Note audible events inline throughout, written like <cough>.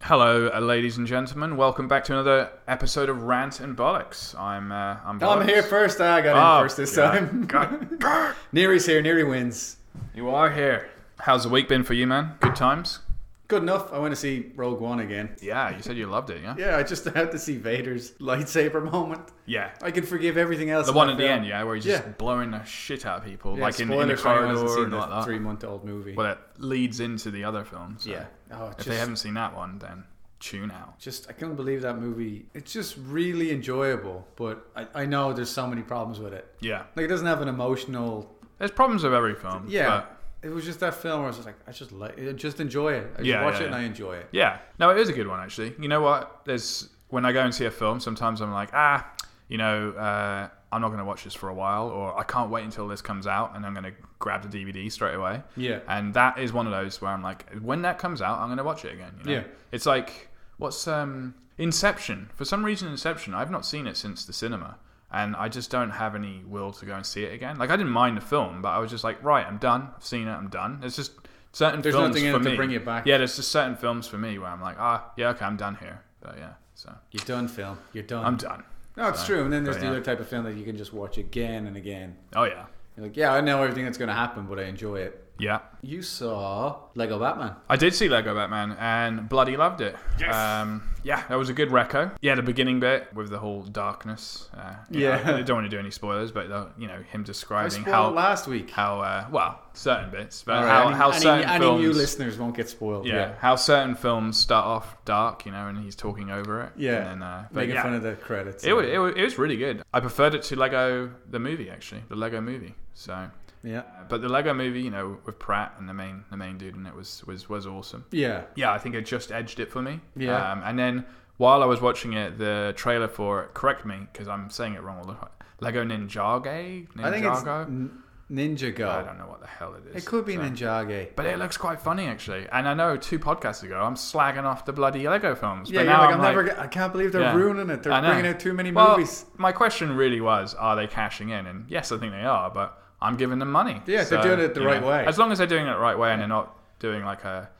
Hello, uh, ladies and gentlemen. Welcome back to another episode of Rant and Bollocks. I'm uh, I'm. Bollocks. I'm here first. I got Oh, in first this God. <laughs> time. <laughs> God. God. Neary's here. Neary wins. You are here. How's the week been for you, man? Good times. Good enough. I want to see Rogue One again. Yeah, you said you loved it. Yeah. Yeah, I just <laughs> had to see Vader's lightsaber moment. Yeah. I can forgive everything else. The in one that at the film. end, yeah, where he's just Yeah. blowing the shit out of people, Yeah, like in, in the spoilers for anyone who hasn't corridor seen and the like that. three-month-old movie. Well, that leads into the other film. So yeah. Oh, If just, they haven't seen that one, then tune out. just I can't believe that movie. It's just really enjoyable, but I, I know there's so many problems with it. Yeah. Like it doesn't have an emotional There's problems with every film. Yeah, but- it was just that film where I was just like, I just like, I just enjoy it. I just Yeah, watch yeah, it and yeah. I enjoy it. Yeah. No, it is a good one actually. You know what? There's when I go and see a film, sometimes I'm like, ah, you know, uh, I'm not going to watch this for a while, or I can't wait until this comes out, and I'm going to grab the DVD straight away. Yeah. And that is one of those where I'm like, when that comes out, I'm going to watch it again. You know? Yeah. It's like what's um Inception? For some reason, Inception. I've not seen it since the cinema. And I just don't have any will to go and see it again. Like I didn't mind the film, but I was just like, right, I'm done. I've seen it. I'm done. It's just certain There's films nothing in for it to me. bring it back. Yeah, there's just certain films for me where I'm like, ah, yeah, okay, I'm done here. But yeah, so You're done, film. You're done. I'm done. no, it's so, true. And then there's but the yeah. other type of film that you can just watch again and again. Oh yeah, You're like, yeah, I know everything that's going to happen, but I enjoy it. yeah. You saw Lego Batman. I did see Lego Batman and bloody loved it. Yes. Um, yeah, that was a good reco. Yeah, the beginning bit with the whole darkness. Uh, you Yeah. know, I don't want to do any spoilers, but uh, you know him I describing spoiled how last week. how uh, well certain bits, but All right, how any, how any, certain any films. new listeners won't get spoiled. yeah, how certain films start off dark, you know, and he's talking over it. yeah, and then, uh, but making yeah, fun of the credits. It was, it, was, it was really good. I preferred it to Lego the movie actually, the Lego movie. So, yeah, but the Lego movie, you know, with Pratt and the main the main dude in it was was was awesome. yeah, Yeah, I think it just edged it for me. Yeah. Um, and then while I was watching it, the trailer for it, correct me because I'm saying it wrong all the time. Lego Ninjago. Ninjago. I think it's N- Ninja I Go. don't know what the hell it is. It could be So- Ninjago. But it looks quite funny actually. And I know two podcasts ago I'm slagging off the bloody Lego films. Yeah, but you're now like, I'm I'm never. g- I can't believe they're Yeah. ruining it. I They're know. bringing out too many Well, movies. My question really was, are they cashing in? And yes, I think they are, but I'm giving them money. Yeah, if they're doing it the you right know, way. As long as they're doing it the right way and they're not doing like a,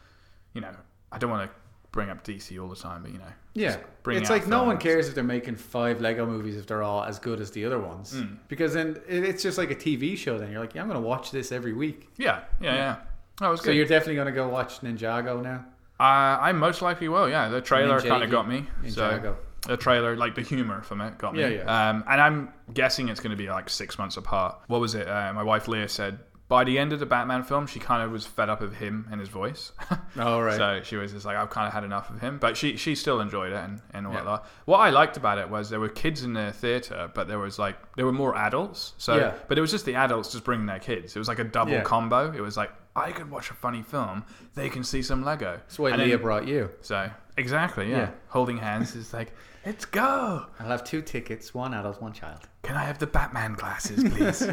you know, I don't want to bring up DC all the time, but you know, Yeah. just bring it's out like no one films. cares if they're making five Lego movies if they're all as good as the other ones. Mm. Because then it- it's just like a TV show, then you're like, yeah, I'm going to watch this every week. Yeah, yeah, yeah. That was So good. you're definitely going to go watch Ninjago now? uh, I most likely will. Yeah, the trailer Ninjago. kind of got me. So Ninjago. the trailer, like the humor from it, got me. Yeah, yeah. Um, and I'm guessing it's going to be like six months apart. What was it? Uh, my wife Leah said by the end of the Batman film, she kind of was fed up of him and his voice. <laughs> All right. So she was just like, I've kind of had enough of him. But she she still enjoyed it and, and all Yeah. that. What I liked about it was there were kids in the theater, but there was like there were more adults. So, Yeah. but it was just the adults just bringing their kids. It was like a double Yeah. combo. It was like I could watch a funny film, they can see some Lego. That's why And then- Leah brought you. so exactly, yeah. Yeah. Holding hands is like, let's go. I'll have two tickets, one adult, one child. Can I have the Batman glasses, <laughs> please?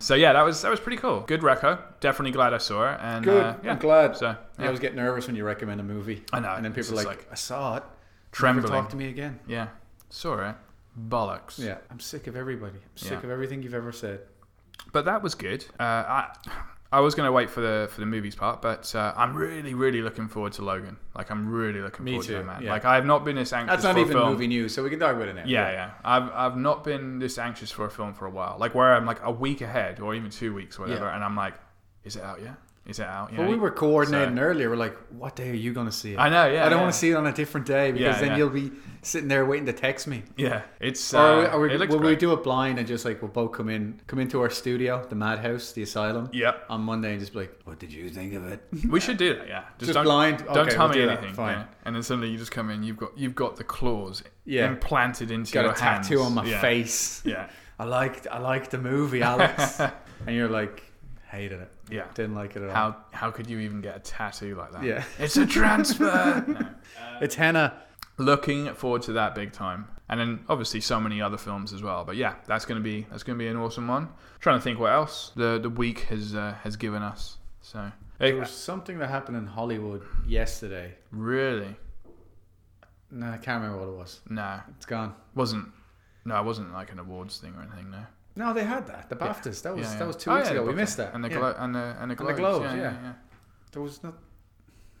so yeah, that was that was pretty cool. Good reco. Definitely glad I saw it. And Good. uh, yeah, I'm glad. So I yeah, always get nervous when you recommend a movie. I know, And then it's people are just like, I saw it. trembling. Never talk to me again. Yeah, saw it. Bollocks. Yeah. I'm sick of everybody. I'm sick Yeah. of everything you've ever said. But that was good. Uh, I I was going to wait for the for the movies part, but uh, I'm really really looking forward to Logan. Like I'm really looking Me forward to too, it, man. yeah. Like I have not been this anxious. That's not for a even film. movie news, so we can talk about it now. Yeah, yeah. I've I've not been this anxious for a film for a while. Like where I'm like a week ahead or even two weeks or whatever, Yeah. and I'm like, is it out yet? Is it out? You Well, know, we were coordinating so- earlier. We're like, what day are you going to see it? I know. Yeah. I don't yeah. want to see it on a different day because Yeah, then yeah. you'll be sitting there waiting to text me. Yeah. It's. Uh, Or are we, are we- it looks will we great. do it blind and just like we'll both come in, come into our studio, the madhouse, the asylum, Yep. on Monday and just be like, what did you think of it? We should do that. Yeah. <laughs> Just don't, blind? Don't Okay, tell we'll me do that, anything. fine. yeah. And then suddenly you just come in. You've got you've got the claws Yeah. implanted into Got your a tattoo hands. on my Yeah. face. Yeah. <laughs> I liked, I liked the movie, <laughs> Alex. and you're like, hated it. Yeah. Didn't like it at all. How how could you even get a tattoo like that? <laughs> Yeah. It's a <laughs> transfer. No. It's henna. looking forward to that big time and then obviously so many other films as well but yeah that's going to be that's going to be an awesome one trying to think what else the the week has uh, has given us so There Hey, was something that happened in Hollywood yesterday. really No, I can't remember what it was. no It's gone. wasn't no it wasn't like an awards thing or anything no No, they had that. The BAFTAs. That was Yeah, yeah. that was two Oh, weeks yeah, ago. We Buffalo. missed that. and the Yeah. glo- and the and the the globes, Globes, yeah, yeah. yeah. There was not.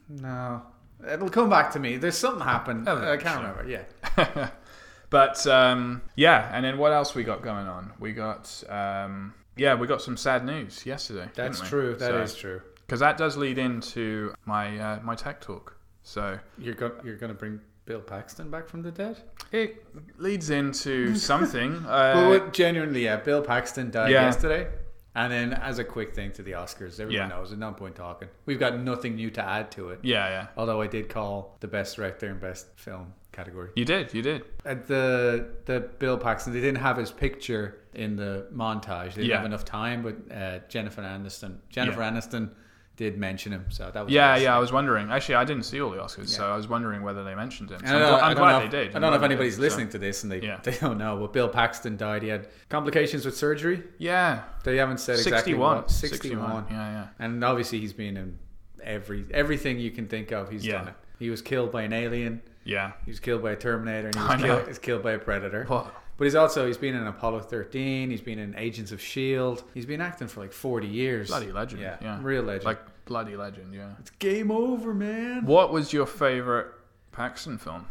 No. It'll come back to me. There's something happened. Oh, I can't sure. remember. Yeah. <laughs> but um, yeah, and then what else we got going on? We got um, yeah, we got some sad news yesterday. That's true. That is true. because that does lead into my uh, my tech talk. So You're go- you're going to bring Bill Paxton back from the dead? it leads <laughs> into something. Uh, But what- genuinely, yeah, Bill Paxton died Yeah. yesterday. And then, as a quick thing to the Oscars, everyone Yeah. knows. There's no point talking. We've got nothing new to add to it. yeah, yeah, Although I did call the best director and best film category. you did, you did. At the the Bill Paxton, they didn't have his picture in the montage. They didn't Yeah. have enough time. But uh, Jennifer Aniston, Jennifer Aniston did mention him, so that was Yeah, nice. yeah. I was wondering. Actually, I didn't see all the Oscars, so I was wondering whether they mentioned him. So I I'm, don't know, gl- I'm I don't glad know they if- did. I I'm don't know if glad they anybody's did, so- listening to this and they, Yeah. <laughs> they don't know. But Bill Paxton died. He had complications with surgery. Yeah, They haven't said exactly 61. what. 61. Yeah, yeah. And obviously he's been in every everything you can think of. He's Yeah. done it. He was killed by an alien. Yeah. He was killed by a Terminator. And he I was know. killed, he's killed by a Predator. Whoa. But he's also he's been in Apollo 13. He's been in Agents of Shield. E He's been acting for like 40 years. Bloody legend. Yeah, Yeah. real legend. Like bloody legend, yeah. it's game over, man. What was your favorite Paxton film?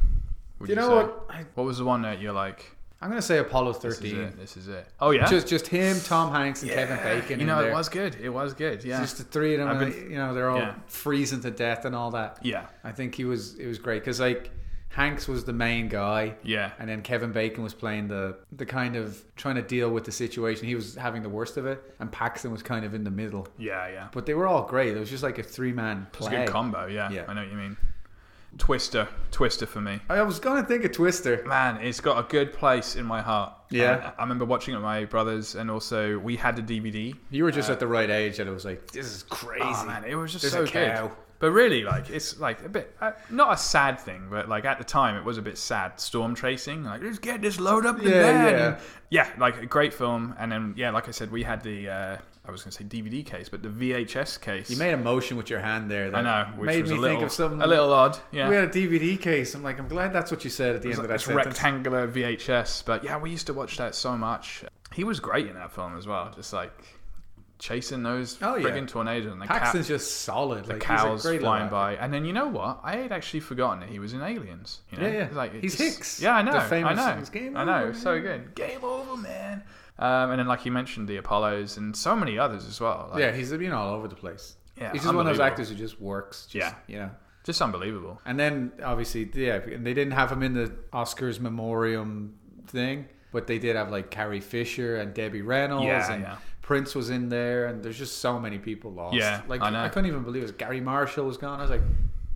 Would Do you know say? what? I, What was the one that you're like, I'm gonna say Apollo this is 13. it, this is it. Oh yeah. Just just him, Tom Hanks, and Kevin Bacon. you in know, there. it was good. It was good. Yeah. Just the three of them. I've and, you know, they're all yeah. freezing to death and all that. yeah. I think he was it was great because like Hanks was the main guy, Yeah. and then Kevin Bacon was playing the the kind of trying to deal with the situation. He was having the worst of it, and Paxton was kind of in the middle. Yeah, yeah. But they were all great. It was just like a three man It's a play. good combo, yeah. Yeah. I know what you mean. Twister. Twister for me. I was gonna think of Twister. Man, it's got a good place in my heart. Yeah. I, I remember watching it with my brothers and also we had a DVD. You were just at the right age that it was like this is crazy. Uh, Oh man, it was just There's so a cow. good. But really, like it's like a bit uh, not a sad thing, but like at the time it was a bit sad. Storm tracing, like let's get this load up in Yeah, there. yeah. And, yeah, like a great film. And then yeah, like I said, we had the uh, I was going to say DVD case, but the VHS case. You made a motion with your hand there. That I know, which made was me a little, think of something. a little odd. Yeah, We had a DVD case. I'm like, I'm glad that's what you said at the It's end of like that this sentence. rectangular VHS. But yeah, we used to watch that so much. He was great in that film as well. Just like chasing those Oh, yeah. friggin' tornadoes and the cat- Paxton's just solid. the like, cows he's a great little flying actor. by, and then you know what? I had actually forgotten that he was in Aliens. You know? Yeah, yeah. It's Like, He's it's- Hicks. Yeah, I know. The famous- I know. it's game I know. over, So good. Game over, man. Um, and then, like you mentioned, the Apollos and so many others as well. Like, yeah, he's been all over the place. Yeah, he's just one of those unbelievable. actors who just works. Just, Yeah. you know. just unbelievable. And then obviously, yeah, and they didn't have him in the Oscars memoriam thing, but they did have like Carrie Fisher and Debbie Reynolds, Yeah, and yeah. Prince was in there, and there's just so many people lost. Yeah, like I know. couldn't even believe it. was Gary Marshall was gone. I was like,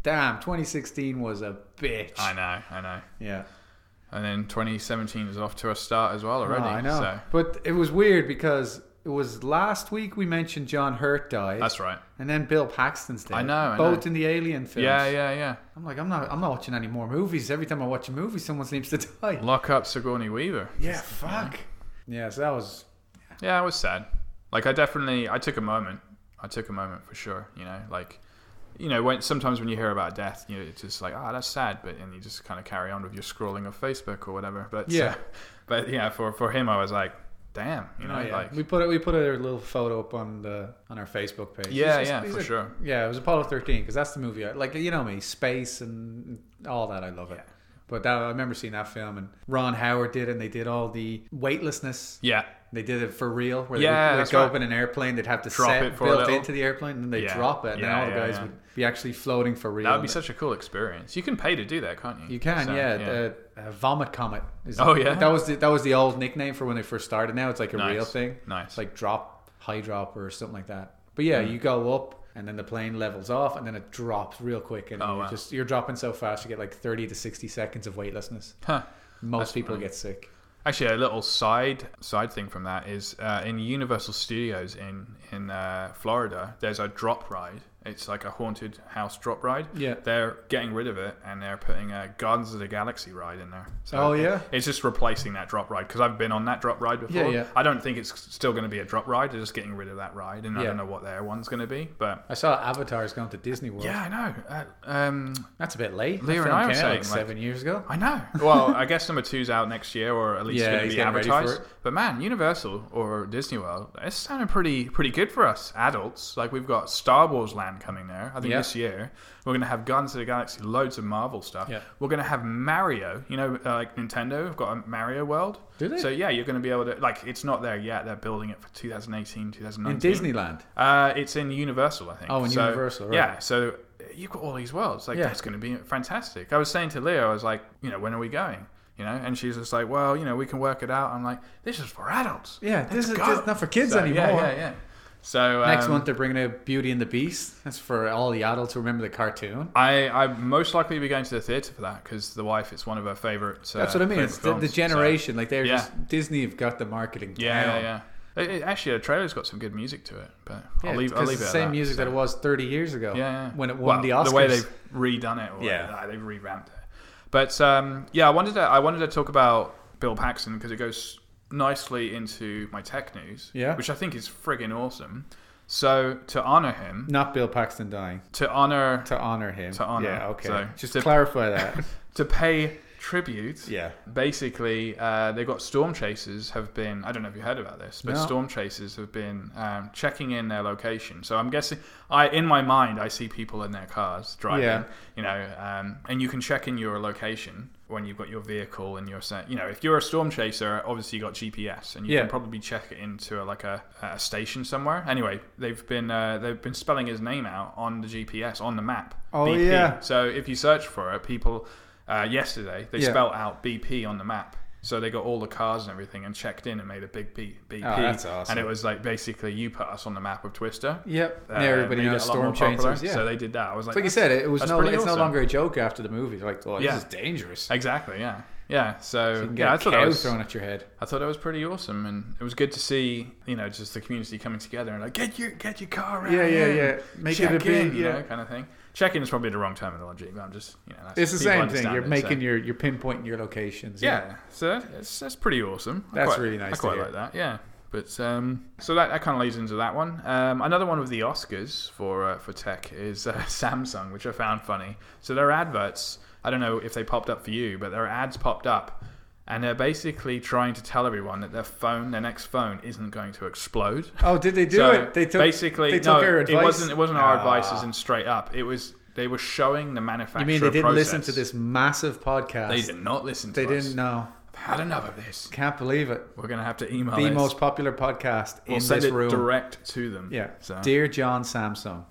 damn, 2016 was a bitch. I know. I know. Yeah, And then 2017 is off to a start as well already. Oh, I know. So But it was weird because it was last week we mentioned John Hurt died. that's right. and then Bill Paxton's dead. I know, I Both in the Alien films. Yeah, yeah, yeah. I'm like, I'm not, I'm not watching any more movies. Every time I watch a movie, someone seems to <laughs> die. Lock up Sigourney Weaver. Yeah, fuck. Yeah, so that was. Yeah, it was sad. Like I definitely, I took a moment. I took a moment for sure. You know, like, you know, when sometimes when you hear about death, you know, it's just like, ah, that's sad. But and you just kind of carry on with your scrolling of Facebook or whatever. But uh, Yeah. <laughs> but yeah, for for him, I was like, damn, you know, Oh, yeah. like, we put it, we put a little photo up on the on our Facebook page. yeah, It's just- yeah, these for are- sure. Yeah, it was Apollo 13 because that's the movie. I, like you know me, space and all that. I love it. Yeah. But that, I remember seeing that film and Ron Howard did, it and they did all the weightlessness. Yeah, They did it for real, where Yeah, they would that's they'd go right. up in an airplane, they'd have the Drop set it for a built little. into the airplane, and they would Yeah. drop it, and Yeah, then all the yeah, guys yeah. would be actually floating for real. that would be And such a cool experience. You can pay to do that, can't you? You can, So, yeah. Uh, uh, Vomit Comet. Is Oh, yeah? That was the, that was the old nickname for when they first started. Now it's like a Nice. real thing. Nice. It's like drop, high drop, or something like that. But yeah, Hmm. you go up, and then the plane levels off, and then it drops real quick, and Oh, you're wow. just you're dropping so fast, you get like thirty to sixty seconds of weightlessness. Huh. Most That's people funny. get sick. Actually, a little side side thing from that is uh, in Universal Studios in in uh, Florida, there's a drop ride. It's like a haunted house drop ride. Yeah. they're getting rid of it and they're putting a Guardians of the Galaxy ride in there. So Oh, yeah? it's just replacing that drop ride because I've been on that drop ride before. Yeah, yeah. I don't think it's still going to be a drop ride. They're just getting rid of that ride, and I Yeah. don't know what their one's going to be. But I saw Avatar's going to Disney World. yeah, I know. Uh, um, that's a bit late. That Leah and film I were came out, saying, like like- seven years ago. I know. <laughs> Well, I guess number two's out next year, or at least Yeah, going he's to be getting ready for advertised. it. But man, Universal or Disney World, it's sounding pretty pretty good for us adults. Like we've got Star Wars Land Ant-Man coming there. I think Yeah. this year we're going to have Guardians of the Galaxy, loads of Marvel stuff. Yeah. We're going to have Mario. You know, uh, like Nintendo have got a Mario World. Do they? So yeah, you're going to be able to like. It's not there yet. They're building it for 2018, 2019. in Disneyland. Uh, it's in Universal, I think. Oh, in So, Universal, right. Yeah, so you've got all these worlds. Like, Yeah. that's going to be fantastic. I was saying to Leo, I was like, you know, when are we going? You know, and she's just like, well, you know, we can work it out. I'm like, this is for adults. Yeah, this Let's is go. this is not for kids So, anymore. Yeah, yeah, yeah. So um, Next month they're bringing out Beauty and the Beast. That's for all the adults who remember the cartoon. I I most likely be going to the theater for that because the wife, it's one of her favorite. Uh, That's what I mean. favourite It's the, the films. So, generation. Like they're Yeah. just Disney have got the marketing. yeah, down. yeah, yeah. It- it- actually, the trailer's got some good music to it, but Yeah, I'll leave. I'll because leave it's it the at same that, music so. that it was 30 years ago. Yeah, yeah. When it won Well, the Oscars. The way they've redone it, or Yeah. yeah, they've revamped it. But um, yeah, I wanted to I wanted to talk about Bill Paxton because it goes nicely into my tech news, Yeah. which I think is friggin' awesome. So to honor him, Not Bill Paxton dying. to honor, To honor him. To honor, Yeah, okay. so- Just to- Uh, to <laughs> clarify that. to pay tribute, yeah. basically uh, they've got storm chasers have been i don't know if you heard about this but No. storm chasers have been um, checking in their location so i'm guessing i in my mind i see people in their cars driving Yeah. you know um, and you can check in your location when you've got your vehicle and your set you know if you're a storm chaser obviously you got gps and you Yeah. can probably check it into a, like a, a station somewhere anyway they've been uh, they've been spelling his name out on the gps on the map Oh, BP. yeah. So if you search for it, people uh, yesterday they Yeah. spelt out BP on the map. So they got all the cars and everything and checked in and made a big B- BP. Oh, that's awesome. And it was like basically you put us on the map of Twister. Yep. Uh, now everybody made it knows a lot more Storm Chasers. popular. Yeah. So they did that. I was like, "Oh, It's like you said, it, it was that's no. pretty It's no awesome. longer a joke after the movie. They're like, oh, Yeah. this is dangerous. exactly, yeah, yeah. So, You can get yeah, I a thought that cow was thrown at your head. I thought that was pretty awesome, and it was good to see you know just the community coming together and like get your get your car around. Yeah, yeah, in, yeah. Make it check a big- in, you yeah. know, kind of thing. Check in is probably the wrong terminology, but I'm just you know that's, It's the people same thing. understand You're it, so. making your you're pinpointing your locations. Yeah, so that's, that's pretty awesome. I That's quite- really nice I to quite hear. like that. Yeah, but um, so that, that kind of leads into that one. Um, another one of the Oscars for uh, for tech is uh, <laughs> Samsung, which I found funny. So their adverts. I don't know if they popped up for you, but their ads popped up, and they're basically trying to tell everyone that their phone, their next phone, isn't going to explode. Oh, did <laughs> they do So it? They took basically They took no, our advice. It wasn't. It wasn't our Ah. advice. As in straight up. It was. They were showing the manufacturer. You mean Ah, they didn't listen to process. this massive podcast? They did not listen to They us. didn't know. I've had enough of this. Can't believe it. We're gonna have to email The this. most popular podcast we'll in send this it room. direct to them. yeah. So. Dear John Samsung.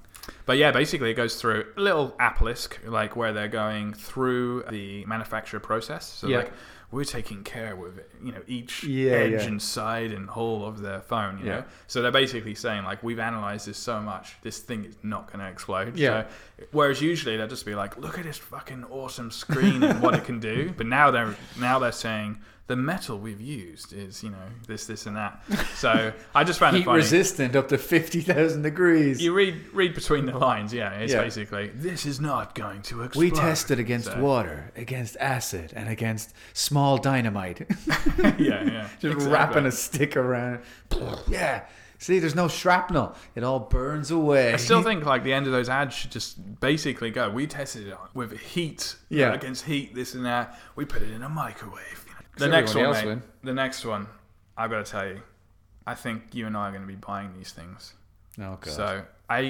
But yeah, basically it goes through a little appelisk, like where they're going through the manufacture process. So Yeah. like we're taking care with you know each Yeah, edge yeah. and side and hull of their phone. You Yeah. know, so they're basically saying like we've analyzed this so much, this thing is not going to explode. Yeah. So, whereas usually they'll just be like, look at this fucking awesome screen and what it can <laughs> do. But now they're now they're saying. The metal we've used is, you know, this, this, and that. So I just found it Heat funny. resistant up to fifty thousand degrees. You read read between the lines, yeah. It's Yeah. basically this is not going to explode. we tested against So, water, against acid, and against small dynamite. <laughs> <laughs> yeah, yeah. Just wrapping a stick around. <laughs> it. Yeah. See, there's no shrapnel. It all burns away. I still think like the end of those ads should just basically go. We tested it on- with heat, you Yeah. know, against heat, this and that. We put it in a microwave. you know. The So next one, everyone mate, else win. the next one. I've got to tell you, I think you and I are going to be buying these things. <laughs> Oh, God. So I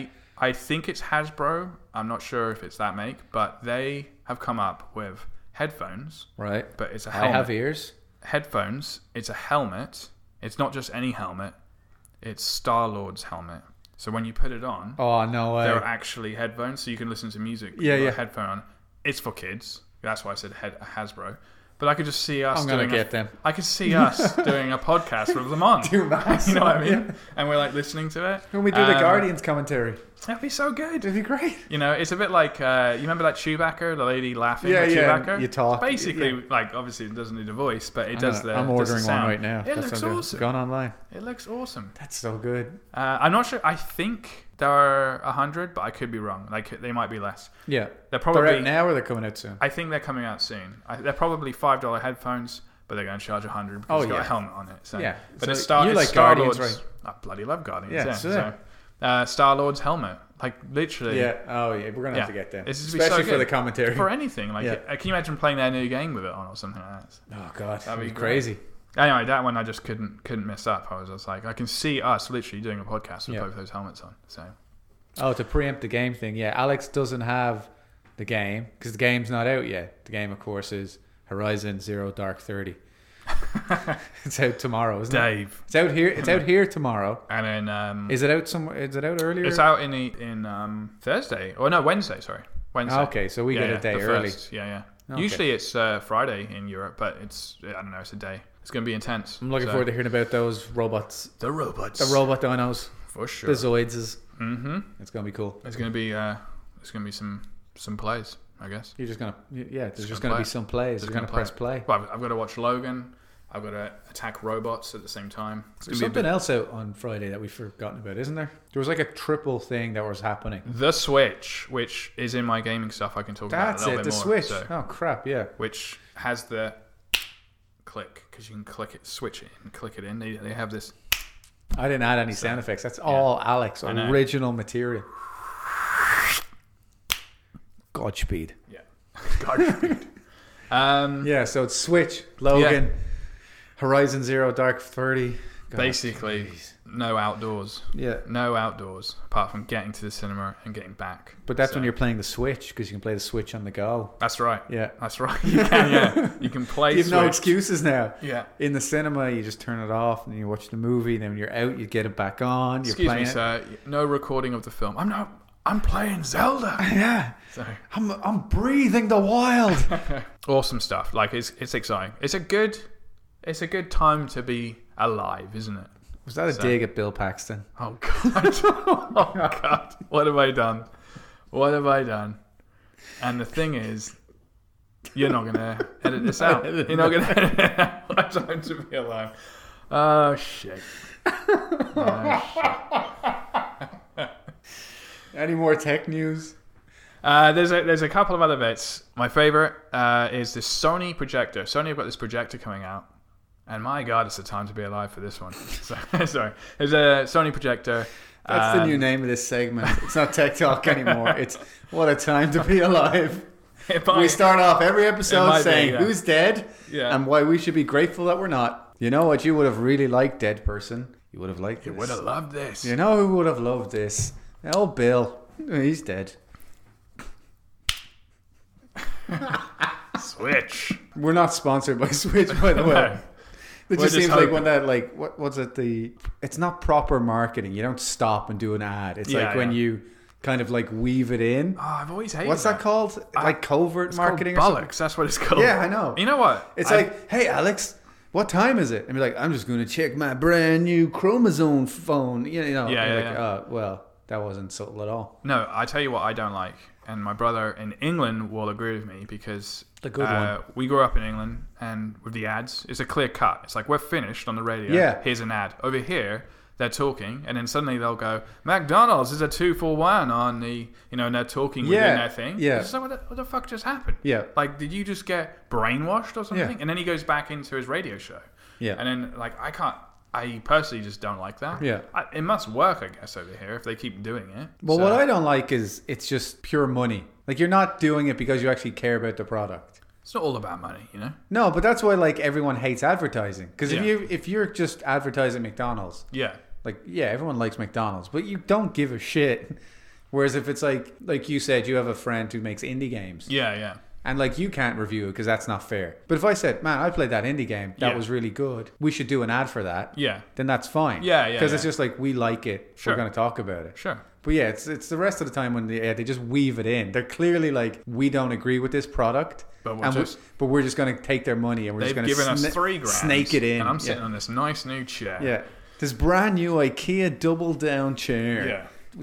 I think it's Hasbro. I'm not sure if it's that make, but they have come up with headphones, right. but it's a I helmet. have ears. headphones. It's a helmet. It's not just any helmet. It's Star Lord's helmet. So when you put it on, Oh, no way. there <laughs> are actually headphones, so you can listen to music. with Yeah, your yeah. Headphone on. It's for kids. That's why I said head- Hasbro. But I could just see us. I'm going doing to get a, them. I could <laughs> see us doing a podcast with them on. Two <laughs> masks. You know what I mean? And we're like listening to it. When we do the Um, Guardians commentary, that'd be so good. it'd be great. You know, it's a bit like uh, you remember that Chewbacca, the lady laughing Yeah, at yeah, Chewbacca. you talk. Basically, like obviously it doesn't need a voice, but it does the. I'm does the ordering one sound. right now. It looks what I'm doing. awesome. Gone online. It looks awesome. That's so good. Uh, I'm not sure. I think there are a hundred, but I could be wrong. Like they might be less. Yeah. They're They're probably. out now or they're coming out soon? I think they're coming out soon. I, they're probably five dollar headphones, but they're going to charge a hundred because Oh, it's got yeah. a helmet on it. So Yeah. But So it's Star. you it's like Star Guardians, Lord's. I bloody love Guardians. Yeah. Yeah, so so uh, Star Lord's helmet, like literally. Yeah. Oh, yeah. We're going to Yeah. have to get them. This would be so Especially for good. the commentary. For anything, like <laughs> Yeah. uh, can you imagine playing their new game with it on or something like that? oh, God. That'd be be great. crazy. Anyway, that one I just couldn't couldn't mess up. I was just like, I can see us literally doing a podcast with Yeah. both those helmets on. So Oh, to preempt the game thing, yeah. Alex doesn't have the game because the game's not out yet. The game, of course, is Horizon Zero <laughs> Dark Thirty. it's out tomorrow, isn't it? Dave. It's out here. It's out here tomorrow. And then um, Is it out somewhere? Is it out earlier? it's out in the, in um, Thursday or no Wednesday? Sorry, Wednesday. Ah, okay, so we yeah, get yeah, a day the early. first. Yeah, yeah. Okay. Usually it's uh, Friday in Europe, but it's I don't know. It's a day. It's going to be intense. I'm looking So- forward to hearing about those robots, the robots. the robot dinos, for sure. the Zoids. Mm-hmm. It's gonna be cool. It's going to be uh, it's going to be some some plays, I guess. You're just gonna, yeah. There's gonna just, gonna play. be some plays. You're gonna, gonna play. press play. Well, I've, I've got to watch Logan. I've got to attack robots at the same time. It's There's going to something be a bit- else out on Friday that we've forgotten about, isn't there? There was like a triple thing that was happening. the Switch, which is in my gaming stuff. I can talk That's about Mm, a it, little the bit more. so- Switch. Oh crap, yeah. which has the click because you can click it, switch it, and click it in. They, they have this. I didn't add any sound effects. That's all Alex know. original material. Godspeed. Yeah. <laughs> Godspeed. um, Yeah, so it's Switch, Logan, Yeah. Horizon Zero, Dark Thirty. God. basically, no outdoors. Yeah, No outdoors apart from getting to the cinema and getting back. but that's So- when you're playing the Switch because you can play the Switch on the go. That's right. Yeah, That's right. You can, yeah. You can play. <laughs> you have no Switch. excuses now. Yeah. In the cinema, you just turn it off and you watch the movie. And then when you're out, you get it back on. You're Excuse playing me, it. sir. No recording of the film. I'm not. I'm playing <laughs> Zelda. <laughs> Yeah, So I'm, I'm breathing the wild. <laughs> awesome stuff. Like it's it's exciting. It's a good. It's a good time to be alive, isn't it? Was that a So- dig at Bill Paxton? Oh <laughs> god. oh god. What have I done? What have I done? And the thing is, you're not gonna edit <laughs> this out. editing You're not gonna <laughs> edit it out. What time to be alive. Oh shit. Oh, shit. Any more tech news? Uh, there's a there's a couple of other bits. My favorite uh, is this Sony projector. Sony have got this projector coming out, and my god, it's the time to be alive for this one. <laughs> So, sorry, there's a Sony projector. That's the um, new name of this segment. It's not Tech <laughs> Talk anymore. It's What a Time to Be Alive. If <laughs> I- <laughs> We start off every It might episode be, saying yeah. who's dead Yeah. and why we should be grateful that we're not. You know what you would have really liked, dead person? You would have liked you this. would have loved this. You know who would have loved this? Oh, Bill. He's dead. Switch. We're not sponsored by <laughs> Switch, by <laughs> the way. It We're just just seems like hoping. when that like what what's it the it's not proper marketing. You don't stop and do an ad. It's Yeah, like when yeah. you kind of like weave it in. Oh, I've always hated What's that called? like covert It's called marketing or something? bollocks. That's what it's called. Yeah, I know. You know what? It's I- like, hey Alex, what time is it? And be like, I'm just gonna check my brand new chromosome phone. You Yeah, know, and yeah, like, yeah. Uh, well, that wasn't subtle at all. no. I tell you what, I don't like, and my brother in England will agree with me because The good uh, We grew up in England, and with the ads, it's a clear cut. It's like we're finished on the radio. Yeah. Here's an ad over here. They're talking, and then suddenly they'll go, "McDonald's is a two for one on the," you know, and they're talking Yeah, within their thing. yeah. It's just like, what the, what the fuck just happened? Yeah. Like, did you just get brainwashed or something? Yeah. And then he goes back into his radio show. Yeah. And then, like, I can't. I personally just don't like that. Yeah. I, it must work, I guess, over here if they keep doing it. Well, So- what I don't like is it's just pure money. Like you're not doing it because you actually care about the product. it's not all about money, you know. No, but that's why like everyone hates advertising. Because Yeah. if you if you're just advertising McDonald's, Yeah. like yeah, everyone likes McDonald's, but you don't give a shit. <laughs> Whereas if it's like like you said, you have a friend who makes indie games, Yeah. Yeah. and like you can't review it because that's not fair. But if I said, man, I played that indie game, that Yeah. was really good. We should do an ad for that. Yeah. Then that's fine. Yeah, yeah, Because it's yeah. just like we like it. Sure. We're going to talk about it. Sure. But yeah, it's it's the rest of the time when they, yeah, they just weave it in. They're clearly like, we don't agree with this product, But we'll and just- we, but we're just going to take their money and we're They've just given going to us three grand. snake it in. And I'm yeah. sitting on this nice new chair. yeah, this brand new IKEA double down chair.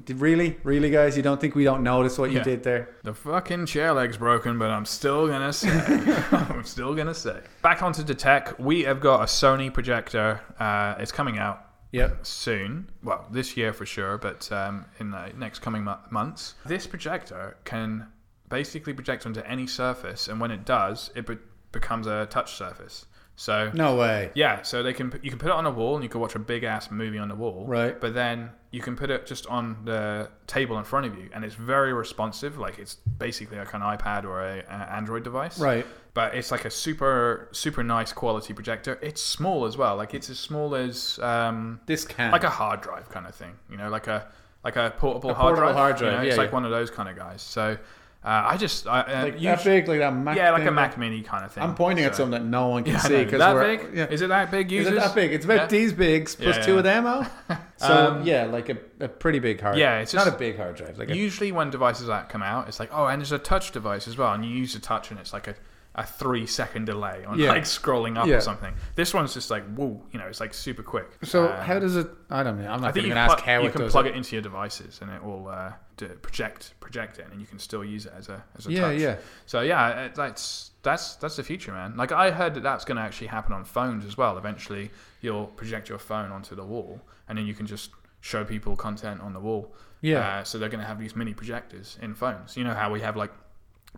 Yeah, really, really, guys, you don't think we don't notice what you Yeah. did there? The fucking chair leg's broken, but I'm still gonna <laughs> say. <laughs> I'm still gonna say. Back onto the tech. We have got a Sony projector. Uh, it's coming out Yep. soon. Well, this year for sure, but um, in the next coming mo- months. This projector can basically project onto any surface, and when it does, it be- becomes a touch surface. So No way. Yeah, so they can you can put it on a wall and you can watch a big ass movie on the wall. Right. But then you can put it just on the table in front of you, and it's very responsive. Like it's basically like an iPad or a, a Android device. Right. But it's like a super super nice quality projector. It's small as well. Like it's as small as um, This can. like a hard drive kind of thing. You know, like a like a portable, A hard, portable drive, hard you know, drive, it's yeah, like yeah. one of those kind of guys. So uh, I just I, uh, Like usually- that big, like that Mac. yeah, like a thing. Mac Mini kind of thing. I'm pointing at So- something that no one can Yeah, I see know. because that we're big? yeah. Is it that big? Is Users? it that big? It's about Yeah. these bigs plus Yeah, two yeah. of them out. <laughs> So Um, yeah, like a, a pretty big hard. Yeah, it's not just- a big hard drive. Like a, Usually, when devices like that come out, it's like, oh, and there's a touch device as well, and you use the touch, and it's like a, a three second delay on Yeah. like scrolling up Yeah. or something. This one's just like, whoa, you know, it's like super quick. so Um, how does it? I don't know. I'm I not think even you gonna can ask plug- how you it can does. plug it. it into your devices, and it will uh, do, project project it, and you can still use it as a as a Yeah, touch. yeah. So yeah, it- that's that's that's the future, man. Like I heard that that's going to actually happen on phones as well. Eventually, you'll project your phone onto the wall, and then you can just show people content on the wall. Yeah. Uh, so they're going to have these mini projectors in phones. You know how we have like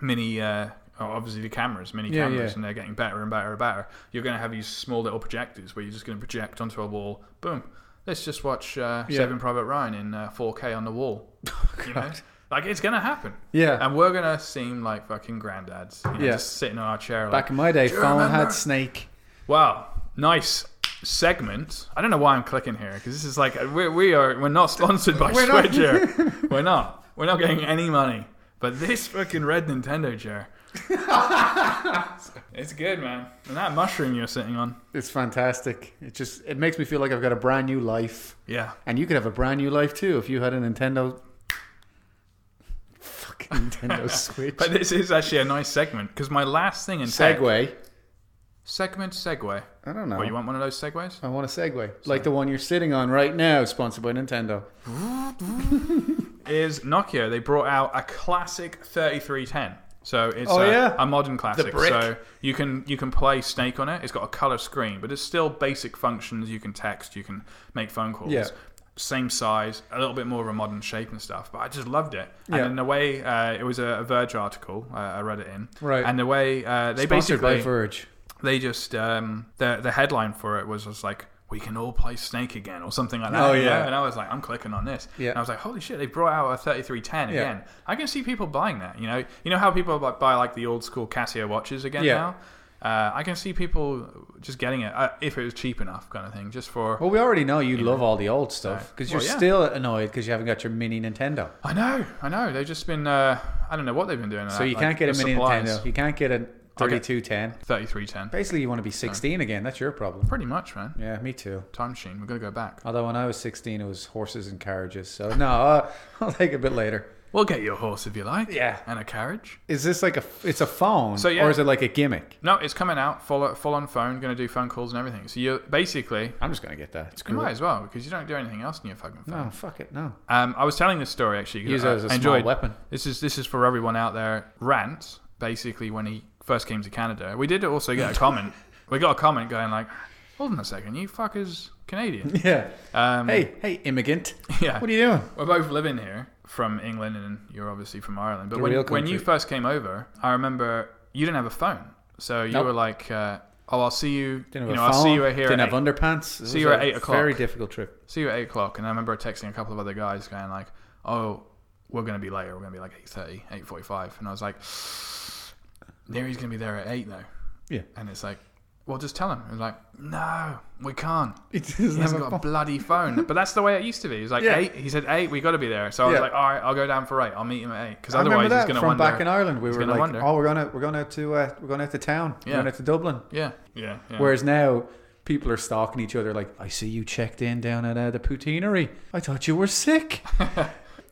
mini. Uh, oh, Obviously, the cameras, mini Yeah, cameras, yeah. and they're getting better and better and better. You're going to have these small little projectors where you're just going to project onto a wall. Boom. Let's just watch uh, Yeah. Oh, Saving Private Ryan in uh, 4K on the wall. <laughs> you know? Like, it's going to happen. Yeah. And we're gonna seem like fucking granddads, you know, Yeah. just sitting on our chair. Back Like, in my day, Do you phone remember? had snake. wow, nice segment. I don't know why I'm clicking here because this is like we're, we are we're not sponsored by <laughs> We're not. Square <laughs> Chair. we're not. We're not getting any money. But this fucking red Nintendo <laughs> chair, it's good, man. And that mushroom you're sitting on, It's fantastic. It just it makes me feel like I've got a brand new life, yeah. and you could have a brand new life too if you had a Nintendo. Fucking <laughs> Nintendo Switch. But this is actually a nice segment because my last thing in tech- Segway. segment segue. I don't know. Oh, you want one of those segues? I want a Segway, like the one you're sitting on right now, sponsored by Nintendo. is Nokia. They brought out a classic 3310. So it's Oh, a, yeah. a modern classic. brick. So you can you can play Snake on it. It's got a color screen, but it's still basic functions. You can text, you can make phone calls. Yeah. Same size, a little bit more of a modern shape and stuff. But I just loved it. And Yeah. in the way uh, it was a, a Verge article. Uh, I read it in. Right. And the way uh, they Sponsored basically by Verge. they just um, the the headline for it was just like we can all play Snake again or something like that. Oh, you know? yeah. and I was like, I'm clicking on this. Yeah. and I was like, holy shit, they brought out a 3310 Yeah. again. I can see people buying that. You know, you know how people bu- buy like the old school Casio watches again Yeah. now. Uh, I can see people just getting it uh, if it was cheap enough, kind of thing, just for. Well, we already know you love all the old stuff because you're Well, yeah. still annoyed because you haven't got your mini Nintendo. I know, I know. They've just been. Uh, I don't know what they've been doing. So you can't get a mini Nintendo. You can't get a 3210. 3310. Basically, you want to be 16 again. That's your problem. Pretty much, man. Yeah, me too. Time machine. We're gonna go back. Although when I was 16, it was horses and carriages. So no, <laughs> uh, I'll take a bit later. We'll get you a horse if you like. Yeah. And a carriage. Is this like a? It's a phone, So, yeah. or is it like a gimmick? No, it's coming out full full on phone. Going to do phone calls and everything. So you basically I'm just gonna get that. It's you cool. might as well because you don't do anything else on your fucking phone. No, fuck it. No. Um, I was telling this story actually. 'cause Use it I- as a I small weapon. <laughs> This is this is for everyone out there. Rant basically when he first came to Canada, we did also <laughs> get a comment. we got a comment going like, "Hold on a second, you fuckers <laughs> Canadian." Yeah. Um, <laughs> Hey, hey, immigrant. yeah, What are you doing? we're both living here from England, and you're obviously from Ireland. But The when, real when you country. first came over, I remember you didn't have a phone, so you Nope. were like, uh, "Oh, I'll see you. Didn't have you a know, phone. I'll see you here Didn't at have underpants. It See was you at a eight o'clock. Very difficult trip. see you at eight o'clock. And I remember texting a couple of other guys going like, "Oh, we're going to be later. We're going to be like 8.30, 8.45. And I was like, "Neary's going to be there at eight though." Yeah. And it's like, "Well, just tell him." And like, "No, we can't. It doesn't He have hasn't a got a phone. bloody phone." But that's the way it used to be. He was like Yeah. eight. He said eight. We got to be there. So I was Yeah. like, "All right, I'll go down for eight. I'll meet him at eight because I remember otherwise he's that going to from wonder." back in Ireland. We were gonna like, wonder. oh, we're going to we're going out to uh, we're going out to town. Yeah. We're going out to Dublin. yeah, yeah, yeah. Whereas now people are stalking each other like, I see you checked in down at uh, the poutinery. I thought you were sick. <laughs>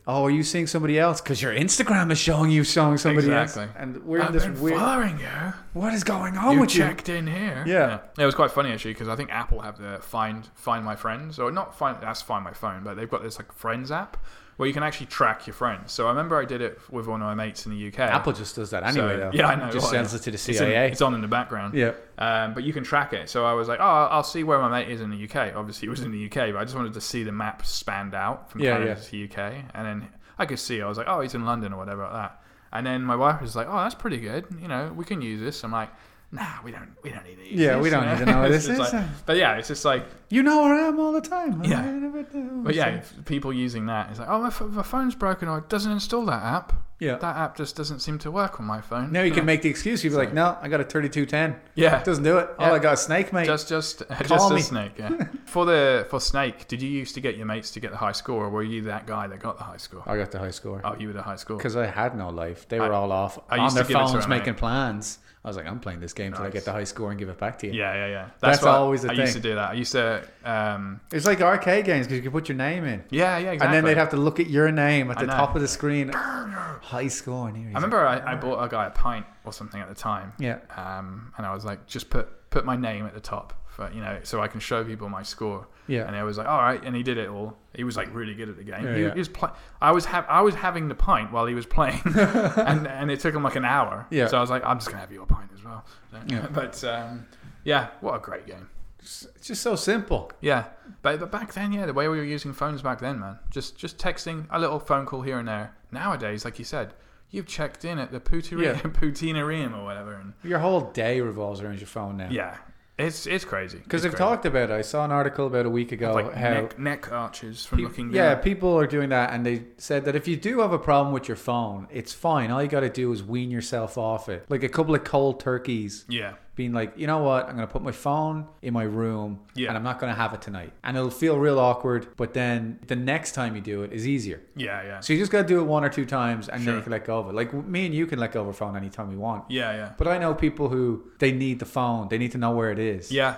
oh, are you seeing somebody else? Because your Instagram is showing you showing somebody else. Exactly. And we're in I've this been weird. following you. What is going on you with checked in here. Yeah. it was quite funny actually because I think Apple have the find find my friends or not find that's find my phone, but they've got this like friends app where you can actually track your friends. So I remember I did it with one of my mates in the UK. you? Apple just does that So- anyway, though. Yeah, I know. Just Well, sends it to the it's in- CIA. It's on in the background. yeah. Um, but you can track it. So I was like, oh, I'll I'll see where my mate is in the UK. Obviously, it was in the UK, but I just wanted to see the map spanned out from Yeah, Canada to yeah. UK. And then I could see, I was like, oh, he's in London or whatever like that. And then my wife was like, oh, that's pretty good. You know, we can use this. I'm like, nah, we don't, we don't need to use Yeah, this," we you don't need to know <laughs> what It's this just is. like- but yeah, it's just like, You know where I am all the time. Yeah. I never do. but yeah, if people using that. It's like, oh, my, ph- my phone's broken or it doesn't install that app. Yeah. That app just doesn't seem to work on my phone. Now you can make the excuse. You'd be like, no, I got a 3210. <laughs> yeah. It doesn't do it. All Yeah. I got is snake, mate. Just, <laughs> just, Call just a me. <laughs> snake. Yeah. for the for Snake, did you used to get your mates to get the high score, or were you that guy that got the high score? I got the high score Oh, you were the high score. because I had no life. They were all off I on used to their give it to phones her, mate. making plans. I was like, I'm playing this game till I Nice. get the high score and give it back to you. Yeah, yeah, yeah. That's what always a I used to thing. do that. I used to. Um, It's like arcade games because you could put your name in. yeah, yeah, exactly. And then they'd have to look at your name at I the know. top of the screen. High score. And here he's I remember I, I bought a guy a pint or something at the time. Yeah. Um, and I was like, just put put my name at the top, for, you know, so I can show people my score. Yeah. And I was like, all right, and he did it all. He was like really good at the game. Yeah, he, yeah. he was play- I was ha- I was having the pint while he was playing, <laughs> and and it took him like an hour. Yeah. So I was like, I'm just gonna have your pint as well. Yeah. <laughs> But um, yeah, what a great game. It's just so simple. Yeah, but, but back then, yeah, the way we were using phones back then, man, just just texting a little phone call here and there. Nowadays, like you said, you've checked in at the Puteria, <laughs> Yeah. Putinarium or whatever, and Your whole day revolves around your phone now. yeah, it's it's crazy Because It's they've crazy. talked about it. I saw an article about a week ago like how neck, neck arches from Pe- looking yeah, down. people are doing that, and they said that if you do have a problem with your phone, it's fine. All you got to do is wean yourself off it. Like a couple of cold turkeys, yeah, being like, you know what, I'm gonna put my phone in my room, Yeah. and I'm not gonna have it tonight, and it'll feel real awkward. But then the next time you do it is easier. yeah, yeah, So you just gotta do it one or two times, and then Sure. you can let go of it. Like w- me and you can let go of our phone anytime we want. yeah, yeah. But I know people who they need the phone. They need to know where it is. Yeah,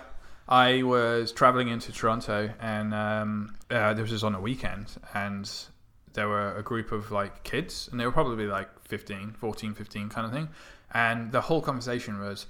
I was traveling into Toronto, and um, uh, this was on a weekend, and there were a group of like kids, and they were probably like 15, 14, 15 kind of thing. And the whole conversation was,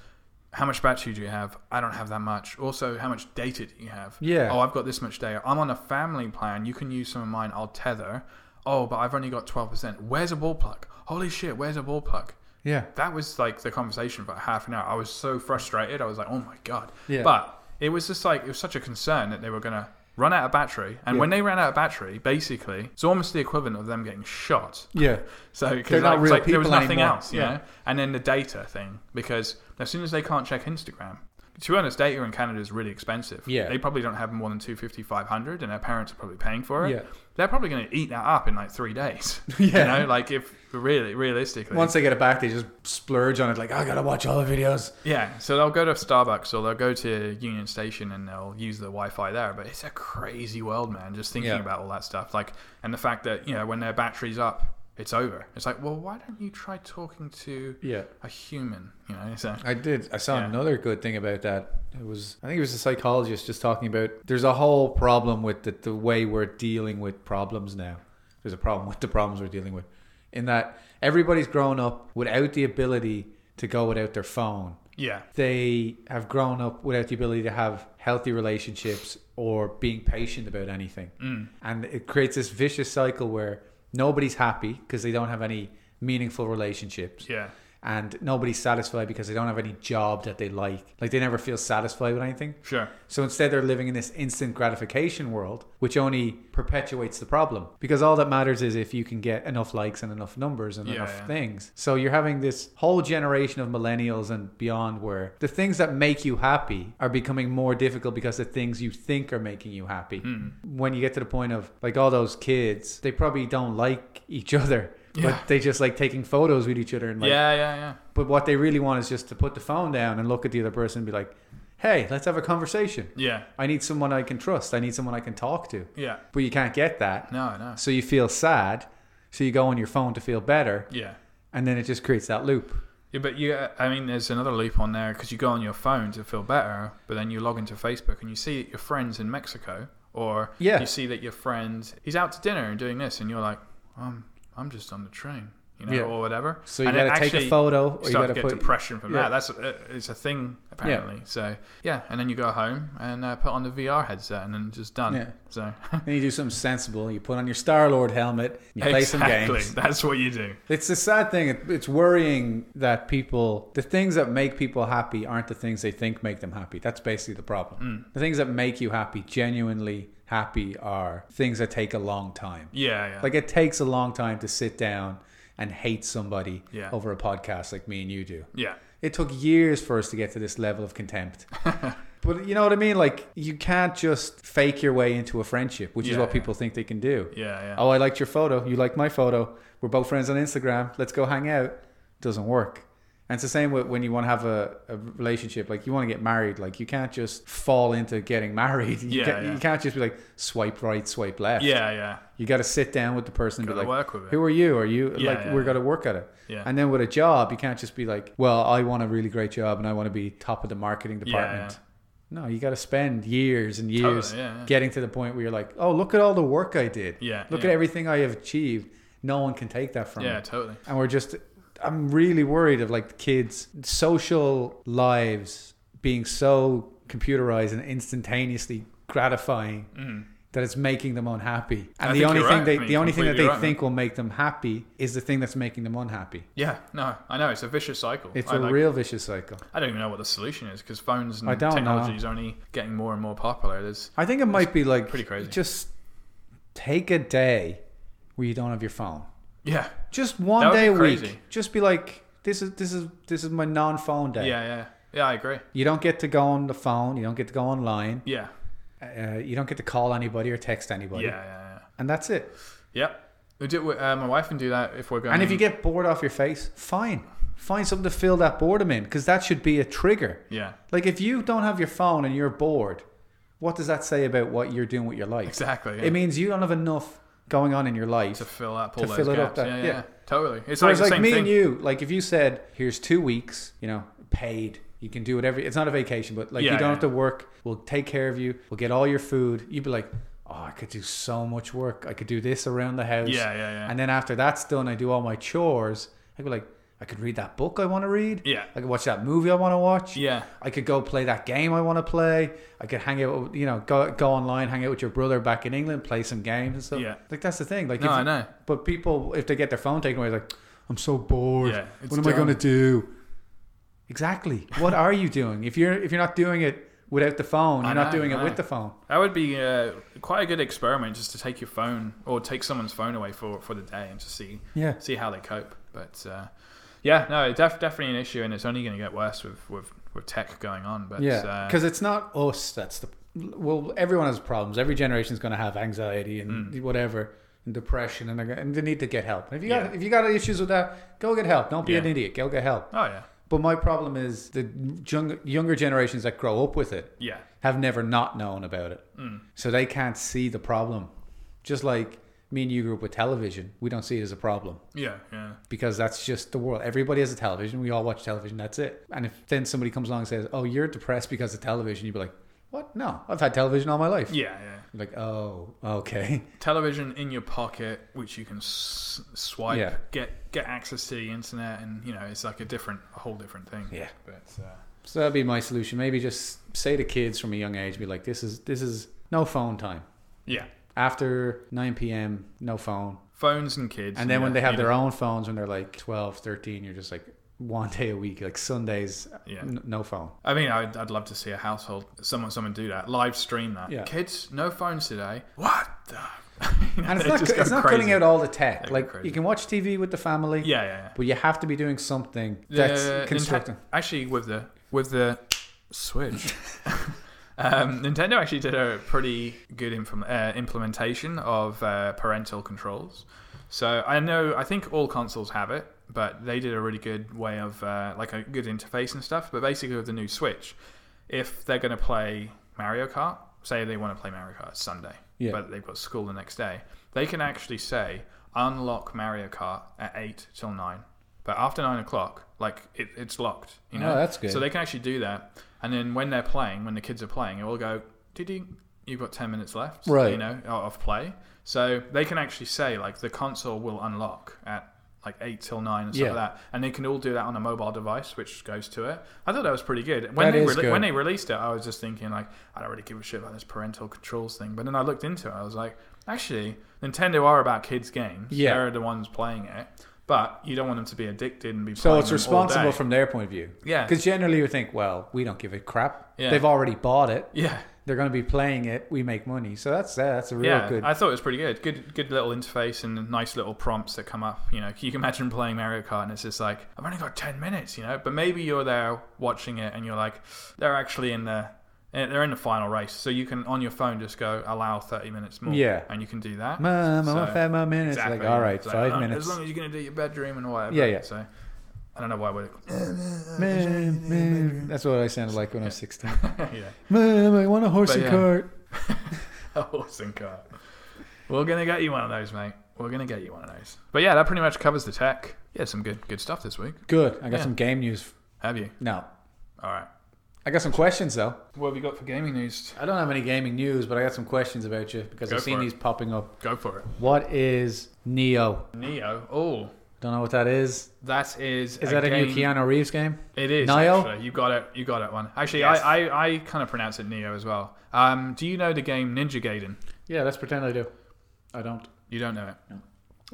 how much battery do you have? I don't have that much. Also, how much data do you have? Yeah. Oh, I've got this much data. I'm on a family plan. You can use some of mine. I'll tether. Oh, but I've only got 12%. Where's a ball plug? Holy shit, where's a ball plug? Yeah. that was like the conversation for half an hour. I was so frustrated. I was like, oh my god. Yeah. But it was just like it was such a concern that they were gonna run out of battery, and Yeah. when they ran out of battery, basically, it's almost the equivalent of them getting shot. Yeah. So because They're not real there was people nothing anymore. else, you Yeah. know. And then the data thing, because as soon as they can't check Instagram. To be honest, data in Canada is really expensive. Yeah. They probably don't have more than 250, 500, and their parents are probably paying for it. Yeah. They're probably going to eat that up in like three days. <laughs> Yeah. You know, like if really, realistically. Once they get it back, they just splurge on it. Like I gotta watch all the videos. Yeah, so they'll go to Starbucks or they'll go to Union Station and they'll use the Wi-Fi there. But it's a crazy world, man. Just thinking Yeah. about all that stuff, like, and the fact that you know when their battery's up, it's over. It's like, well, why don't you try talking to Yeah. a human? You know, so I did. I saw Yeah. another good thing about that. It was, I think it was a psychologist just talking about there's a whole problem with the, the way we're dealing with problems now. There's a problem with the problems we're dealing with. In that everybody's grown up without the ability to go without their phone. yeah, They have grown up without the ability to have healthy relationships or being patient about anything. mm. And it creates this vicious cycle where nobody's happy because they don't have any meaningful relationships yeah, and nobody's satisfied because they don't have any job that they like. Like they never feel satisfied with anything. sure, So instead, they're living in this instant gratification world, which only perpetuates the problem because all that matters is if you can get enough likes and enough numbers and Yeah, enough yeah. things. So you're having this whole generation of millennials and beyond where the things that make you happy are becoming more difficult because the things you think are making you happy. Hmm. When you get to the point of like all those kids, they probably don't like each <laughs> other. Yeah. But they just like taking photos with each other and like yeah, yeah, yeah, but what they really want is just to put the phone down and look at the other person and be like, hey, let's have a conversation. yeah, I need someone I can trust. I need someone I can talk to. yeah. But you can't get that. No, no, So you feel sad. So you go on your phone to feel better. yeah. And then it just creates that loop. Yeah, but you, I mean, there's another loop on there because you go on your phone to feel better, but then you log into Facebook and you see that your friend's in Mexico, or Yeah. you see that your friend he's out to dinner and doing this, and you're like, um, I'm just on the train, you know, Yeah. or whatever. So you And it got to take actually- a photo you or you start got to to get put. depression from yeah. that. That's uh, it's a thing apparently. So yeah, and then you go home and uh, put on the VR headset, and then just done. Yeah. So <laughs> Then you do something sensible. You put on your Star Lord helmet. You play some exactly, games. that's what you do. It's a sad thing. It, it's worrying that people, the things that make people happy aren't the things they think make them happy. That's basically the problem. The things that make you happy, genuinely happy, are things that take a long time. Yeah, yeah, Like it takes a long time to sit down and hate somebody Yeah. over a podcast like me and you do. yeah, It took years for us to get to this level of <laughs> contempt. but you know what I mean? Like you can't just fake your way into a friendship, which is Yeah, what yeah. people think they can do. yeah, yeah. Oh, I liked your photo. You liked my photo. We're both friends on Instagram. Let's go hang out. Doesn't work. And it's the same with when you want to have a, a relationship, like you want to get married, like you can't just fall into getting <laughs> married. You, Yeah, can't, yeah. you can't just be like swipe right, swipe left. Yeah, <laughs> yeah, You got to sit down with the person and be Gotta like, work with it. who are you? Are you Yeah, like, yeah, we're yeah. going to work at it. Yeah. And then with a job, you can't just be like, well, I want a really great job and I want to be top of the marketing Yeah, department. No, you got to spend years and Totally, years yeah, yeah. getting to the point where you're like, oh, look at all the work I did. Yeah, Look yeah. at everything I have achieved. No one can take that from me yeah, totally. and we're just i'm really worried of like kids social lives being so computerized and instantaneously gratifying that it's making them unhappy and Mm. I the think only you're thing right. they I mean, the only thing that completely they right, think will make them happy is the thing that's making them unhappy Yeah, no, I know it's a vicious cycle. it's I a like- real vicious cycle I don't even know what the solution is because phones I and don't know. technology is only getting more and more popular. There's i think it might be like pretty crazy. just take a day where you don't have your phone yeah, just That one would day be a crazy. week just be like this is this is this is my non-phone yeah, day yeah, yeah. I agree. you don't get to go on the phone you don't get to go online Yeah, uh, you don't get to call anybody or text yeah, anybody. yeah, yeah. And that's it. Yep. We do. Uh, my wife can do that if we're going. And if you get bored off your face, fine. Find something to fill that boredom in because that should be a trigger. <laughs> yeah, Like if you don't have your phone and you're bored, what does that say about what you're doing with your life? exactly. Yeah. It means you don't have enough going on in your life. to fill up all to those fill it gaps. up that- yeah, yeah, yeah. yeah, totally. It's so like it's the like same me thing. and you, like if you said, here's two weeks, you know, paid. You can do whatever. It's not a vacation, but like Yeah, you don't yeah. have to work. We'll take care of you. We'll get all your food. You'd be like, oh, I could do so much work. I could do this around the house. Yeah, yeah, yeah. And then after that's done, I do all my chores. I could be like, I could read that book I want to read. Yeah. I could watch that movie I want to watch. Yeah. I could go play that game I want to play. I could hang out, you know, go go online, hang out with your brother back in England, play some games and stuff. Yeah. Like that's the thing. Like No, if I you- know. But people, if they get their phone taken away, like I'm so bored. Yeah, it's what am I done. going to do? Exactly. What are you doing? If you're if you're not doing it without the phone, I you're not know, doing I it know. with the phone. That would be uh, quite a good experiment just to take your phone or take someone's phone away for, for the day and just see Yeah. see how they cope. But uh, yeah, no, it's def- definitely an issue, and it's only going to get worse with, with, with tech going on. But Yeah, uh, because it's not us. That's the well. Everyone has problems. Every generation's going to have anxiety and Mm. whatever, and depression, and, they're gonna, and they need to get help. And if you got Yeah. if you got issues with that, go get help. Don't be an Yeah. idiot. Go get help. oh yeah, But my problem is the young, younger generations that grow up with it yeah, have never not known about it, Mm. so they can't see the problem. Just like me and you grew up with television, we don't see it as a problem yeah, yeah, because that's just the world. Everybody has a television. We all watch television. That's it. And if then somebody comes along and says, "Oh, you're depressed because of television," you'd be like, "What? No, I've had television all my life." yeah, yeah. You're like, oh, okay. <laughs> Television in your pocket, which you can s- swipe, Yeah. get get access to the internet, and you know it's like a different, a whole different thing. Yeah. but uh, So that'd be my solution. Maybe just say to kids from a young age, be like, "This is this is no phone time yeah, after 9 p.m. No phone." phones and kids, And then when they have own. their own phones, when they're like 12, 13, you're just like one day a week, like Sundays, Yeah. n- no <laughs> phone. I mean, I'd, I'd love to see a household, someone, someone do that, live stream that. Yeah. Kids, no phones today. What the? <laughs> You know, And it's they not just go it's not crazy. cutting out all the tech. They go Like crazy. you can watch TV with the family. Yeah, yeah, But you have to be doing something yeah. that's Uh, Ninte- constructing. actually, with the with the Switch, um, Nintendo actually did a pretty good inform- uh, implementation of uh, parental controls. So I know, I think all consoles have it, but they did a really good way of uh, like a good interface and stuff. But basically, with the new Switch, if they're going to play Mario Kart, say they want to play Mario Kart Sunday, Yeah. but they've got school the next day, they can actually say unlock Mario Kart at eight till nine. But after nine o'clock, like it, it's locked. You know, Oh, that's good. So they can actually do that, and then when they're playing, when the kids are playing, it will go. Did you? You've got ten minutes left. Right. You know, o- of play. So they can actually say like the console will unlock at like eight till nine and stuff Yeah. like that, and they can all do that on a mobile device, which goes to it. I thought that was pretty good. When That they is rele- good. when they released it, I was just thinking like I don't really give a shit about this parental controls thing, but then I looked into it, I was like, actually, Nintendo are about kids' games. Yeah. They're the ones playing it. But you don't want them to be addicted and be So playing it's them all responsible day. from their point of view. Yeah. Because generally you think, well, we don't give a crap. Yeah. They've already bought it. yeah They're going to be playing it. We make money. So that's that's a real yeah, good. I thought it was pretty good. Good, good little interface and nice little prompts that come up. You know, you can imagine playing Mario Kart and it's just like I've only got ten minutes. You know, but maybe you're there watching it and you're like, they're actually in the, eh, they're in the final race. So you can on your phone just go allow thirty minutes more. Yeah. and you can do that. Mom, I want So- five more minutes. Like, all right, It's like, five "Oh, minutes. As long as you're gonna do your bedroom and whatever. Yeah, yeah. So I don't know why we're. <laughs> Man, man. That's what I sounded like when I was 16. yeah. <laughs> Man, I want a horse But and yeah. cart. a horse and cart. We're gonna get you one of those, mate. We're gonna get you one of those. But yeah, that pretty much covers the tech. Yeah, some good good stuff this week. Good. I got Yeah. some game news. Have you? No. All right. I got some questions, though. What have you got for gaming news? I don't have any gaming news, but I got some questions about you because Go I've seen for it. these popping up. Go for it. What is Neo? Neo. Oh, Don't know what that is. that is. Is that a new game- Keanu Reeves game? It is. Neo? Actually. You got it. You got it. One. Actually, Yes. I, I, I kind of pronounce it Neo as well. Um, do you know the game Ninja Gaiden? Yeah, let's pretend I do. I don't. You don't know it.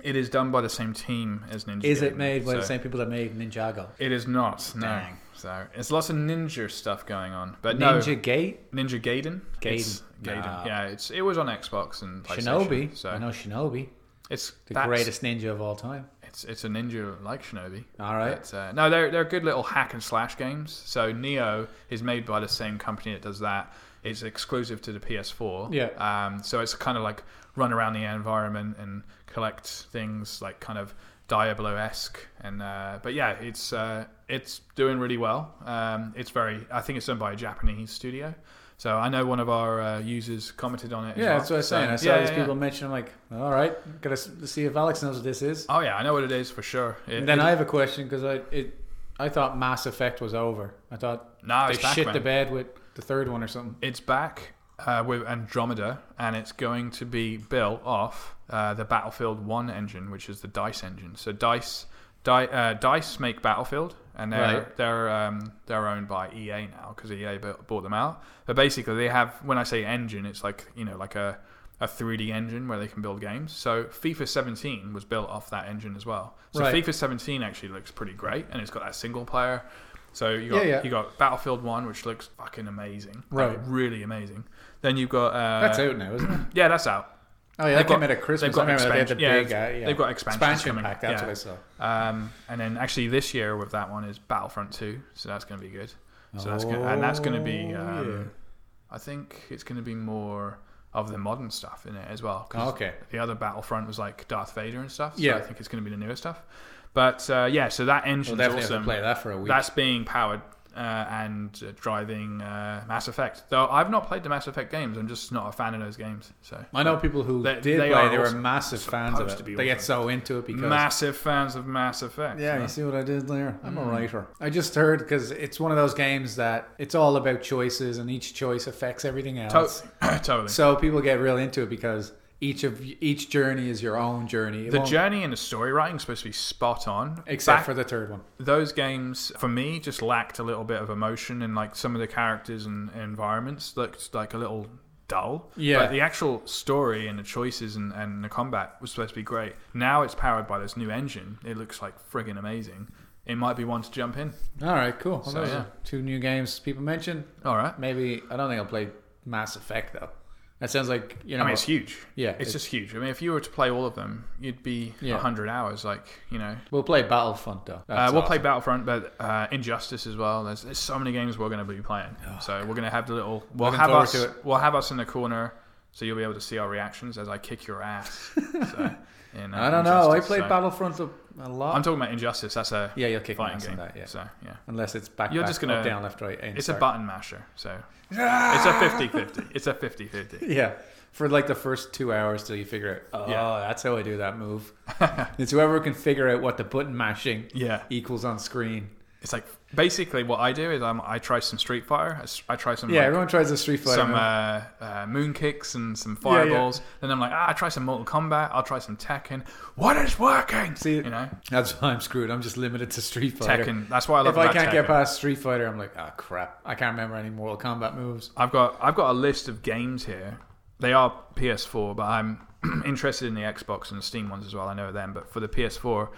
It is done by the same team as Ninja. Is Gaiden, it made by the so- same people that made Ninjago? It is not. No. Dang. So it's lots of ninja stuff going on, but no. Ninja Gate? Ninja Gaiden. Gaiden. It's Gaiden. Ah. Yeah, it's it was on Xbox and PlayStation. Shinobi? So I know Shinobi. it's The that's- greatest ninja of all time. It's it's a ninja like Shinobi. All right. But, uh, no, they're they're good little hack and slash games. So Neo is made by the same company that does that. It's exclusive to the PS4. Yeah. Um. So it's kind of like run around the environment and collect things like kind of Diablo esque. And uh, but yeah, it's uh, it's doing really well. Um, it's very. I think it's done by a Japanese studio. So I know one of our uh, users commented on it. as Yeah, well. that's what I was So- saying. I saw yeah, these yeah, yeah. people mention. I'm like, all right, gotta s- see if Alex knows what this is. Oh yeah, I know what it is for sure. It- And then it- I have a question because I it I thought Mass Effect was over. I thought no, they Oh, it's back, shit man. the bed with the third one or something. It's back uh, with Andromeda, and it's going to be built off uh, the Battlefield One engine, which is the Dice engine. So Dice, Di- uh, Dice make Battlefield, and they're Right. they're um, they're owned by EA now because EA bu- bought them out. But basically, they have when I say engine, it's like you know like a a 3D engine where they can build games. So FIFA 17 was built off that engine as well. So Right. FIFA 17 actually looks pretty great, and it's got that single player. So you got Yeah, yeah. you got Battlefield One, which looks fucking amazing, Right. Like, really amazing. Then you've got uh, That's out now, isn't it? Yeah, that's out. Oh yeah, They've that came got- out at Christmas. they've got I remember they had the expansion- big, yeah, uh, yeah. They've got expansions expansion coming. pack. yeah. That's what I saw. Um, and then actually this year with that one is Battlefront Two, so that's going to be good. So that's gonna, and that's going to be, Oh, um, yeah. I think it's going to be more of the modern stuff in it as well. 'cause Oh, Okay. the other Battlefront was like Darth Vader and stuff. So Yeah. I think it's going to be the newer stuff. But uh, yeah, so that We'll engine's definitely have awesome. to play that for a week. That's being powered uh, and uh, driving uh, Mass Effect. Though I've not played the Mass Effect games. I'm just not a fan of those games. So I know people who They- did they play. are They were also massive fans of supposed it. to be they get awesome. so into it because massive fans of Mass Effect. Yeah, huh? you see what I did there? I'm Mm-hmm. a writer. I just heard because it's one of those games that it's all about choices and each choice affects everything else. To- <laughs> totally. So people get real into it because each of each journey is your own journey. It the won't- journey and the story writing is supposed to be spot on. except Back- for the third one. those games, for me, just lacked a little bit of emotion, and like some of the characters and environments looked like a little dull. Yeah. But the actual story and the choices and, and the combat was supposed to be great. Now it's powered by this new engine. It looks like friggin' amazing. It might be one to jump in. All right, cool. Well, So, those yeah. are two new games people mentioned. All right. Maybe I don't think I'll play Mass Effect though. That sounds like you know. I mean, it's huge. yeah, It's, just huge. I mean, if you were to play all of them, you'd be a Yeah. 100 hours. Like, you know, we'll play Battlefront though. Uh, That's we'll play awesome. Battlefront, but uh, Injustice as well. There's, there's so many games we're going to be playing. so we're going to have the little. We'll Oh, Looking have forward us. to We'll have us in the corner, so you'll be able to see our reactions as I kick your <laughs> ass. so, in, uh, I don't know. I Injustice, played so- Battlefront a, a lot. I'm talking about Injustice. That's a yeah, you'll kick my fighting ass in game. that. Yeah. So yeah, Unless it's back, You're back, just gonna- up, down, left, right. and it's a start. button masher. So it's a 50-50. It's a 50-50. Yeah, for like the first two hours till you figure out. Oh, Yeah. that's how I do <laughs> that move. it's whoever can figure out what the button mashing Yeah, equals on screen. it's like basically what I do is I'm, I try some Street Fighter. I s- I, try some Yeah, like, everyone tries the Street Fighter. some move. uh, uh, moon kicks and some Yeah, yeah. fireballs. Then I'm like, ah, I try some Mortal Kombat. I'll try some Tekken. What is working? See- you know, that's why I'm screwed. I'm just limited to Street Fighter. Tekken. That's why I love. If I about can't Tekken. get past Street Fighter, I'm like, ah, crap. I can't remember any Mortal Kombat moves. I've got I've got a list of games here. They are PS4, but I'm <clears throat> interested in the Xbox and the Steam ones as well. I know them, but for the PS4,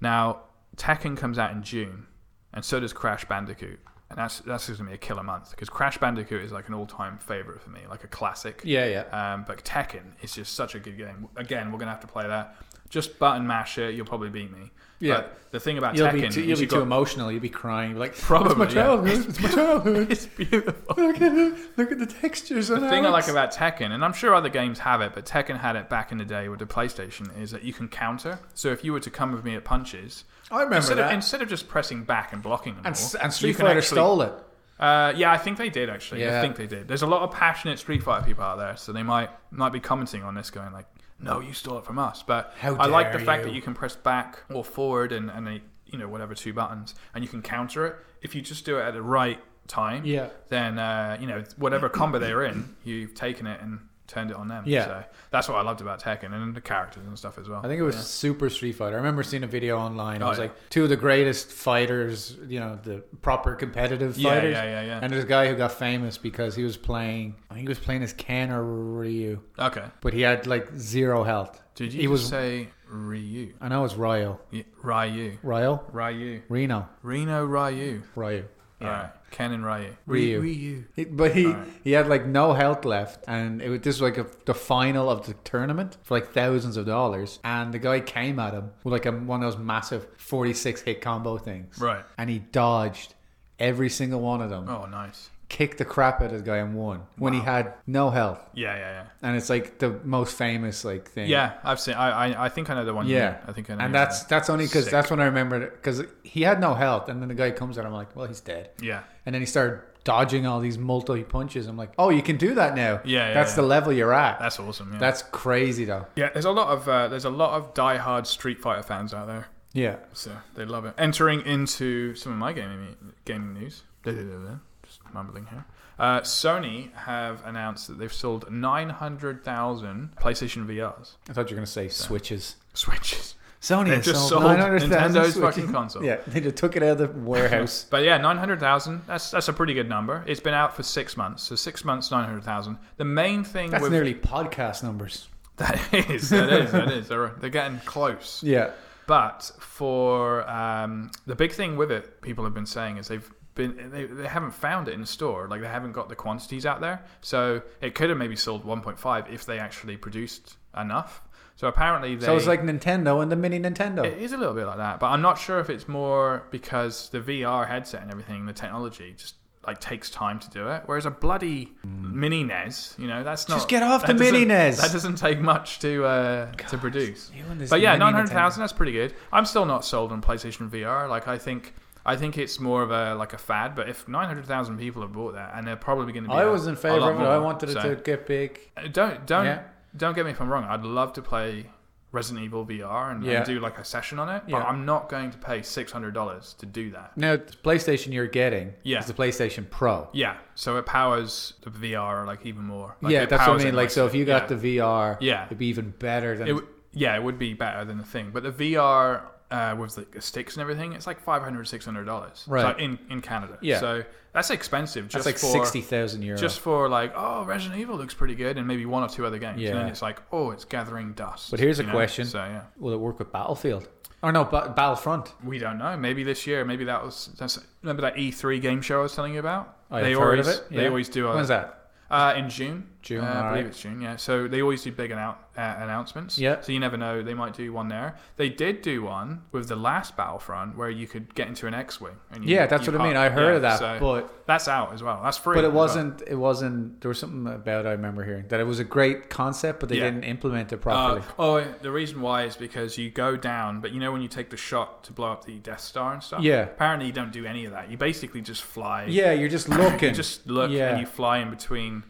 now Tekken comes out in June, and so does Crash Bandicoot. And that's that's going to be a killer month because Crash Bandicoot is like an all-time favorite for me, like a classic. Uh, Yeah, yeah. Um, but Tekken is just such a good game. Again, we're gonna have to play that. Just button mash it. You'll probably beat me. Yeah. But the thing about You'll Tekken, be too, is you'll be you've too got- <laughs> emotional. You'll be crying. You'll be like, Probably, it's my yeah. childhood. It's my childhood. it's beautiful. look, at, it. look at the textures. The thing I like about Tekken, and I'm sure other games have it, but Tekken had it back in the day with the PlayStation, is that you can counter. So if you were to come with me at punches, I remember instead that. of, instead of just pressing back and blocking them and, all, s- and you Street can Fighter actually- stole it. Uh, yeah, I think they did actually. I Yeah. think they did. There's a lot of passionate Street Fighter people out there, so they might might be commenting on this, going like, "No, you stole it from us." But How I like the dare fact you. that you can press back or forward and and they, you know whatever two buttons, and you can counter it if you just do it at the right time. Yeah. Then uh, you know whatever combo they're in, you've taken it and turned it on them. Yeah. So that's what I loved about Tekken and the characters and stuff as well. I think it was Super Street Fighter. I remember seeing a video online. Oh, it was yeah. like two of the greatest fighters, you know, the proper competitive Yeah, fighters. yeah, yeah, yeah. And there's a guy who got famous because he was playing. I think he was playing as Ken or Ryu, Okay. but he had like zero health. Did you He just was. say Ryu? I know it's Ryo. Yeah, Ryu. Ryo. Ryu. Reno. Reno Ryu. Ryu. All right. Ken and Ryu. Ryu. Ryu. He- but he, Alright. he had like no health left, and it was, this was like a, the final of the tournament for like thousands of dollars. And the guy came at him with like a, one of those massive forty-six hit combo things, Right. And he dodged every single one of them, Oh, nice. kicked the crap out of the guy, and won when he had no health. Yeah, yeah, And it's like the most famous like yeah. thing. Yeah, I've seen. I, I, I think I know the one. you Yeah. mean. I think I know. And the one. that's that's only because Sick. that's when I remembered because he had no health, and then the guy comes at him like, well, he's dead. yeah, And then he started dodging all these multi punches. I'm like, oh, you can do that now. Yeah, yeah, That's yeah. the level you're at. That's, that's awesome. Yeah, crazy, though. yeah. There's a lot of uh, there's a lot of diehard Street Fighter fans out there, Yeah. so they love it. Entering into some of my gaming gaming news. Just mumbling here. Uh, Sony have announced that they've sold 900,000 PlayStation VRs, I thought you were going to say switches. Switches. Sony They has just sold sold 900,000 Nintendo's switches. fucking console. Yeah, they just took it out of the warehouse. <laughs> But yeah, nine hundred thousand. That's that's a pretty good number. It's been out for six months, so six months, nine hundred thousand. The main thing That's with nearly podcast numbers. <laughs> That is, that is, that is. They're, they're getting close. Yeah. But for um, the big thing with it, people have been saying is they've been they, they haven't found it in store. Like they haven't got the quantities out there. So it could have maybe sold 1.5 if they actually produced enough. So apparently they. So it's like Nintendo and the mini Nintendo. It is a little bit like that, but I'm not sure if it's more because the VR headset and everything, the technology just like takes time to do it. Whereas a bloody mini NES, you know, that's not Hmm. Just get off that the mini doesn't- NES. That doesn't take much to uh, to produce. you and this But yeah, mini nine hundred thousand, that's pretty good. I'm still not sold on PlayStation VR. Like I think. I think it's more of a like a fad, but if nine hundred thousand people have bought that, and they're probably going to be, I a- was in a favor lot of it. more, I wanted it so- to get big. uh, don't don't Yeah. don't get me if I'm wrong. I'd love to play Resident Evil VR and, and Yeah. do like a session on it, but Yeah. I'm not going to pay six hundred dollars to do that. Now, the PlayStation you're getting Yeah. is the PlayStation Pro. Yeah, so it powers the VR like even more. Like, yeah, it that's what powers it I mean. Like, so if you got yeah. the VR, Yeah. it'd be even better than It w- yeah, it would be better than the thing, but the VR. Uh, with like, the sticks and everything, it's like $500, $600 Right. So in, in Canada. Yeah. So that's expensive just that's like for sixty thousand euros. just for like, oh, Resident Evil looks pretty good, and maybe one or two other games. Yeah. And then it's like, oh, it's gathering dust. But here's a you question. So yeah. Will it work with Battlefield? Or no, ba- Battlefront. We don't know. Maybe this year. Maybe that was that's, remember that E3 game show I was telling you about. I've they heard always of it. they Oh, yeah. always do. A, When's that? Uh, in June. Uh, June, I alright. believe it's June. Yeah. So they always do big annou- uh, announcements. Yeah. So you never know. They might do one there. They did do one with the last Battlefront where you could get into an X-wing. And you, Yeah, that's you what I mean. hop- I heard yeah, of that, so but that's out as well. That's free. but as it well. wasn't. It wasn't. There was something about I remember hearing that it was a great concept, but they Yeah. didn't implement it Uh, properly. oh, the reason why is because you go down, but you know when you take the shot to blow up the Death Star and stuff. Yeah. Apparently, you don't do any of that. You basically just fly. yeah, you're just looking. You just look Yeah. and you fly in between,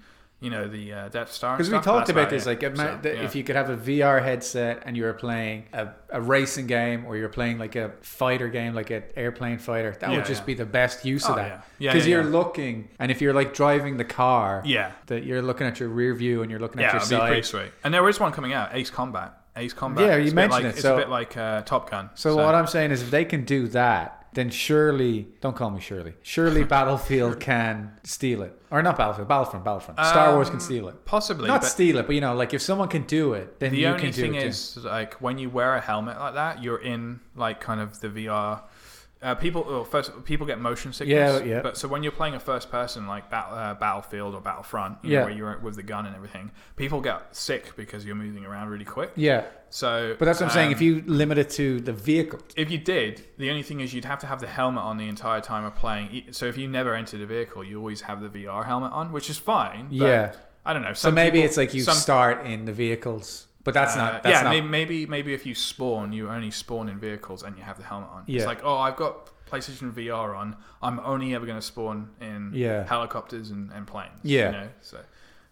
you know, the uh, Death Star. and Because we stuff, but talked that's about about this, it. like ima- So, that yeah. if you could have a VR headset and you were playing a, a racing game or you're playing like a fighter game, like an airplane fighter, that Yeah, would just yeah. be the best use Oh, of yeah. that. Yeah, Because yeah, you're yeah. looking, and if you're like driving the car, yeah, that you're looking at your rear view and you're looking at yeah, your it'd be pretty side. sweet. And there is one coming out, Ace Combat. Ace Combat. Yeah, you It's a bit mentioned like, it, It's a so- bit like uh, Top Gun. So, what I'm saying is, if they can do that, then surely don't call me Shirley. <laughs> Surely Battlefield can steal it, or not Battlefield, Battlefront, Battlefront. Star Wars can Um, steal it. possibly. Not but steal it, but you know, like if someone can do it, then the you only can do thing it. too. is, like, when you wear a helmet like that, you're in like kind of the VR Uh, people well, first people get motion sickness. Yeah, yeah. But so when you're playing a first person like bat, uh, Battlefield or Battlefront, you Yeah. know, where you're with the gun and everything, people get sick because you're moving around really quick. Yeah, So, but that's what I'm saying. um, If you limit it to the vehicle, if you did, the only thing is you'd have to have the helmet on the entire time of playing. E- So if you never entered a vehicle, you always have the VR helmet on, which is fine. but Yeah. I don't know. so some maybe people- it's like you some- start in the vehicles, but that's uh, not. That's yeah, not may- maybe maybe if you spawn, you only spawn in vehicles and you have the helmet on. Yeah. It's like, oh, I've got PlayStation VR on. I'm only ever going to spawn in Yeah. helicopters and, and planes. Yeah. You know? So,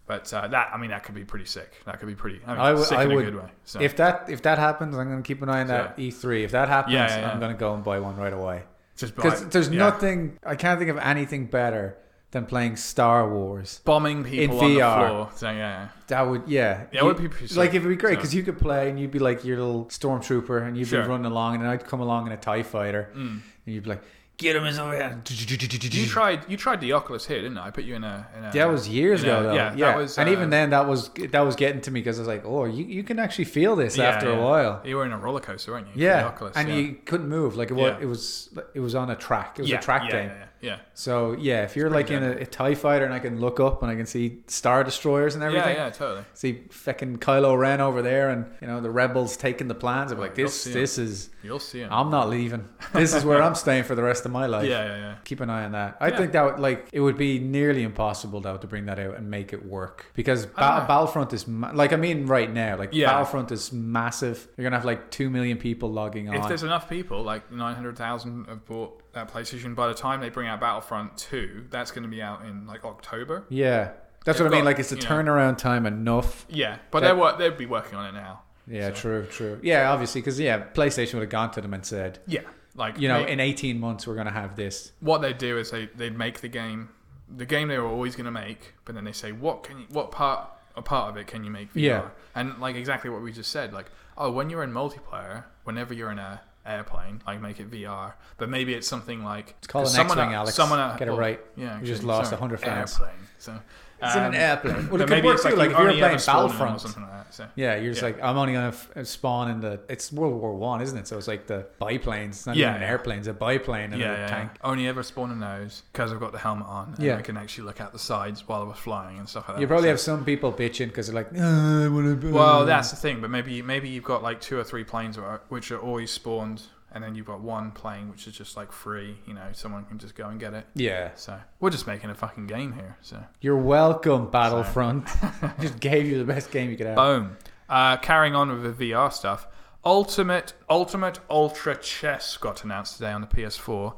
but uh, that I mean, that could be pretty sick. That could be pretty. I mean, I would- sick I in would- a good way. So, If that if that happens, I'm going to keep an eye on that E3. If that happens, Yeah, yeah, yeah. I'm going to go and buy one right away. just by- Because there's yeah. nothing I can't think of anything better than playing Star Wars. bombing people in on VR. the floor. So yeah, That would yeah. Yeah, it would be pretty like sick, it would be great so. because you could play and you'd be like your little stormtrooper and you'd Sure. be running along and I'd come along in a Tie Fighter Mm. and you'd be like, "Get him, over here!" you tried you tried the Oculus here, didn't I? I put you in a. In a That was years in a- ago, though. Yeah, Yeah, That was, and uh, even then, that was that was getting to me because I was like, "Oh, you, you can actually feel this yeah, after yeah. a while." you were in a roller coaster, weren't you? for Yeah, the Oculus, and yeah. you couldn't move. Like it was, Yeah. it was, it was on a track. It was yeah, a track yeah, game. Yeah, yeah, yeah. So yeah, if you're like pretty in a, a Tie Fighter and I can look up and I can see Star Destroyers and everything, Yeah, yeah, totally. see fucking Kylo Ren over there, and you know the rebels taking the plans. I'm like, you'll this, see 'em. this is. You'll see him. I'm not leaving. <laughs> This is where I'm staying for the rest of my life. yeah, yeah, yeah. Keep an eye on that. I Yeah. think that would, like it would be nearly impossible though to bring that out and make it work because don't ba- know. Battlefront is ma- like I mean right now like Yeah. Battlefront is massive. You're gonna have like two million people logging on. If there's enough people, like 900,000 have bought that PlayStation, by the time they bring out Battlefront 2, that's going to be out in like October. Yeah, that's They've what I mean. got, Like it's the you know- turnaround time enough. Yeah, but That- they're wor- they'd be working on it now. Yeah, So- true, true. Yeah, obviously, because yeah, PlayStation would have gone to them and said, Yeah, like you know, they- in eighteen months we're gonna have this. what they do is they they make the game, the game they were always going to make, but then they say what can you, what part a part of it can you make VR? Yeah. And like exactly what we just said, like oh, when you're in multiplayer, whenever you're in a airplane, like make it VR, but maybe it's something like It's called 'cause an X-wing, Alex. Get it oh, right. Yeah, You just exactly. lost Sorry. 100 fans. Airplane. So um, It's in an airplane. Well, it but could maybe work it's too, like, you if you were only ever playing spawn in them or Battlefront. something like that. So. Yeah, you're just Yeah. like, I'm only gonna f- uh, spawn in the. It's World War One, isn't it? So it's like the biplanes. It's not Yeah, even an yeah. airplane. It's a biplane and Yeah, a yeah, tank. yeah. only ever spawn in those because I've got the helmet on and Yeah. I can actually look out the sides while I was flying and stuff like that. You probably So- have some people bitching because they're like, "Ah, I wanna be-" Well, that's the thing, but maybe maybe you've got like two or three planes that are- which are always spawned, and then you've got one plane which is just like free. You know, someone can just go and get it. yeah. So we're just making a fucking game here. So You're welcome, Battlefront. <laughs> <laughs> just gave you the best game you could have. boom. Uh, carrying on with the VR stuff, Ultimate Ultimate Ultra Chess got announced today on the PS4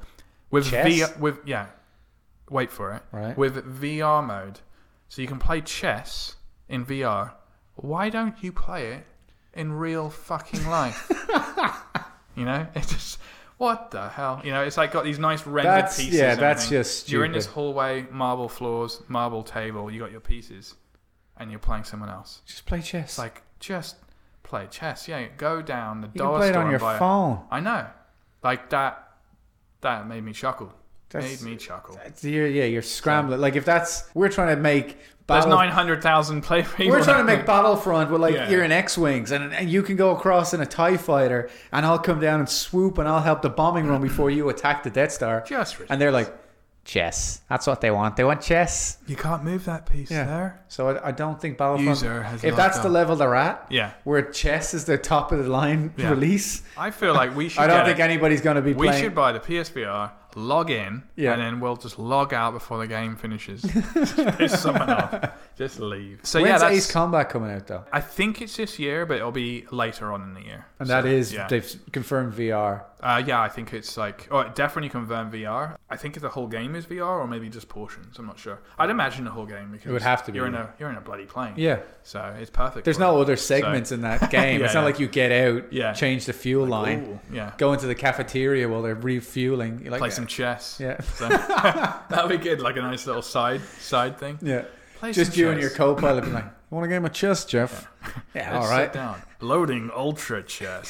with Chess? VR, with yeah. Wait for it. Right. With VR mode, so you can play chess in VR. Why don't you play it in real fucking <laughs> life? You know, it's just what the hell. You know, it's like got these nice rendered That's- pieces. yeah, and that's everything. just You're in this stupid. hallway, marble floors, marble table. You got your pieces, and you're playing someone else. Just play chess. It's like just play chess. Yeah, go down the you can dollar play it store on and your buy it. phone. I know, like that. That made me chuckle. That's- made me chuckle. It's- You're, yeah, you're scrambling. Like if that's we're trying to make There's battle. nine hundred thousand play people. We're trying to out make there. Battlefront with like Yeah. you're in X wings and, and you can go across in a Tie fighter and I'll come down and swoop and I'll help the bombing run before you attack the Death <laughs> Star. just. ridiculous. And they're like, chess. That's what they want. They want chess. you can't move that piece Yeah. there. So I, I don't think Battlefront. User has if logged that's the on. level they're at, Yeah, where chess is the top of the line Yeah. <laughs> release, I feel like we should. <laughs> I don't get think it. anybody's going to be We playing. should buy the PSVR, log in, Yeah. and then we'll just log out before the game <laughs> finishes. just piss someone off. Just leave. So When's yeah, that's. Ace Combat coming out though? I think it's this year, but it'll be later on in the year. And So, that is yeah. they've confirmed VR. Uh, yeah, I think it's like, oh, it definitely confirmed VR. I think if the whole game is VR, or maybe just portions. I'm not sure. I'd imagine the whole game because It would have to be, You're in a yeah. you're in a bloody plane. Yeah. So it's perfect. There's for it. no other segments <laughs> in that game. Yeah, it's not yeah. like you get out, Yeah. change the fuel line, Ooh, yeah. go into the cafeteria while they're refueling. You're like, Play some chess. <laughs> yeah, So, <laughs> that'd be good. Like a nice little side side thing. yeah. Play Just some you and chess. your co-pilot being like, "You want a game of chess, Jeff?" <laughs> Yeah, Let's all Sit right. down. Loading ultra <laughs> chess.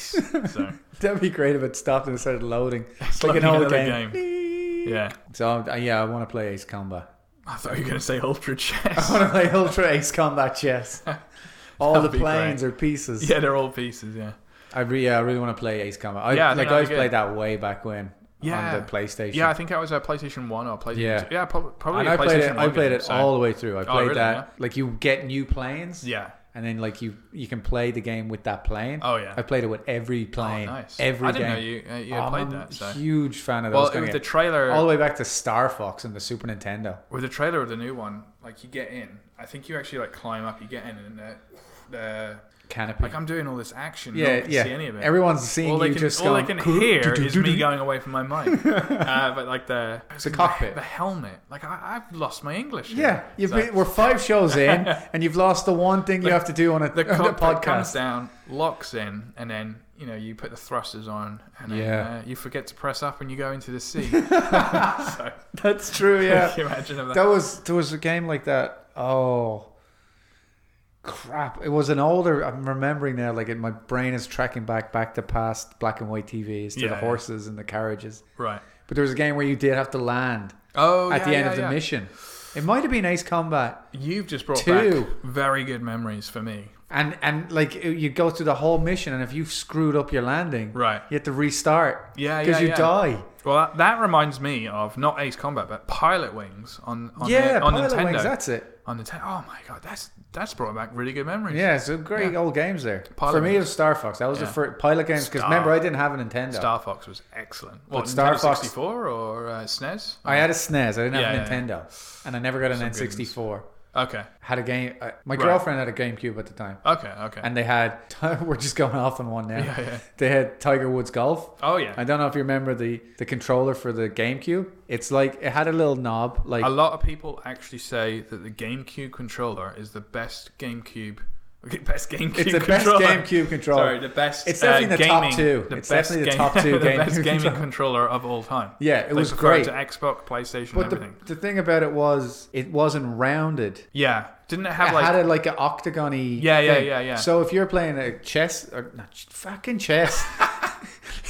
So That'd be great if it stopped and <laughs> started loading. It's like like an old another game. <laughs> yeah, So I'm- uh, yeah, I want to play Ace Combat. I thought you were gonna say ultra <laughs> I chess. want to play Ultra Ace Combat Chess. <laughs> All That'd the be planes are pieces. yeah, they're all pieces. Yeah, I re- yeah, I really want to play Ace Combat. I, Yeah, I think like I that'd always be good. played that way back when. on Yeah. the PlayStation. Yeah, I think I was a PlayStation One or PlayStation. Yeah. Yeah, yeah, prob- probably. and a I played PlayStation it. 1 I played game, it so- Oh, all the way through. I played really? that. Yeah. Like you get new planes. Yeah. And then like you you can play the game with that plane. Oh, yeah. Oh, I played it with every plane. nice. Every I didn't game. know you uh, you had Oh, played I'm that. So. a huge fan of Well, those. it kind was of the games. trailer. all the way back to Star Fox and the Super Nintendo. With the trailer of the new one, like you get in, I think you actually like climb up. You get in, and they're, they're Canopy. like, "I'm doing all this action. no one yeah, can yeah. See any of it. Everyone's seeing all they you can, just all going. they can hear is me going away from my <laughs> mind. uh, but like the It's a cockpit. the helmet. Like I, I've lost my English. here. Yeah, you've So- been, <laughs> we're five shows <laughs> in, and you've lost the one thing you The- have to do on a, the on a cockpit comes podcast. down, locks in, and then you know you put the thrusters on, and then, Yeah. uh, you forget to press up, and you go into the <laughs> sea. <laughs> so <laughs> That's true. Yeah, <laughs> can you imagine of that? that was there was a game like that. Oh, crap! It was an older. I'm remembering now. Like it, my brain is tracking back back to past black and white TVs to Yeah, the yeah. horses and the carriages. Right. But there was a game where you did have to land Oh, at yeah, the end yeah, of the yeah. mission. It might have been Ace Combat. You've just brought Two. back very good memories for me. And and like you go through the whole mission, and if you've screwed up your landing, Right. you have to restart Yeah, yeah. because you yeah. die. Well, that, that reminds me of not Ace Combat, but Pilot Wings on on, yeah, the, on Pilot Nintendo. Wings, that's it. on Nintendo. Oh my god, that's that's brought back really good memories. Yeah, so great Yeah. old games there. Pilot For me, it Wings. was Star Fox. That was the Yeah. first Pilot games because Star- remember I didn't have a Nintendo. Star Fox was excellent. But What Star Star Fox- Fox four or uh, SNES? I had a SNES. I didn't Yeah, have a yeah, yeah. Nintendo, and I never got an Some good N64. Okay, Had a game. Uh, my Right. girlfriend had a GameCube at the time, okay, okay. and they had. <laughs> we're just going off on one now. yeah, yeah. They had Tiger Woods Golf. Oh yeah. I don't know if you remember the the controller for the GameCube. It's like it had a little knob, like A lot of people actually say that the GameCube controller is the best GameCube, <laughs> best GameCube. it's the best controller. GameCube controller. Sorry, the best. It's definitely uh, the top gaming, two. The It's best definitely the game- top <laughs> two the best GameCube gaming controller. controller of all time. Yeah, it They was prefer great. to Xbox, PlayStation, but the, everything. the thing about it was it wasn't rounded. yeah, didn't it have it like had a, like an octagony. Yeah, yeah, thing. yeah, yeah. So if you're playing a chess, or not ch- fucking chess. <laughs>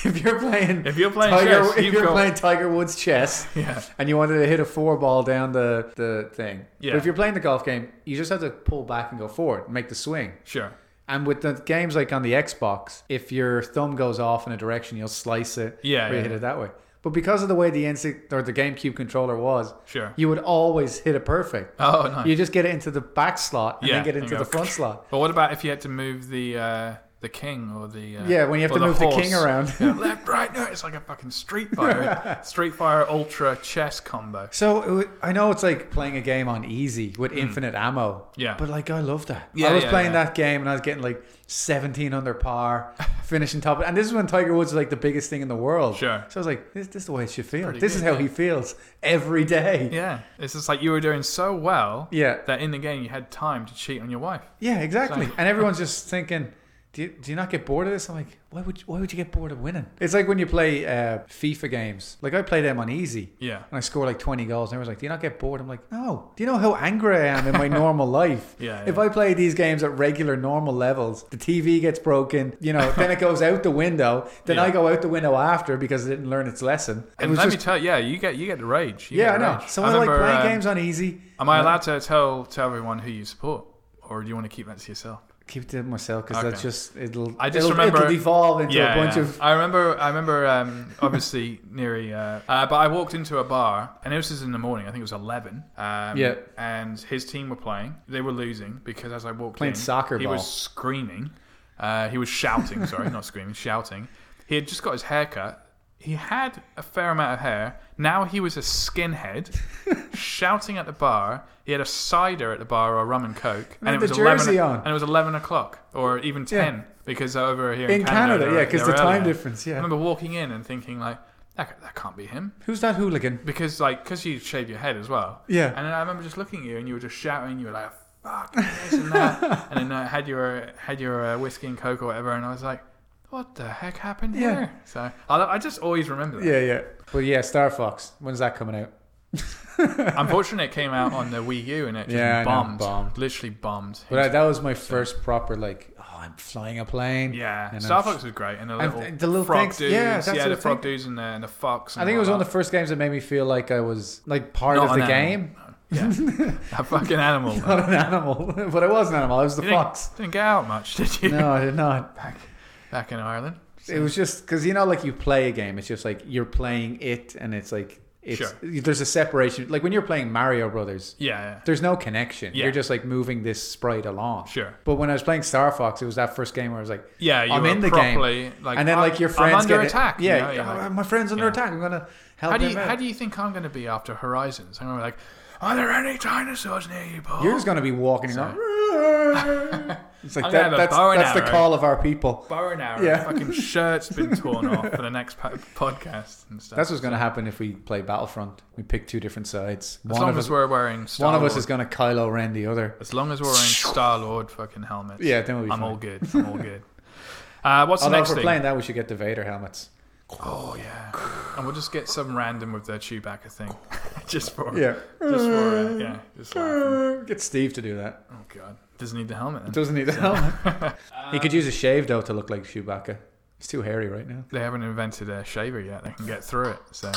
if you're playing, if you're playing Tiger, chess, if you've you're got- playing Tiger Woods chess, <laughs> yeah, and you wanted to hit a four ball down the the thing, Yeah. but if you're playing the golf game, you just have to pull back and go forward, and make the swing. sure. And with the games like on the Xbox, if your thumb goes off in a direction, you'll slice it. Yeah, or you yeah, hit yeah. it that way. But because of the way the N6 or the GameCube controller was, Sure. you would always hit it perfect. Oh, nice. You just get it into the back slot and then Yeah, get and into go the front slot. But what about if you had to move the uh, the king or the uh, Yeah, when you have or to move the king horse? around. Yeah, left, right, no, it's like a fucking <laughs> Street Fighter, Street Fighter Ultra chess combo. So it wa- I know it's like playing a game on easy with infinite ammo. Mm. Yeah. But like I love that. I Yeah, was yeah, playing yeah. that game and I was getting like 17 <laughs> under par, finishing top. And this is when Tiger Woods was like the biggest thing in the world. Sure. So I was like, this, this is the way it should feel. Pretty this is good, how yeah. he feels every day. Yeah, it's just like you were doing so well Yeah. that in the game you had time to cheat on your wife. Yeah, exactly. So- And everyone's just thinking, do you, do you not get bored of this? I'm like, why would you, why would you get bored of winning? It's like when you play uh, FIFA games. Like I play them on easy, Yeah, and I score like 20 goals, and everyone's like, do you not get bored? I'm like, no. Do you know how angry I am <laughs> in my normal life? Yeah, If yeah. I play these games at regular normal levels, the TV gets broken. You know, then it goes out the window. Then Yeah. I go out the window after because it didn't learn its lesson. It and was let just me tell you, yeah, you get you get the rage. You yeah, get I the know. rage. So I, like remember, playing um, games on easy. Am I allowed to tell tell everyone who you support, or do you want to keep that to yourself? Keep to myself because Okay. that's just it'll. I just it'll, remember- it'll devolve into a bunch of I remember. I remember. Um, obviously, <laughs> Neri. Uh, uh, but I walked into a bar, and this is in the morning. I think it was eleven. Um, Yeah. And his team were playing. They were losing because as I walked Playing in, soccer he ball. was screaming. Uh, he was <laughs> shouting. sorry, not screaming. Shouting. He had just got his haircut. He had a fair amount of hair. Now he was a <laughs> skinhead, shouting at the bar. He had a cider at the bar or a rum and coke, had it the was eleven. jersey on. And it was eleven o'clock or even Yeah. ten because over here in Canada, they're- yeah, because the they're time earlier. difference, I yeah. remember walking in and thinking like, that, ca- that can't be him Who's that hooligan? because like because you shave your head as well. Yeah. And then I remember just looking at you and you were just shouting. You were like, fuck this and <laughs> that. and then I had your had your uh, whiskey and coke or whatever, and I was like, what the heck happened Yeah. here? So I, I just always remember that. Yeah, yeah. But yeah, Star Fox. When's that coming out? Unfortunately, it came out on the Wii U and it just Yeah, I know, bombed, bombed. literally bombed. But I, that was my first proper like. Oh, I'm flying a plane. yeah, And Star I'm- Fox was great, and the and little, the little frog things- yeah, dudes, yeah, that's what the I frog think. dudes and the, and the fox. I think it was one of the first games that made me feel like I was like part of the game, <laughs> Yeah, a fucking animal. man. not an animal, <laughs> but I was an animal. I was the You fox. Didn't get out much, <laughs> did you? No, I did not. Back in Ireland. It was just because you know, like you play a game, it's just like you're playing it, and it's like it's there's a separation. Like when you're playing Mario Brothers, Yeah, there's no connection. Yeah. You're just like moving this sprite along. Sure. But when I was playing Star Fox, it was that first game where I was like, yeah. You I'm were in the properly, game, Like, and then I'm- like your friends I'm under get it- attack. you Yeah, know, you're "Oh, like, my friend's under yeah. attack. I'm gonna help how do him you out. how do you think I'm going to be after Horizons? I'm going to be like, are there any dinosaurs near you, Paul? You're just gonna be walking around. <laughs> it's like I'm gonna that, have a that's, bow and that's the arrow. call of our people. Bow and arrow. Yeah. <laughs> Fucking shirt's been torn off for the next po- podcast and stuff. That's what's gonna happen if we play Battlefront. We pick two different sides. as One long of as us, we're wearing Star one of us Lord- is gonna Kylo Ren the other. as long as we're wearing Star Lord fucking helmets. Yeah, then we'll be I'm fine. all good. I'm all <laughs> good. Uh, what's the Although if next we're thing? playing that, we should get the Vader helmets. Oh yeah, and we'll just get some random with their Chewbacca thing, <laughs> just for Yeah. just for uh, yeah, just laughing. <laughs> Get Steve to do that. Oh god, doesn't need the helmet. Then. Doesn't need the helmet. <laughs> he could use a shave though to look like Chewbacca. He's too hairy right now. They haven't invented a shaver yet. They can get through it. <laughs> So,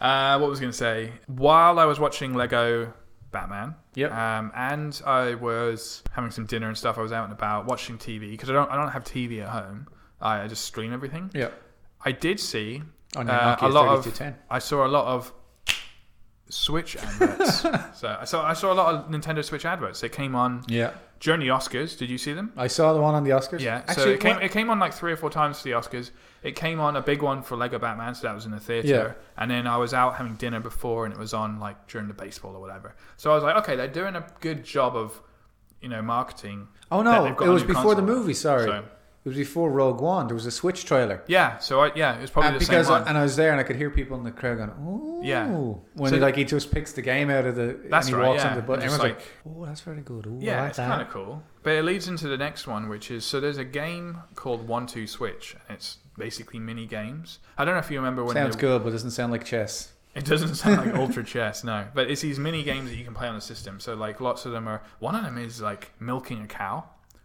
uh, what was I going to say? While I was watching Lego Batman, Yep. um, and I was having some dinner and stuff. I was out and about watching TV because I don't I don't have TV at home. I I just stream everything. Yeah. I did see On your uh, Nokia a lot of 3210. I saw a lot of Switch <laughs> adverts. so I saw I saw a lot of Nintendo Switch adverts. They came on Yeah. during the Oscars. Did you see them? I saw the one on the Oscars. Yeah. Actually, so it came what- it came on like three or four times for the Oscars. It came on a big one for Lego Batman, so that was in the theater. Yeah. And then I was out having dinner before, and it was on like during the baseball or whatever. So I was like, okay, they're doing a good job of, you know, marketing. oh that no, they've got it a was new before the console. movie. Sorry, So- it was before Rogue One. There was a Switch trailer. Yeah. So I, yeah, it was probably And the because same one. I, and I was there and I could hear people in the crowd going, "Ooh, Yeah. When So- he, like he just picks the game out of the That's and he right, walks yeah. on the button. It's Everyone's like, like- "Oh, that's very good. Ooh, I Yeah, like it's that." kind of cool. But it leads into the next one, which is so there's a game called One Two Switch, and it's basically mini games. I don't know if you remember when Sounds they- good, but doesn't sound like chess. it doesn't sound like Ultra Chess, no. But it's these mini games that you can play on the system. So like lots of them are. One of them is like milking a cow.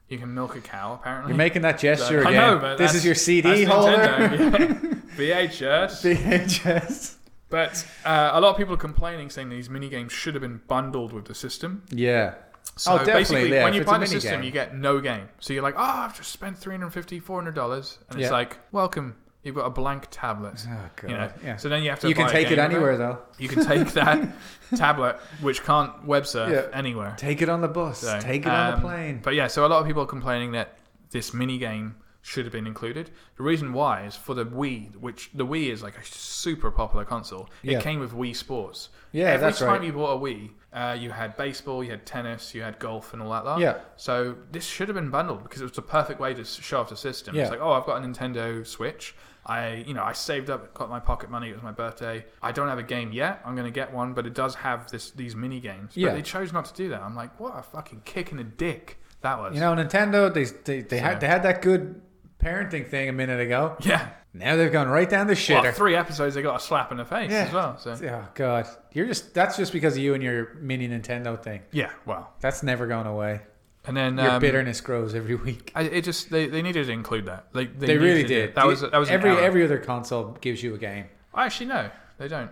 You can milk a cow apparently. You're making that So- gesture <laughs> I again. know, but this that's- is your CD that's <laughs> holder. Nintendo, yeah. VHS. VHS. But uh, a lot of people are complaining, saying these mini games should have been bundled with the system. Yeah. So Oh, definitely, basically, yeah, when if you it's buy a the mini system, game. you get no game. So you're like, oh, I've just spent $350, $400. And Yeah. it's like, welcome. You've got a blank tablet. Oh god. You know? Yeah. So then you have to you can buy a take it game with anywhere though. You can take that tablet, which can't web surf Yeah. anywhere. Take it on the bus. So, take it on the um, plane. But yeah, so a lot of people are complaining that this mini game should have been included. The reason why is for the Wii, which the Wii is like a super popular console. Yeah. It came with Wii Sports. Yeah, Every that's time right. you bought a Wii, uh, you had baseball, you had tennis, you had golf, and all that. Lot. Yeah. So this should have been bundled because it was the perfect way to s- show off the system. Yeah. It's like, oh, I've got a Nintendo Switch. I, you know, I saved up, got my pocket money. It was my birthday. I don't have a game yet. I'm going to get one, but it does have this these mini games. But Yeah. they chose not to do that. I'm like, what a fucking kick in the dick that was. You know, Nintendo they they, they So- had they had that good parenting thing a minute ago. yeah. Now they've gone right down the Well, shitter. three episodes, they got a slap in the face Yeah. as well. So oh god, you're just that's just because of you and your mini Nintendo thing. yeah, well, That's never going away. and then Your um, bitterness grows every week. I, it just they, they needed to include that. They they, They really needed it. did. That The- was that was an every error. every other console gives you a game. Actually, no, they don't.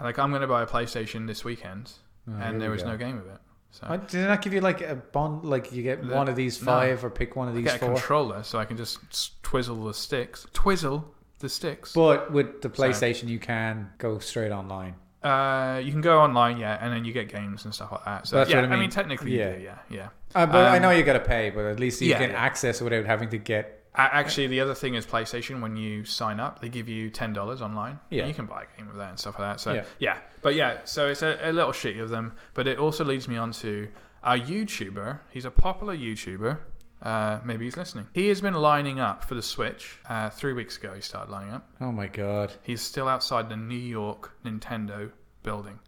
Like, I'm going to buy a PlayStation this weekend, Oh, here and there we was go. no game of it. So Why- Did they not give you like a bond? Like you get Oh. The- one of these no. five or pick one of these get a four. controller so I can just s- twizzle the sticks. Twizzle the sticks. But with the PlayStation, you can go straight online. uh, you can go online, yeah, and then you get games and stuff like that. So That's yeah, what I mean. technically, Yeah. you do, yeah, yeah. Uh, but I Um, know you got to pay. But at least you yeah, can yeah. access it without having to get. A- Actually, the other thing is PlayStation. When you sign up, they give you ten dollars online. and Yeah. you can buy a game with that and stuff like that. So Yeah. yeah, but yeah, so it's a, a little shitty of them. But it also leads me on to a YouTuber. He's a popular YouTuber. Uh, maybe he's listening. He has been lining up for the Switch. Uh, three weeks ago, he started lining up. Oh my god! He's still outside the New York Nintendo building.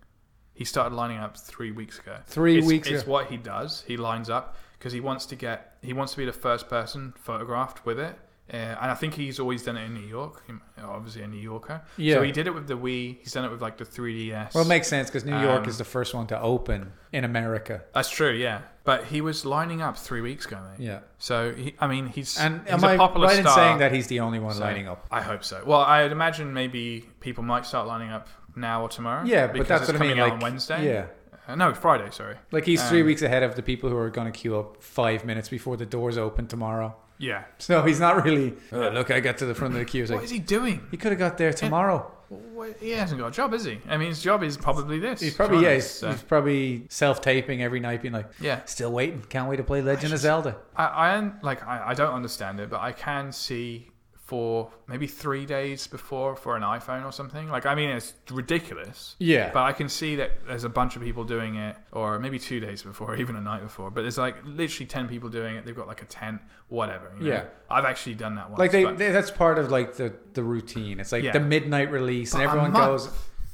He started lining up three weeks ago. Three it's, weeks It's ago. what he does. He lines up because he wants to get. He wants to be the first person photographed with it. Uh, and I think he's always done it in New York. He- Obviously, a New Yorker. Yeah. So he did it with the Wii. He's done it with like the 3DS. Well, it makes sense because New York Um, is the first one to open in America. That's true. Yeah. But he was lining up three weeks ago, mate. Yeah. So he, I mean, he's And he's am a I popular right star. in saying that he's the only one So, uh, lining up? I hope so. Well, I'd imagine maybe people might start lining up now or tomorrow. Yeah, but because that's it's what I coming mean. out Like on Wednesday. Yeah, Uh, no, Friday. Sorry. like he's three Um, weeks ahead of the people who are going to queue up five minutes before the doors open tomorrow. <laughs> Yeah. So he's not really. "Oh, look, I got to the front of the queue. It's What like, is he doing? he could have got there tomorrow. What- He hasn't got a job, is he? I mean, his job is probably this. He's to probably be yeah. He's, honest, so- he's probably self taping every night, being like, yeah. still waiting. Can't wait to play Legend of Zelda. I, I am like I, I don't understand it, but I can see for maybe three days before for an iPhone or something. Like I mean, it's ridiculous. Yeah. But I can see that there's a bunch of people doing it, or maybe two days before, <laughs> even a night before. But there's like literally ten people doing it. They've got like a tent, whatever. you know? Yeah. I've actually done that once. like they, but they, that's part of like the the routine. It's like Yeah. the midnight release, and But a everyone month. goes,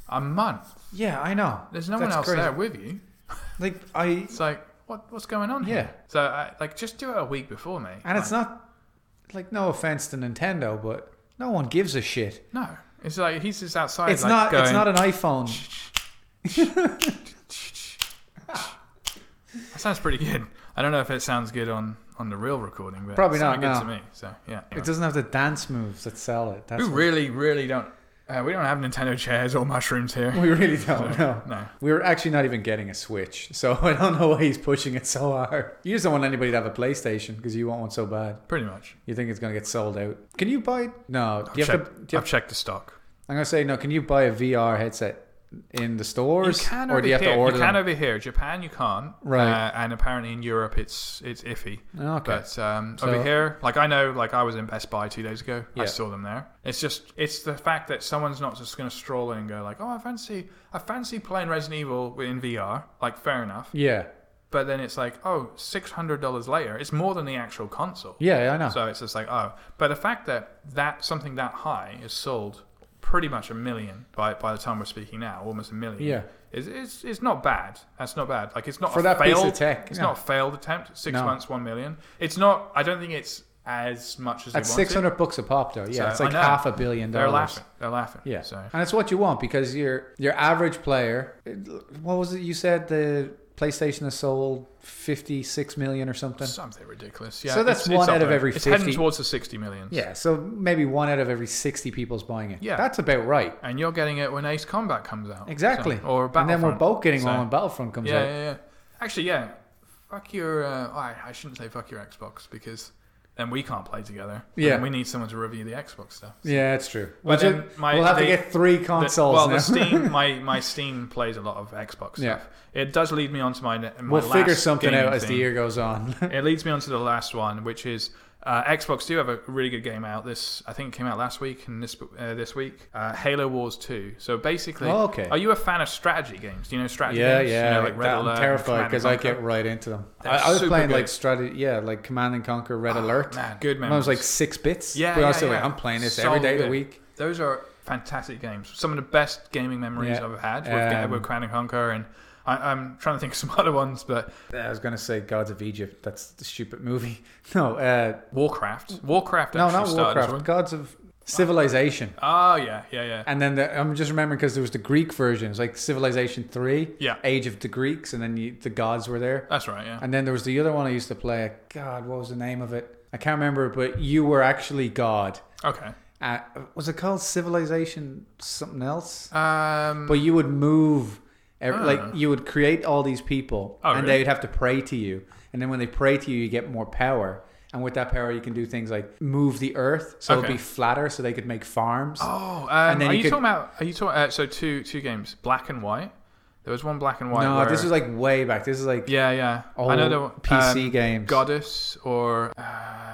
a month. yeah, I know. There's no one That's else crazy. there with you. Like I It's like what what's going on? Yeah. Here? So I, like just do it a week before, mate. And it's Like, not like no offense to Nintendo, but no one gives a shit. no. It's like he's just outside. It's like, not. going, It's not an iPhone. That sounds pretty good. I don't know if it sounds good on on the real recording, but Probably it not, sounded Good no. to me. So yeah, It doesn't have the dance moves that sell it. That's we really, really don't. Uh, we don't have Nintendo chairs or mushrooms here. <laughs> we really don't know. No, We were actually not even getting a Switch, so <laughs> I don't know why he's pushing it so hard. You just don't want anybody to have a PlayStation because you want one so bad. pretty much. You think it's gonna get sold out? Can you buy? No. Do you have Check- to? Do you I've have, checked the stock. I'm gonna say no. Can you buy a VR headset in the You stores, can or over do you have here. to order you can them? over here. Japan, you can't. Right. Uh, and apparently in Europe, it's it's iffy. okay. But um, So- over here, like I know, like I was in Best Buy two days ago. Yeah. I saw them there. It's just it's the fact that someone's not just going to stroll in and go like, oh, I fancy I fancy playing Resident Evil in VR. Like fair enough. Yeah. But then it's like, oh, six hundred dollars later, it's more than the actual console. Yeah, I know. So it's just like, oh, but the fact that that something that high is sold pretty much a million by by the time we're speaking now, almost a million. Yeah. Is, is, is not bad. That's not bad. Like it's not For a that piece failed, of tech, It's yeah. not a failed attempt. Six No. months, one million. It's not. I don't think it's as much as That's they wanted. six hundred bucks a pop, though. Yeah, So, it's I like know. half a billion They're dollars. laughing. They're laughing. Yeah, So and it's what you want because your your average player. What was it you said? The PlayStation has sold fifty six million or something. something ridiculous. Yeah. So that's it's- it's one up out of there. every It's 50. heading towards the sixty million. Yeah, so maybe one out of every sixty people's buying it. Yeah. that's about right. And you're getting it when Ace Combat comes out. Exactly. So- or and then we're Battlefront. both getting So- one when Battlefront comes yeah, out. yeah, yeah. Actually, yeah. Fuck your. Uh, I, I shouldn't say fuck your Xbox because then we can't play together. And Yeah. we need someone to review the Xbox stuff. Yeah, it's true. We'll, then ju- my- we'll have to they- get three The- consoles well, now. the Steam, my, my Steam plays a lot of Xbox Yeah. stuff. It does lead me on to my. ne- my <laughs> we'll figure last something game out as the thing. year <laughs> goes on. It leads me on to the last one, which is uh, Xbox do have a really good game out. This I think it came out last week and this uh, this week, uh, Halo Wars Two. So basically, Oh, okay. are you a fan of strategy games? Do you know strategy yeah, games? You yeah. know, like Red that, Alert I'm and terrified Command and because I Conquer? get right into them. They're I, I was super playing good. Oh, like strategy, yeah, like Command and Conquer, Red Alert. Man, good When memories. I was like six bits. Yeah, but I was yeah, still like, yeah. I'm playing this So every day of the good. week. Those are fantastic games. Some of the best gaming memories Yeah. I've had with, Um, with Crown and Conquer, and I, I'm trying to think of some <laughs> other ones, but I was gonna say Gods of Egypt. That's the stupid movie. <laughs> No, uh, Warcraft. Warcraft no, actually not started as Warcraft. one. Gods of Civilization. Oh, yeah, yeah, yeah. And then the, I'm just remembering because there was the Greek version. It was like Civilization Three, Yeah. Age of the Greeks, and then you, the gods were there. That's right, yeah. And then there was the other one I used to play. God, what was the name of it? I can't remember. But you were actually God. Okay. Uh, was it called Civilization something else? Um, But you would move, ev- Ah. like you would create all these people, Oh, and really? they'd have to pray to you. And then when they pray to you, you get more power. And with that power, you can do things like move the earth, so it'll Okay. be flatter, so they could make farms. oh, um, and then are you you, could- talking about, are you talking, uh, so two two games, Black and White? There was one Black and White. no, where- this is like way back. This is like Yeah, yeah. old I know the PC um, games. Goddess or uh,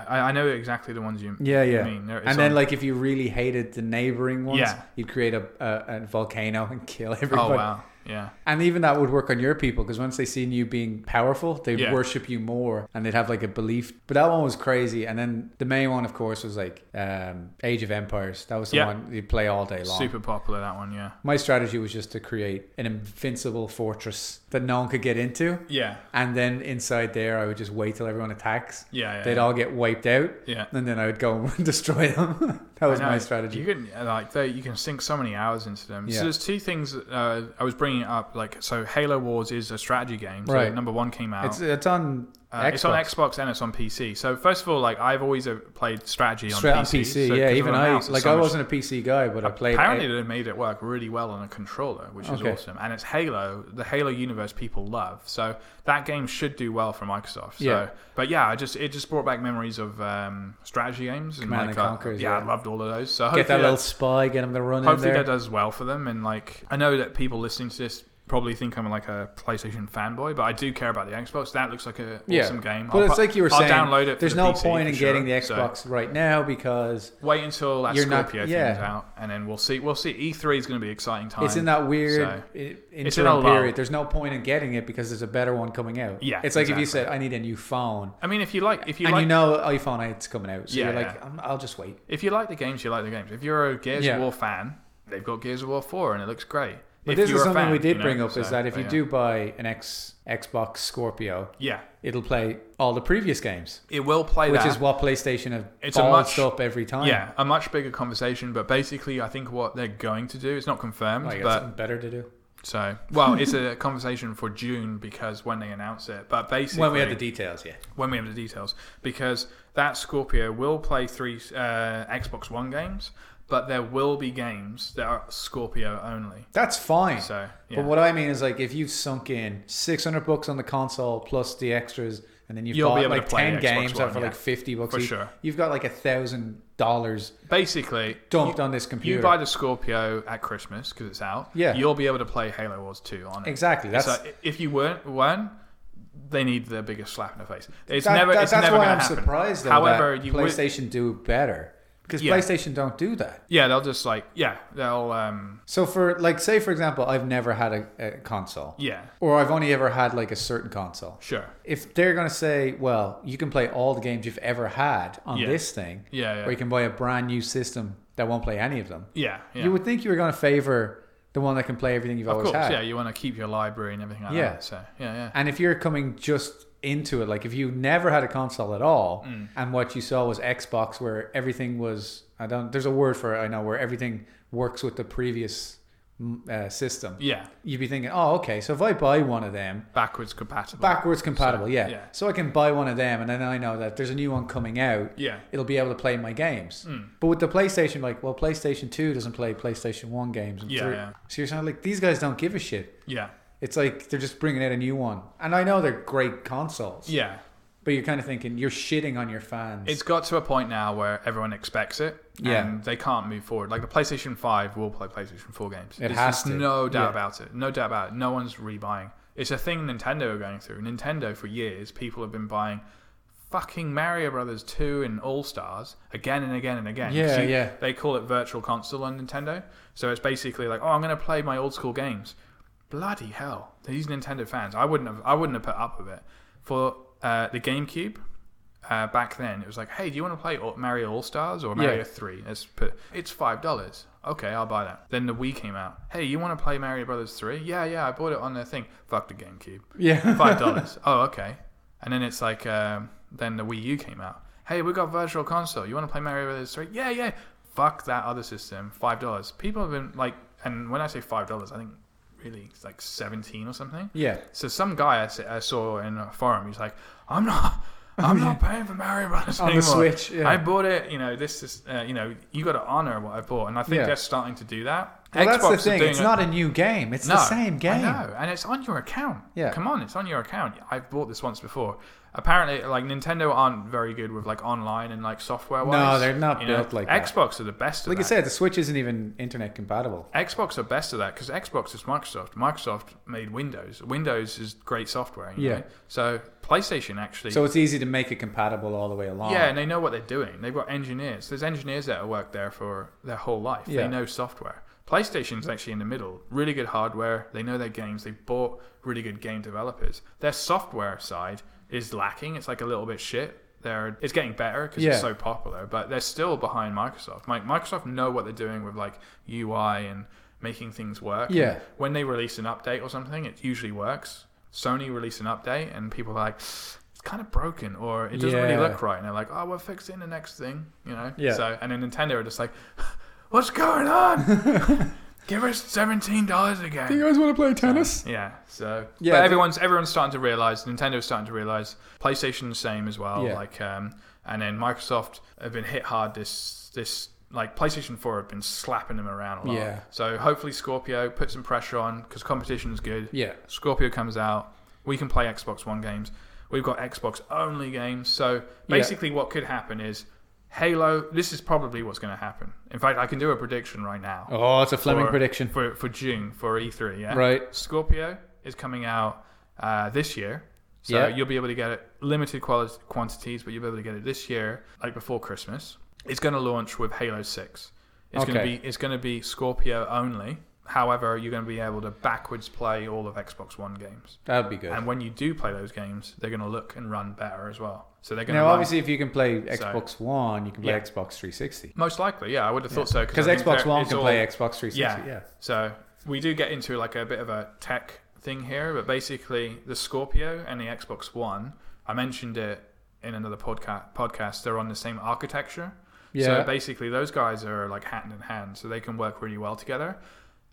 I, I know exactly the ones you Yeah, yeah. I mean, there- it's and then on- like if you really hated the neighboring ones, Yeah. you'd create a, a, a volcano and kill <laughs> everybody. oh wow yeah And even that would work on your people because once they seen you being powerful, they'd Yeah. worship you more and they'd have like a belief. But that one was crazy. And then the main one, of course, was like um, Age of Empires. That was the Yeah. one you'd play all day long. super popular that one yeah My strategy was just to create an invincible fortress that no one could get into. yeah And then inside there, I would just wait till everyone attacks. yeah yeah They'd all get wiped out. yeah And then I would go and <laughs> destroy them. <laughs> that was I know. my strategy. You can uh, like they, you can sink so many hours into them. Yeah. So there's two things uh, I was bringing up. Like so, Halo Wars is a strategy game. So Right. Number one came out. It's, it's on Uh, it's on Xbox. Xbox and it's on PC. So first of all, like I've always uh, played strategy on Straight PC. on PC, so yeah. 'cause of Even the I mouse, it's like so I much- wasn't a PC guy, but I played. Apparently, they made it work really well on a controller, which is Okay. awesome. And it's Halo, the Halo universe people love. So that game should do well for Microsoft. So, Yeah. But yeah, I just it just brought back memories of um, strategy games. And Command like, and uh, Conquer's, yeah, yeah. I loved all of those. So get that hopefully little spy, get him to run in hopefully there. that does well for them and like i know that people listening to this probably think i'm like a playstation fanboy but i do care about the xbox that looks like a Yeah. awesome game But I'll it's pu- like you were I'll saying, download it for there's the no PC point in for getting the sure. So Xbox right now because wait until that You're not- scorpio yeah. thing's out and then we'll see we'll see e3 is going to be an exciting time it's in that weird So- i- It's in a interim lull. period. There's no point in getting it because there's a better one coming out. Yeah, it's like if exactly. you said, "I need a new phone," i mean if you like if you and like you know iPhone 8's coming out, so Yeah, you're yeah. like, "Um, "I'll just wait." if you like the games you like the games if you're a gears Yeah. of war fan they've got gears of war 4 and it looks great But If this you're is a something fan, we did you know, bring up: so- is that if but you yeah. do buy an X Xbox Scorpio, yeah it'll play all the previous games, it will play which that. is what PlayStation have It's a ballsed much- up every time. yeah, a much bigger conversation, but basically, I think what they're going to do—it's not confirmed, like, got but something better to do. So, well, it's a conversation for June because when they announce it, but basically When we have the details, yeah. when we have the details, because that Scorpio will play three uh, Xbox One games, but there will be games that are Scorpio only. That's fine. So, yeah. But what I mean is, like, if you've sunk in 600 bucks on the console plus the extras, and then you've You'll be able bought to play like 10 Xbox games One, out for yeah. like 50 bucks For each, sure. you've got like a thousand dollars basically, dumped you, on this you computer. buy the Scorpio at Christmas because it's out. Yeah. you'll be able to play Halo Wars Two on it. exactly. That's so if you weren't, weren't they need the biggest slap in the face. It's that- never. that- it's that's never why gonna I'm happen. surprised. Though, However, that you would, PlayStation do better because Yeah. PlayStation don't do that. yeah, they'll just like yeah, they'll um So for like, say for example, I've never had a, a console, yeah, or I've only ever had like a certain console. sure, If they're gonna say, well, you can play all the games you've ever had on Yeah. this thing, yeah, yeah. or you can buy a brand new system that won't play any of them. Yeah, yeah. You would think you were going to favor the one that can play everything you've of always course, had. yeah. You want to keep your library and everything like Yeah. that. So yeah, yeah. And if you're coming just into it, like if you never had a console at all, Mm. and what you saw was Xbox, where everything was I don't there's a word for it I know where everything works with the previous mm, uh, system. Yeah, You'd be thinking, oh, okay, so if I buy one of them, backwards compatible. backwards compatible, yeah. yeah. So I can buy one of them, and then I know that there's a new one coming out. Yeah, Mm. It'll be able to play my games. But with the PlayStation, like, well, PlayStation 2 doesn't play PlayStation 1 games. And Yeah, three- yeah. So you're sounding like these guys don't give a shit. yeah, It's like they're just bringing out a new one. And I know they're great consoles, yeah. but you're kind of thinking you're shitting on your fans. It's got to a point now where everyone expects it. Yeah. and they can't move forward. Like the PlayStation Five will play PlayStation Four games. It There's has just to. No doubt Yeah. about it. No doubt about it. No one's rebuying. It's a thing Nintendo are going through. Nintendo for years, people have been buying fucking Mario Brothers Two and All Stars again and again and again. 'Cause Yeah, you- yeah. They call it Virtual Console on Nintendo. So it's basically like, oh, I'm going to play my old school games. Bloody hell! These Nintendo fans, I wouldn't have, I wouldn't have put up with it. For uh, the GameCube, uh, back then, it was like, hey, do you want to play All- Mario All Stars or Mario Yeah. Three? Let's put it's five dollars. Okay, I'll buy that. Then the Wii came out. Hey, you want to play Mario Brothers Three? Yeah, yeah, I bought it on the thing. Fuck the GameCube <laughs> <laughs> yeah. five <laughs> dollars. oh, okay. And then it's like, um, then the Wii U came out. Hey, we got virtual console. You want to play Mario Brothers three? Yeah, yeah. Fuck that other system. Five dollars. People have been like, and when I say five dollars, I think really it's like seventeen or something. yeah. So some guy I, s- I saw in a forum, he's like, I'm <laughs> not. I'm not paying for Mario Brothers On the anymore. Switch, yeah. I bought it. You know, this is. Uh, you know, you got to honor what I bought, and I think Yeah. they're starting to do that. Well, that's are the thing. doing It's it- not a new game. It's the same game. I know, and it's on your account. Yeah. Come on, it's on your account. I've bought this once before. Apparently, like Nintendo aren't very good with like online and like software. No, they're not built like that. Xbox are the best. At Like I that. said, the Switch isn't even internet compatible. Xbox are best at that because Xbox is Microsoft. Microsoft made Windows. Windows is great software. you Yeah. know? So PlayStation actually. So it's easy to make it compatible all the way along. yeah, and they know what they're doing. They've got engineers. There's engineers that have worked there for their whole life. They Yeah. know software. PlayStation's actually in the middle. Really good hardware. They know their games. They bought really good game developers. Their software side is lacking. It's like a little bit shit. They're, it's getting better because Yeah. it's so popular, but they're still behind Microsoft. Like Microsoft know what they're doing with like UI and making things work. Yeah. And when they release an update or something, it usually works. Sony release an update and people are like, it's kind of broken or it doesn't really Yeah. look right. And they're like, oh, we'll fix it in the next thing, you know? <laughs> Yeah. <laughs> So, and then Nintendo are just like, what's going on? Give us seventeen dollars again. You guys want to play tennis? Yeah. So Yeah, but the- everyone's everyone's starting to realize Nintendo's starting to realize PlayStation the same as well. Yeah. Like um, and then Microsoft have been hit hard this this like PlayStation 4 have been slapping them around a lot. Yeah. So hopefully Scorpio put some pressure on because competition's good. Yeah. Scorpio comes out. We can play Xbox One games. We've got Xbox only games. So Yeah. basically, what could happen is Halo. This is probably what's going to happen. In fact, I can do a prediction right now Oh, it's a Fleming for- prediction. for for June for E3. Yeah, Right. Scorpio is coming out uh, this year, so Yeah. you'll be able to get it limited quality quantities, but you'll be able to get it this year, like before Christmas. It's going to launch with Halo Six. It's going Okay. to be it's going to be Scorpio only. However, you're going to be able to backwards play all of Xbox One games, That'd be good. and when you do play those games, they're going to look and run better as well. So they're going Now, to obviously, if you can play Xbox One, you can play Yeah. Xbox 360. most likely, yeah, I would have thought so Because I think Xbox they're- One it's can all- play Xbox 360. Yeah. Yeah. So we do get into like a bit of a tech thing here, but basically the Scorpio and the Xbox One, I mentioned it in another podcast podcast, they're on the same architecture. Yeah. So basically those guys are like hand in hand, so they can work really well together.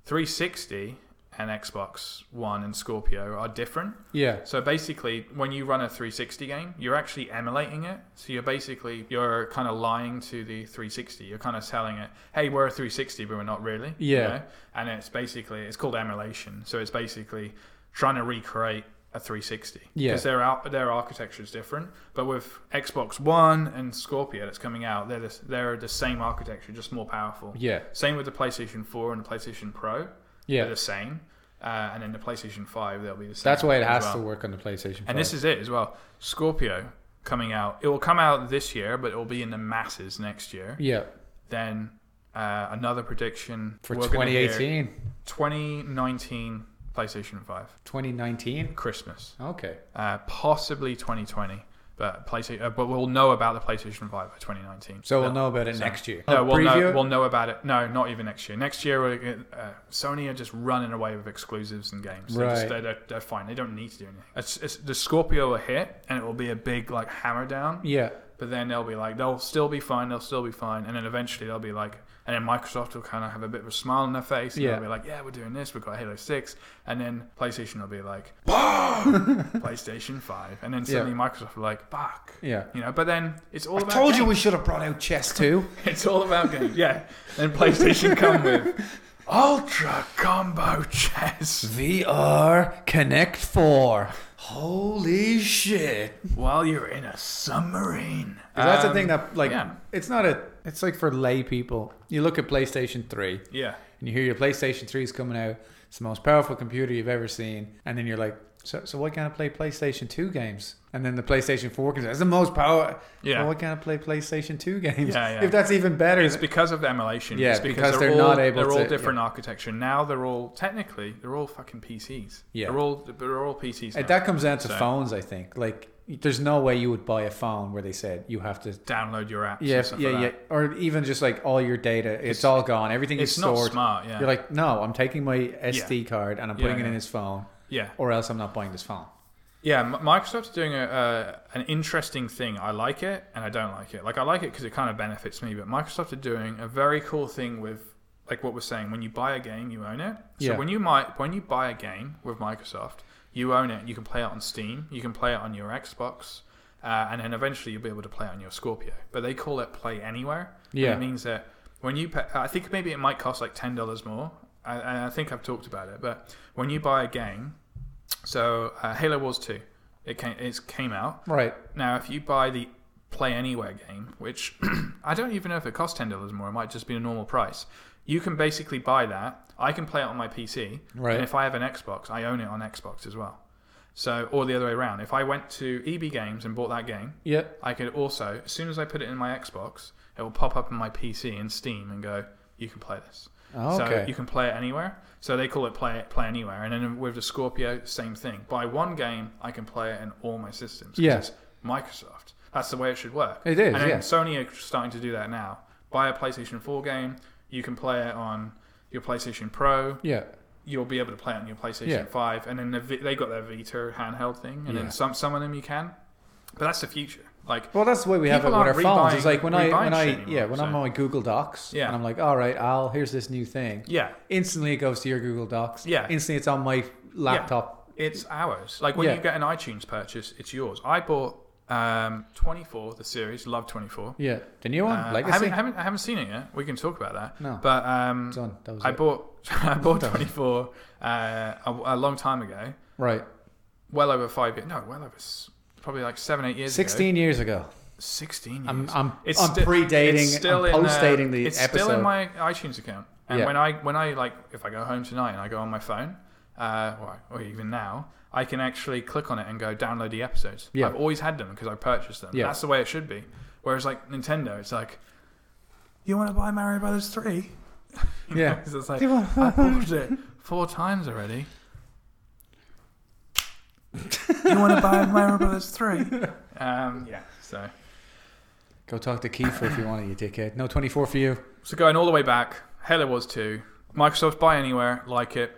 360 and Xbox One and Scorpio are different. Yeah. So basically, when you run a 360 game, you're actually emulating it. So you're basically you're kind of lying to the 360. You're kind of telling it, "Hey, we're a 360, but we're not really." you Yeah. know? And it's basically it's called emulation. So it's basically trying to recreate a 360 Yeah. because their out their architecture is different. But with Xbox One and Scorpio that's coming out, they're the, they're the same architecture, just more powerful. Yeah. Same with the PlayStation 4 and the PlayStation Pro. Yeah. They're the same. Uh, and then the PlayStation 5, they'll be the same. That's why it as has well. to work on the PlayStation 5. And this is it as well. Scorpio coming out. It will come out this year, but it will be in the masses next year. yeah. Then uh, another prediction For we're gonna hear 2018. 2019 PlayStation 5, 2019. Christmas, Okay. uh, possibly 2020. But PlayStation, uh, but we'll know about the PlayStation 5 by 2019. So Uh, we'll know about it so- next year. No, Oh, we'll know, preview? we'll know about it. No, not even next year. Next year, we're, gonna- uh, Sony are just running away with exclusives and games. They're, just, Right. they're, they're, they're fine. They don't need to do anything. It's, it's, the Scorpio will hit, and it will be a big like hammer down. yeah. But then they'll be like, they'll still be fine. They'll still be fine. And then eventually they'll be like, and then Microsoft will kind of have a bit of a smile on their face. And Yeah. They'll be like, yeah, we're doing this. We've got Halo Six. And then PlayStation will be <laughs> like, "Boom! PlayStation Five. And then suddenly Microsoft will be like, fuck. Yeah. You know. But then it's all about. games. <laughs> we should have brought out Chess 2. It's all about games. Yeah. Then PlayStation come with Ultra Combo Chess. VR Connect 4. Holy shit. While you're in a submarine. 'Cause that's the Um, thing that, like, yeah. it's not a, it's like for lay people. You look at PlayStation 3 Yeah. and you hear your PlayStation 3 is coming out. It's the most powerful computer you've ever seen. And then you're like, so, so why can't I play PlayStation 2 games? And then the PlayStation 4 comes out. It's the most power. Yeah. Well, why can't I play PlayStation 2 games? Yeah, yeah. If that's even better. It's because of the emulation. Yeah, it's because they're all, not able They're all to- different architecture now. They're all technically they're all fucking PCs. Yeah. they're all they're all PCs. Now. Uh, That comes down to So- phones, I think. Like, there's no way you would buy a phone where they said you have to. Download your apps. Yeah, and stuff yeah, like yeah. that. Or even just like all your data, it's, all gone. Everything It's is not stored. smart. Yeah, You're like, no, I'm taking my SD card and I'm Yeah, putting it yeah. in his phone, yeah, or else I'm not buying this phone. yeah. M- Microsoft's doing a, uh, an interesting thing. I like it and I don't like it. Like I like it because it kind of benefits me, but Microsoft are doing a very cool thing with like what we're saying. When you buy a game, you own it. So Yeah. when you might when you buy a game with Microsoft, you own it. You can play it on Steam. You can play it on your Xbox. uh, and then eventually you'll be able to play it on your Scorpio. But they call it play anywhere. And Yeah. it means that when you, pay, I think maybe it might cost like ten dollars more. I, and I think I've talked about it, but when you buy a game, so uh, Halo Wars Two, it came it came out. Right. Now, if you buy the Play Anywhere game, which <clears throat> I don't even know if it costs ten dollars more, it might just be a normal price. You can basically buy that. I can play it on my PC, Right. and if I have an Xbox, I own it on Xbox as well. So, or the other way around. If I went to EB Games and bought that game, Yeah. I could also, as soon as I put it in my Xbox, it will pop up on my PC in Steam and go, "You can play this." Oh, okay. So you can play it anywhere. So they call it play play anywhere. And then with the Scorpio, same thing. Buy one game, I can play it in all my systems. 'cause Yeah. it's Microsoft. That's the way it should work. It is, And then yeah. Sony are starting to do that now. Buy a PlayStation 4 game, you can play it on your PlayStation Pro. yeah. You'll be able to play it on your PlayStation Yeah. 5. And then the, Vi- they got their Vita handheld thing. And Yeah. then some some of them you can. But that's the future. Like Well, that's the way we have it with People our aren't phones. rebuying- It's like when I rebuying when I shit anymore, yeah when I'm so. on my Google Docs Yeah. and I'm like, all right, Al, here's this new thing. yeah, Instantly, it goes to your Google Docs. Yeah. Instantly, it's on my laptop. it's ours. Like when Yeah. you get an iTunes purchase, it's yours. I bought um, 24, the series, love 24. Yeah, the new one, Uh, I Legacy. haven't, haven't, I haven't seen it yet. We can talk about that. No. but um, It's on. That was I it. bought <laughs> I bought 24 uh, a, a long time ago, right. well over five years. No, well over s- probably like seven, eight years. ago. Sixteen years ago. 16 years. I'm I'm, It's I'm sti- predating, it's still I'm in, uh, postdating the it's episode. still in my iTunes account. And Yeah. when I when I like if I go home tonight and I go on my phone, uh, or, or even now, I can actually click on it and go download the episodes. Yeah. I've always had them because I purchased them. Yeah. That's the way it should be. Whereas like Nintendo, it's like, you want to buy Mario Brothers three? <laughs> You Yeah. know, so it's like Do you want- I bought it four times already. <laughs> you want to buy Mario Brothers three? <laughs> Um, yeah. So. Go talk to Kiefer if you want it, you dickhead. No twenty four for you. So going all the way back, Halo was two. Microsoft buy anywhere, like it.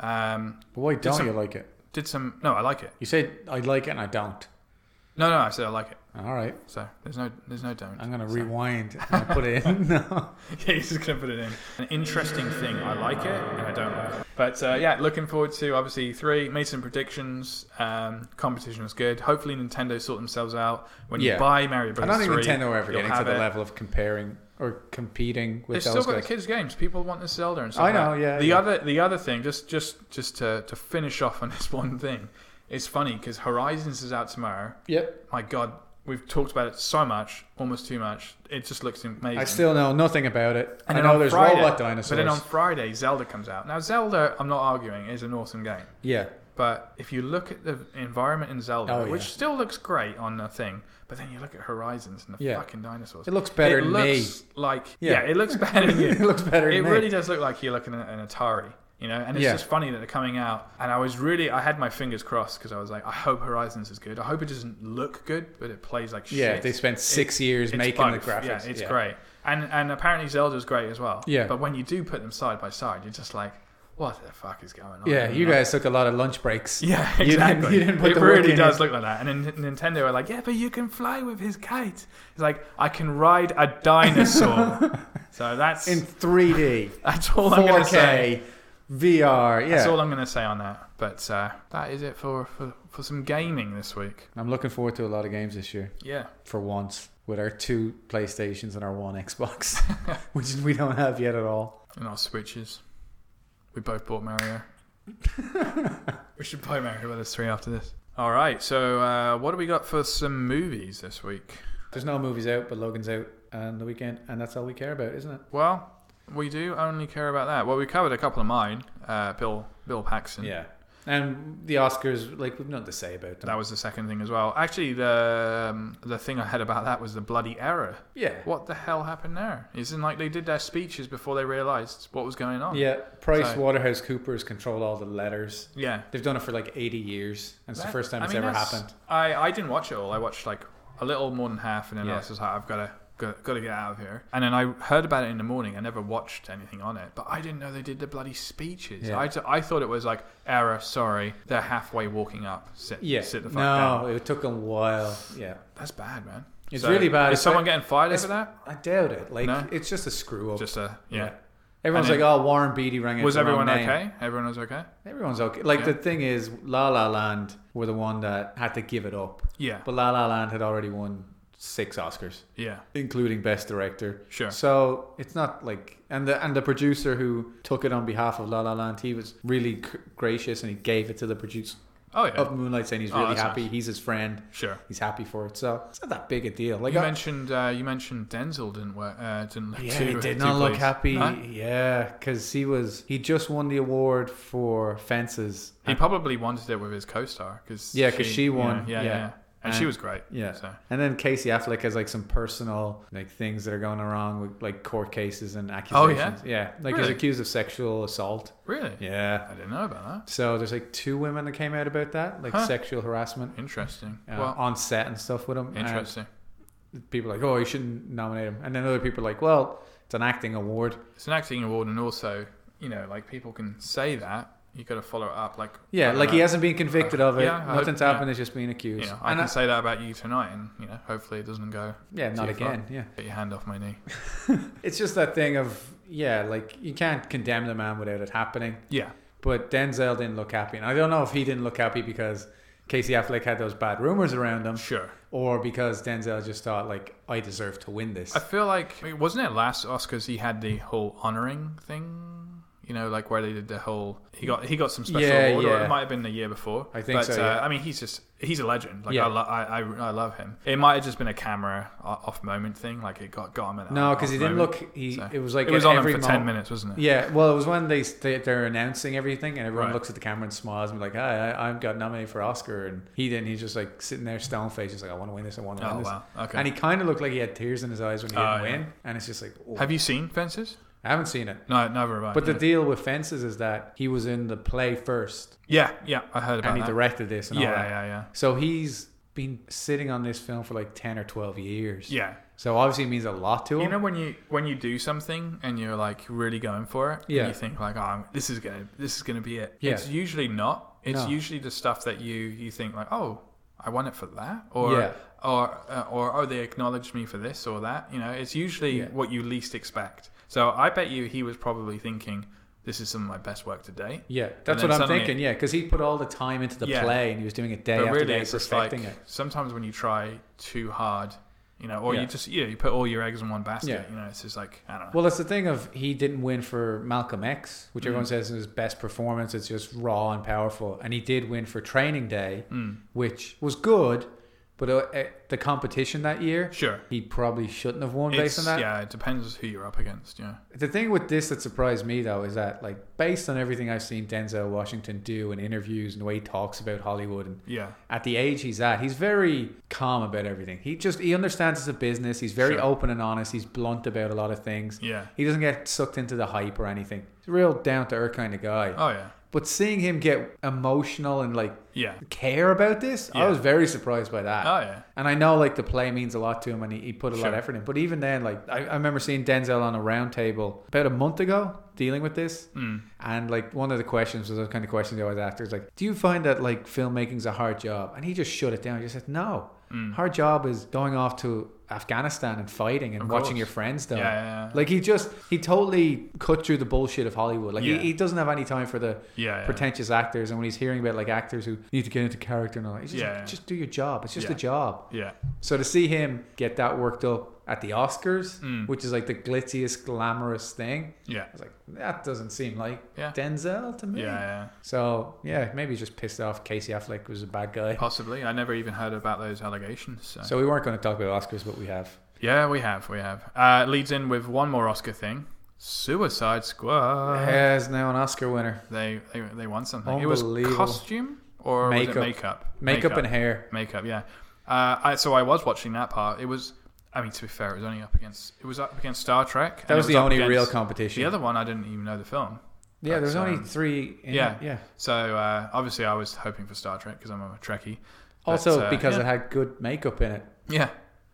Um, But why don't some- you like it? did some no, I like it. You said I like it and I don't. No, no, I said I like it. All right, So there's no, there's no don't. I'm gonna rewind and I put <laughs> it in. no. yeah, he's just gonna put it in. An interesting thing. I like it and I don't like it. But uh, yeah, looking forward to obviously three. Made some predictions. Um, competition was good. Hopefully Nintendo sort themselves out. When Yeah. you buy Mario I Bros. don't think 3, Nintendo are ever you'll getting to have the it. level of comparing or competing They've with still those got guys. the kids' games. People want the Zelda and stuff. I know, like that. yeah, The yeah. other, the other thing, just just just to to finish off on <laughs> this one thing, it's funny because Horizons is out tomorrow. Yep. My God, we've talked about it so much, almost too much. It just looks amazing. I still know nothing about it. And I then know on there's Friday- robot But then on dinosaurs. Friday, Zelda comes out. Now Zelda, I'm not arguing, is an awesome game. Yeah. But if you look at the environment in Zelda, Oh, yeah. which still looks great on the thing, but then you look at Horizons and the Yeah. fucking dinosaurs. It looks better it than looks like Yeah. yeah. it <laughs> looks better than me. you. it looks better <laughs> It than really me. does look like you're looking at an Atari, you know. And it's Yeah. just funny that they're coming out. And I was really, I had my fingers crossed because I was like, I hope Horizons is good. I hope it doesn't look good, but it plays like shit. Yeah, they spent six years It's making both. the graphics. Yeah, it's great. And and apparently Zelda's great as well. Yeah. But when you do put them side by side, you're just like, what the fuck is going on? Yeah, you know? guys took a lot of lunch <laughs> breaks. Yeah, <laughs> You didn't- exactly. you didn't put it the work really in does look like that. And then N- Nintendo are like, yeah, but you can fly with his kite. It's like, I can ride a <laughs> dinosaur. so that's In 3D, that's <laughs> all I'm going to say. 4K, VR. Yeah. That's all I'm going to say on that. But uh, that is it for, for, for some gaming this week. I'm looking forward to a lot of games this year. Yeah. for once with our two PlayStations and our one Xbox, <laughs> which we don't have yet at all. And our Switches. We both bought Mario. <laughs> we should play Mario Brothers 3 after this. All right. So, uh, what do we got for some movies this week? There's no movies out, but Logan's out on the weekend, and that's all we care about, isn't it? Well, we do only care about that. Well, we covered a couple of mine. Uh, Bill Bill Paxton. And the Oscars, like we've nothing to say about them. That was the second thing as well. Actually, the um, the thing I had about that was the bloody error. yeah. What the hell happened there? It's in like they did their speeches before they realized what was going on. Yeah. Price So- Waterhouse Coopers control all the letters. yeah. They've done it for like 80 years, and it's the That- first time I it's mean, ever that's- happened. I, I didn't watch it all. I watched like a little more than half, and then Yeah. I was just like, I've got to got, got to get out of here. And then I heard about it in the morning. I never watched anything on it, but I didn't know they did the bloody speeches. Yeah. I, t- I thought it was like error, sorry, they're halfway walking up. Sit, Yeah. sit the fuck no, down. it took a while. Yeah. That's bad, man. It's really bad. Is It's someone like- getting fired it's- over that? I doubt it. Like, No? it's just a screw up. Just a yeah. Everyone's And like, then- oh, Warren Beatty rang it. Was the wrong everyone name." okay? Everyone was okay. Everyone's okay. Like Yeah. the thing is, La La Land were the one that had to give it up, Yeah, but La La Land had already won six Oscars, yeah, including Best Director. sure. So it's not like and the and the producer who took it on behalf of La La Land, he was really c- gracious and he gave it to the producer Oh yeah, of Moonlight, saying he's Oh, really that's happy, he's his friend, sure. he's happy for it. So it's not that big a deal. Like you I- mentioned uh, you mentioned Denzel didn't work. Uh, didn't look Yeah, too, he did too not look pleased. happy. No? Yeah, because he was he just won the award for Fences. He probably wanted it with his co-star because Yeah, 'cause she won, Yeah, yeah, yeah. yeah. and she And- was great. Yeah. so And then Casey Affleck has like some personal like things that are going wrong with like court cases and Oh, accusations. yeah? Yeah. Like he's Really? accused of sexual assault. really, Yeah. I didn't know about So there's like two women that came out about that, like Huh. sexual harassment that. Interesting. uh, well, on set and stuff with him. And interesting. people are like, oh, you shouldn't nominate him. And then other people are like, well, it's an acting award. It's an acting award, and also you know, like people can say that, you got to follow it up. Like I Yeah, don't like he know. hasn't been convicted of it. Yeah, I hope- Nothing's yeah. happened. It's just been accused. You know, I And can I- say that about you tonight, and you know, hopefully it doesn't go. yeah, too not far. again. Yeah. Get your hand off my knee. It's just that thing of yeah, like you can't condemn the man without it happening. Yeah, But Denzel didn't look happy, and I don't know if he didn't look happy because Casey Affleck had those bad rumors around him, sure. or because Denzel just thought like I deserve to win this. I feel like I mean, wasn't it last Oscars he had the whole honoring thing? You know, like where they did the whole he got he got some special Yeah, award, or yeah. it might have been the year before. I think but, so, Uh, yeah. I mean, he's just he's a legend. Like Yeah. I, lo- I, I I love him. It might have just been a camera o- off moment thing. Like it got got him in. no, because he didn't look. He So- it was like it was at on him for every ten moment- minutes, wasn't it? Yeah, well, it was when they they- they're announcing everything, and everyone Right. looks at the camera and smiles and be like, "Hi, I, I got nominated for Oscar," and he didn't. He's just like sitting there, stone faced, just like, "I want to win this. I want to Oh win this." wow. Okay. And he kind of looked like he had tears in his eyes when he Oh, didn't yeah. win, and it's just like, oh. have you seen Fences? I haven't seen it. No, never have I. But the yeah. deal with fences is that he was in the play first, yeah, yeah, I heard about and he that. directed this and Uh-huh. yeah, all that. yeah, yeah, So he's been sitting on this film for like ten or twelve years. yeah. So obviously it means a lot to him. You know when you when you do something and you're like really going for it, and Yeah. you think like, oh, I'm- this is gonna this is gonna be it. Yeah. It's usually not. It's No. usually the stuff that you you think like, oh, I won it for that, or Yeah. or uh, or oh, they acknowledged me for this or that. You know, it's usually Yeah. what you least expect. So I bet you he was probably thinking, this is some of my best work to date. yeah, that's then what I'm suddenly- thinking. Yeah, because he put all the time into the Yeah. play, and he was doing it day but after really, day, it's just like perfecting it. sometimes when you try too hard, you know, or Yeah. you just you know, you put all your eggs in one basket. Yeah. You know, it's just like I don't know. Well, that's the thing of he didn't win for Malcolm X, Mm. which everyone says is his best performance. It's just raw and powerful, and he did win for Training Day, Mm. which was good, but uh, uh, the competition that year, sure. he probably shouldn't have won It's- based on that. Yeah, it depends who you're up against. Yeah, The thing with this that surprised me though is that, like, based on everything I've seen Denzel Washington do in interviews and the way he talks about Hollywood and yeah, at the age he's at, he's very calm about everything. He just he understands it's a business. He's very Sure. open and honest. He's blunt about a lot of things. yeah. He doesn't get sucked into the hype or anything. He's a real down to earth kind of guy. Oh yeah, But seeing him get emotional and like yeah. care about this, I Yeah. was very surprised by that. Oh yeah, And I know like the play means a lot to him and he, he put a lot Sure. of effort in. But even then, like I, I remember seeing Denzel on a round table about a month ago dealing with this. mm. And like one of the questions was the kind of questions they always ask is like, Do you find that like filmmaking's a hard job? And he just shut it down. He just said, No. Mm. Hard job is going off to Afghanistan and fighting and Of watching course. your friends die. yeah, yeah, yeah. Like he just he totally cut through the bullshit of Hollywood. Like Yeah. he, he doesn't have any time for the yeah, yeah. pretentious actors and when he's hearing about like actors who need to get into character and all that, he's just Yeah, like, yeah. just do your job. It's just Yeah. a job. yeah, So to see him get that worked up at the Oscars, Mm. which is like the glitziest, glamorous thing, yeah, I was like, that doesn't seem like Yeah. Denzel to yeah, me. yeah. So yeah, maybe he's just pissed off Casey Affleck was a bad guy. Possibly. I never even heard about those allegations. So. So we weren't going to talk about Oscars, but we have. yeah, we have, we have. Uh, leads in with one more Oscar thing. Suicide Squad. Yeah, is now an Oscar winner. They, they they won something. It was Unbelievable. costume or Makeup. was it makeup? Makeup, and hair. makeup. Yeah. Uh, I, so I was watching that part. It was. I mean, to be fair, it was only up against. It was up against Star Trek. and That it was the up only against- real competition. The other one, I didn't even know the film. Yeah, there's That's, only um, three. In yeah. yeah, yeah. So uh, obviously, I was hoping for Star Trek because I'm a Trekkie. But, Also uh, because yeah. it had good makeup in it. yeah.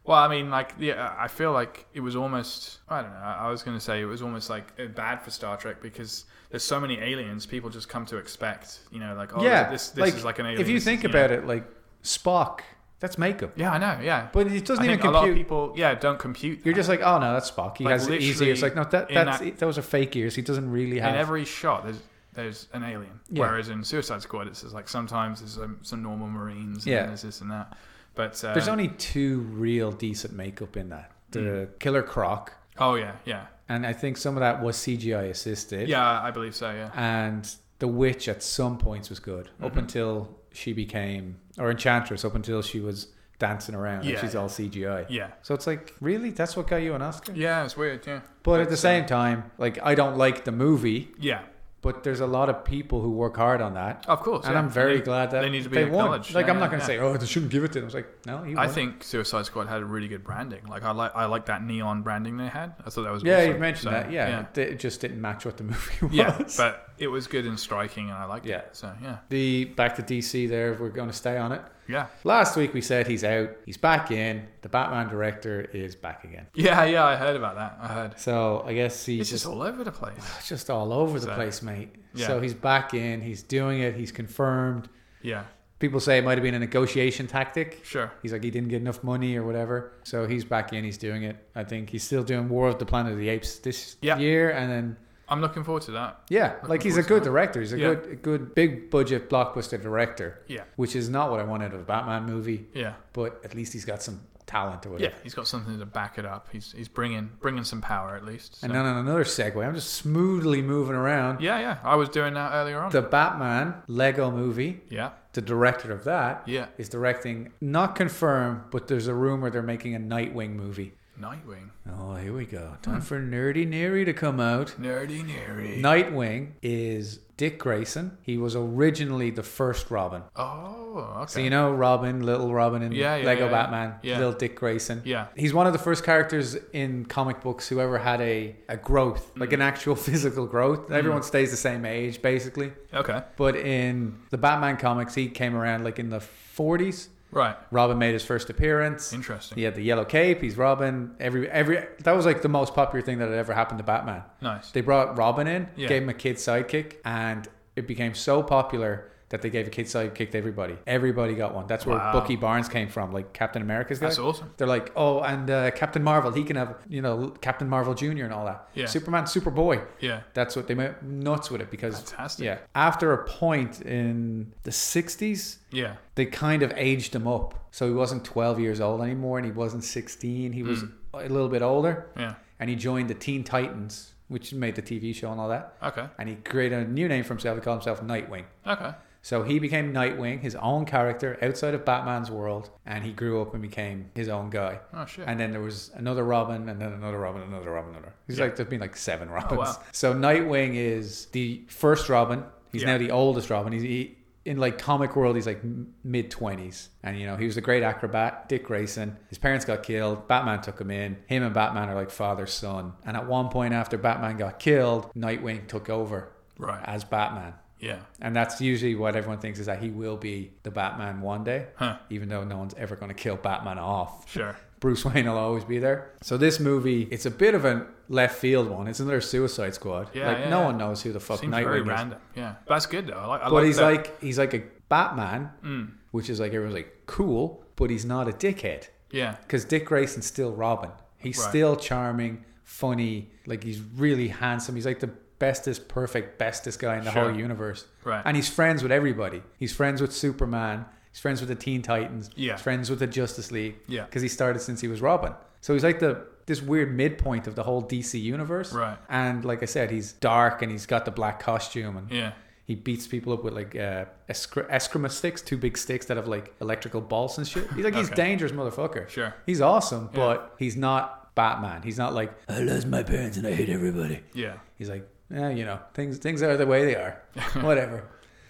Well, I mean, like, yeah, I feel like it was almost. I don't know. I I was going to say it was almost like uh, bad for Star Trek because there's so many aliens. People just come to expect, you know, like, oh, yeah, this, this is like an alien. If you think about it, like Spock, that's makeup, yeah, I know. Yeah, but it doesn't I even think a lot of compute. people, yeah, don't compute. You're that. just like, oh no, that's Spock. He Like, has it easy. literally It's like no, that in that's that- that, was a fake ears. He doesn't really have. in every shot there's there's an alien Yeah. whereas in suicide squad it's just like sometimes there's um, some normal marines and Yeah. there's this and that but uh, There's only two real decent makeup in that. The Hmm. Killer Croc, oh yeah yeah and I think some of that was CGI assisted. yeah i believe so yeah and the witch at some points was good up Mm-hmm. until she became or enchantress up until she was dancing around and Yeah, she's yeah. all cgi yeah so it's like really that's what got you an oscar yeah uh, it's weird yeah but at the same time like i don't like the movie yeah but there's a lot of people who work hard on that of course and Oh, yeah. i'm very they, glad that they need to be won acknowledged like i'm Yeah, yeah, not going yeah. to say oh they shouldn't give it to them it's like no he I won. think Suicide Squad had a really good branding. Like I like I like that neon branding they had. I thought that was yeah awesome. you mentioned So, that yeah, it just didn't match what the <laughs> movie was yeah, yeah. But it was good and striking, and I liked Yeah. it. So yeah, the back to dc there we're going to stay on it Yeah. Last week we said he's out, he's back in. The Batman director is back again. Yeah, yeah, I heard about that. I heard. So I guess he's It's just just all over the place. just all over the So- place, mate. Yeah. So he's back in, he's doing it, he's confirmed. Yeah, People say it might have been a negotiation tactic. sure. He's like he didn't get enough money or whatever. So he's back in, he's doing it. I think he's still doing War of the Planet of the Apes this Yeah. year and then I'm looking forward to that. yeah, like he's a forward to good that. director. He's a Yeah. good a good big budget blockbuster director. Yeah. Which is not what I wanted of a Batman movie, Yeah. but at least he's got some talent or Yeah, whatever. he's got something to back it up. He's he's bringing bringing some power at least. And so. then on another segue, I'm just smoothly moving around. Yeah, yeah. I was doing that earlier on. The Batman Lego movie, yeah, the director of that is yeah. directing, not confirmed, but there's a rumor they're making a Nightwing movie. Nightwing. Oh, here we go. Hmm. Time for Nerdy Neary to come out. Nerdy nerdy. Nightwing is Dick Grayson. He was originally the first Robin. Oh, okay. So you know Robin, little Robin in Yeah, yeah, Lego yeah, Batman, yeah. little Dick Grayson. yeah, He's one of the first characters in comic books who ever had a, a growth, like Mm. an actual <laughs> physical growth. Everyone stays the same age, basically. okay. But in the Batman comics, he came around like in the 40s. Right. Robin made his first appearance. Interesting. He had the yellow cape. He's Robin. Every every that was like the most popular thing that had ever happened to Batman. Nice. They brought Robin in, Yeah. gave him a kid sidekick, and it became so popular that they gave a kid sidekick to everybody. Everybody got one. That's where Wow. Bucky Barnes came from, like Captain America's guy. That's awesome. They're like, oh, and uh, Captain Marvel, he can have, you know, Captain Marvel Jr. and all that. Yeah. Superman, Superboy. Yeah. That's what they went nuts with it because, Fantastic. yeah. After a point in the 60s, Yeah. they kind of aged him up. So he wasn't 12 years old anymore and he wasn't 16. He was Hmm. a little bit older Yeah. and he joined the Teen Titans, which made the TV show and all that. Okay. And he created a new name for himself. He called himself Nightwing. Okay. So he became Nightwing, his own character outside of Batman's world, and he grew up and became his own guy. Oh shit. And then there was another Robin, and then another Robin, another Robin, another. He's Yeah. Oh, like there've been like seven Robins. wow. So Nightwing is the first Robin. He's Yeah. now the oldest Robin. He's he, in like comic world. He's like mid twenties, and you know he was a great acrobat, Dick Grayson. His parents got killed. Batman took him in. Him and Batman are like father son. And at one point after Batman got killed, Nightwing took over right. as Batman. Yeah. And that's usually what everyone thinks is that he will be the Batman one day, Huh. even though no one's ever going to kill Batman off. Sure. Bruce Wayne will always be there. So this movie, it's a bit of a left field one. It's another Suicide Squad. Yeah, like yeah, no yeah. one knows who the fuck Seems very Nightwing is. random. Yeah. That's good though. I like. I But like he's that. like he's like a Batman, Mm. which is like everyone's like cool, but he's not a dickhead Yeah. because Dick Grayson's still Robin. He's Right. still charming, funny. Like he's really handsome. He's like the bestest, perfect, bestest guy in the Sure. whole universe. Right. And he's friends with everybody. He's friends with Superman. He's friends with the Teen Titans. Yeah. He's friends with the Justice League. Yeah. Because he started since he was Robin. So he's like the this weird midpoint of the whole DC universe. Right. And like I said, he's dark and he's got the black costume and Yeah. he beats people up with like uh, escr- escrima sticks, two big sticks that have like electrical balls and shit. He's like he's Okay. dangerous motherfucker. Sure. He's awesome, but he's not Batman. He's not like I lost my parents and I hate everybody. Yeah. He's like, eh, you know, things things are the way <laughs> they are. Whatever.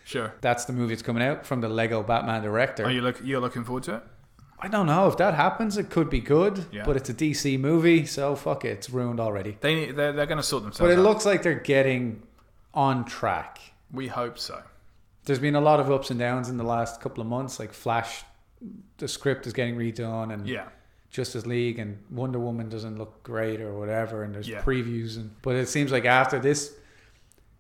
Sure. That's the movie that's coming out from the Lego Batman director. Are you look? You're looking forward to it? I don't know if that happens. It could be good, Yeah. but it's a DC movie, so fuck it. It's ruined already. They they're, they're going to sort But themselves. it out. looks like they're getting on track. We hope so. There's been a lot of ups and downs in the last couple of months. Like Flash, the script is getting redone, and Yeah. Justice League and Wonder Woman doesn't look great or whatever. And there's Yeah. previews, and but it seems like after this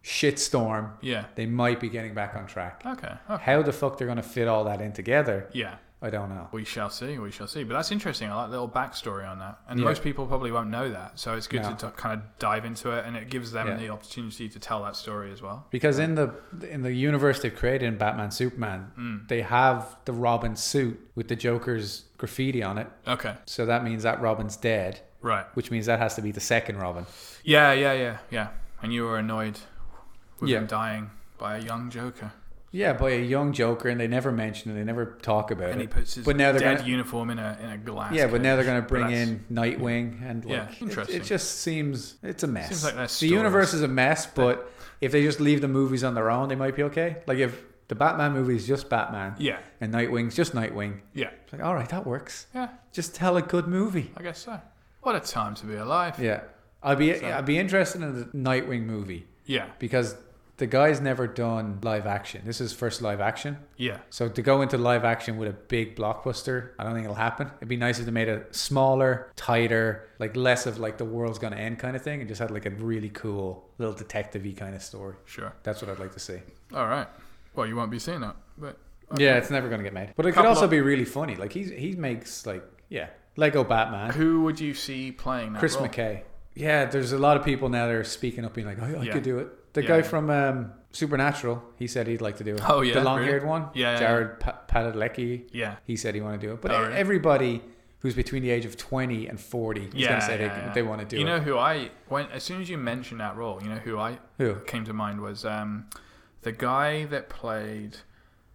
shitstorm, Yeah. they might be getting back on track. Okay. Okay. How the fuck they're gonna fit all that in together? Yeah. I don't know. We shall see. We shall see. But that's interesting. I like the little backstory on that, and Yeah. most people probably won't know that. So it's good No. to t- kind of dive into it, and it gives them Yeah. the opportunity to tell that story as well. Because in the in the universe they've created in Batman Superman, Mm. they have the Robin suit with the Joker's graffiti on it. Okay. So that means that Robin's dead, Right. which means that has to be the second Robin. Yeah. Yeah. Yeah. Yeah. And you were annoyed with Yeah. him dying by a young Joker, Yeah, by a young Joker, and they never mention it. They never talk about and he it. puts his Uh, But now they're dead gonna- uniform in a in a glass. yeah, but now they're cage. going to But bring that's- in Nightwing, and like, Yeah, it- interesting. It, just seems it's a mess. Seems like their the stories- universe is a mess, but if they just leave the movies on their own, they might be okay. Like if the Batman movie is just Batman, Yeah. and Nightwing's just Nightwing, Yeah. it's like all right, that works. Yeah. Just tell a good movie. I guess so. What a time to be alive. Yeah, I'd be So- I'd be interested in the Nightwing movie Yeah. because the guy's never done live action. This is first live action. Yeah. So to go into live action with a big blockbuster, I don't think it'll happen. It'd be nice if they made it smaller, tighter, like less of like the world's gonna end kind of thing, and just had like a really cool little detective-y kind of story. Sure. That's what I'd like to see. All right. Well, you won't be seeing that, but Yeah, it's never gonna get made, but it could Couple also of- be really funny. Like he's he makes like yeah, Lego Batman. who would you see playing that Chris role? McKay. Yeah, there's a lot of people now that are speaking up, being like, oh, I Yeah. could do it. The Yeah, guy yeah. from um, Supernatural, he said he'd like to do it. Oh, yeah, the long-haired really? one. Yeah, yeah, Jared pa- Padalecki, Yeah. he said he wanted to do it. But e-, Oh, really? everybody who's between the age of 20 and 40 is going to say they, they want to do You it. know who I when as soon as you mentioned that role, you know who I Who? came to mind was um, the guy that played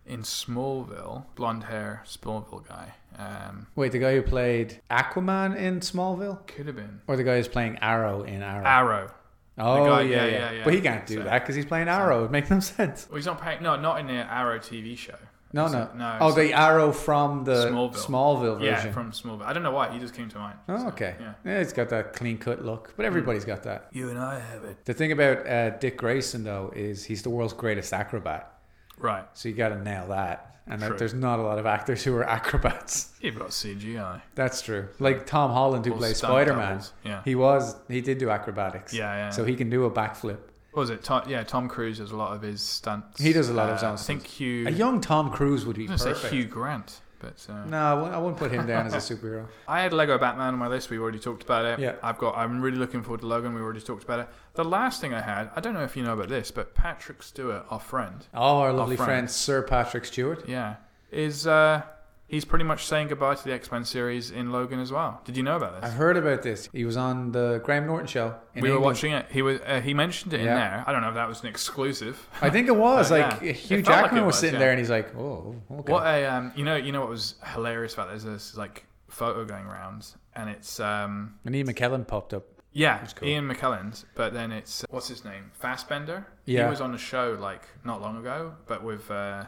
in Smallville, blonde hair Smallville guy. Um, Wait, the guy who played Aquaman in Smallville, could have been or the guy who's playing Arrow in Arrow? Arrow. oh Ah, guy- yeah, yeah, yeah, yeah, yeah. But he can't do So- that because he's playing Arrow. It makes no sense. Well, he's not playing. No, not in the Arrow TV show. No, So- no, no. Oh, so- the Arrow from the Smallville. Smallville, yeah, version. from Smallville. I don't know why he just came to mind. Oh, So, okay. Yeah. Mm. Yeah. it's got that clean cut look, but everybody's got that. You and I have it. The thing about uh, Dick Grayson, though, is he's the world's greatest acrobat. Right. So you got to nail that. And True. like, there's not a lot of actors who are <laughs> acrobats. You've got CGI. That's true. Like Tom Holland, who Or plays stunt Spider Man, doubles. Yeah. he was, he did do acrobatics. Yeah, yeah. So he can do a backflip. What was it? Tom, yeah, Tom Cruise does a lot of his stunts. He does a lot of his Uh, own I think Hugh. A young Tom Cruise would be I was going to say perfect. Hugh Grant, but uh, No, I wouldn't- I wouldn't put him down <laughs> as a superhero. I had Lego Batman on my list. We already talked about it. Yeah. I've got. I'm really looking forward to Logan. We already talked about it. The last thing I had, I don't know if you know about this, but Patrick Stewart, our friend, Oh, our lovely friend. friend. Sir Patrick Stewart. yeah, is uh, he's pretty much saying goodbye to the X Men series in Logan as well. Did you know about I this? heard about this. He was on the Graham Norton show. Uh, In we were England. watching it. He was. Uh, he mentioned it in Yeah. there. I don't know if that was an exclusive. I think it was Uh, like yeah. Hugh It felt like Jackman it was, was, sitting yeah. there and he's like, "Oh, okay." What a um, you know you know what was hilarious about this? There's this like photo going around, and it's um And Ian McKellen popped up. yeah cool. Ian McKellen's, but then it's uh, what's his name Fassbender. Yeah. he was on a show like not long ago, but with uh,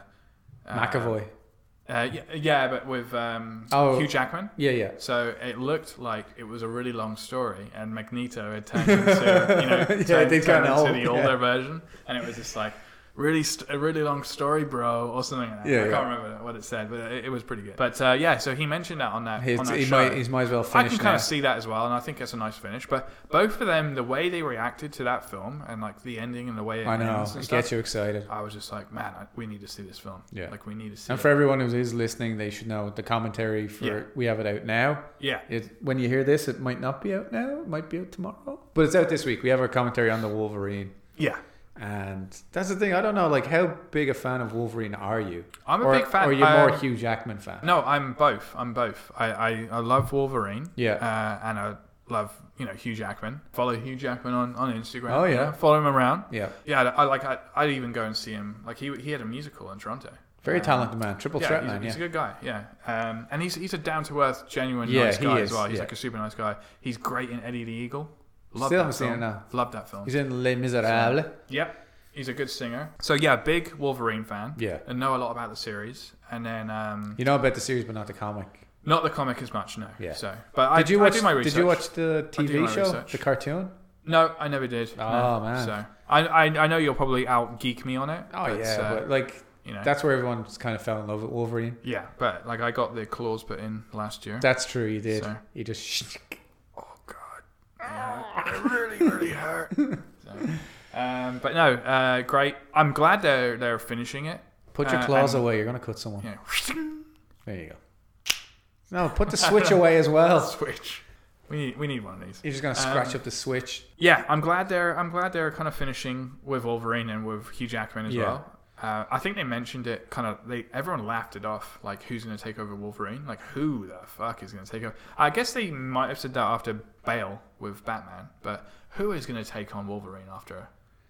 uh, McAvoy. Uh, yeah, yeah, but with um Oh. Hugh Jackman. Yeah, yeah. So it looked like it was a really long story, and Magneto had turned <laughs> into you know Yeah, turned, they turned kinda into old, the yeah. older version, and it was just like really st- a really long story, bro, or something like that. Yeah, I yeah. can't remember what it said, but it, it was pretty good. But uh, yeah, so he mentioned that on that He's, on that he show. might. He might as well I finish. can kind now. of see that as well, and I think that's a nice finish. But both of them, the way they reacted to that film, and like the ending and the way it I know. ends and It stuff, gets you excited. I was just like, man, I, we need to see this film. Yeah. like we need to see. And it. for everyone who is listening, they should know the commentary for Yeah. we have it out now. yeah, It, when you hear this, it might not be out now. It might be out tomorrow, but it's out this week. We have our commentary on the Wolverine, yeah. and that's the thing. I don't know, like how big a fan of Wolverine are you? I'm a Or- big fan. Or you're more Um, Hugh Jackman fan? No, I'm both. I'm both. I, I, I love Wolverine. Yeah. Uh, and I love, you know, Hugh Jackman. Follow Hugh Jackman on, on Instagram. Oh, you yeah. know, follow him around. Yeah, Yeah, I, I like, I, I'd even go and see him. Like, he, he had a musical in Toronto. very Um, talented man. Triple yeah, threat he's, man. he's yeah. a good guy. Yeah, um, and he's he's a down to earth, genuine Yeah, nice he guy is, as well. He's yeah. like a super nice guy. He's great in Eddie the Eagle. Love Still that haven't seen film. it, no. Love that film. He's in Les Miserables. Uh, Yep. He's a good singer. So yeah, big Wolverine fan. Yeah. and know a lot about the series. And then um, You know about the series, but not the comic. Not the comic as much, no. Yeah. So, but I, Did you I watch? do my research. Did you watch the I do my TV show, research. the cartoon? No, I never did. Oh, no. man. So I, I I know you'll probably out geek me on it. Oh but, yeah, uh, but like you know. that's where everyone just kind of fell in love with Wolverine. yeah, but like I got the claws put in last year. That's true. You did. So- You just. <laughs> oh god, yeah, it really really hurt. <laughs> So, um, but no, uh, great. I'm glad they're they're finishing it. Put your Uh, claws and- away. You're gonna cut someone. Yeah, <laughs> There you go. No, put the switch away <laughs> as well. switch. We need we need one of these. You're just gonna scratch up the switch. Yeah, I'm glad they're I'm glad they're kind of finishing with Wolverine and with Hugh Jackman as Yeah. well. Uh, I think they mentioned it kind of they everyone laughed it off like who's going to take over Wolverine? Like who the fuck is going to take over? I guess they might have said that after Bale with Batman, but who is going to take on Wolverine after?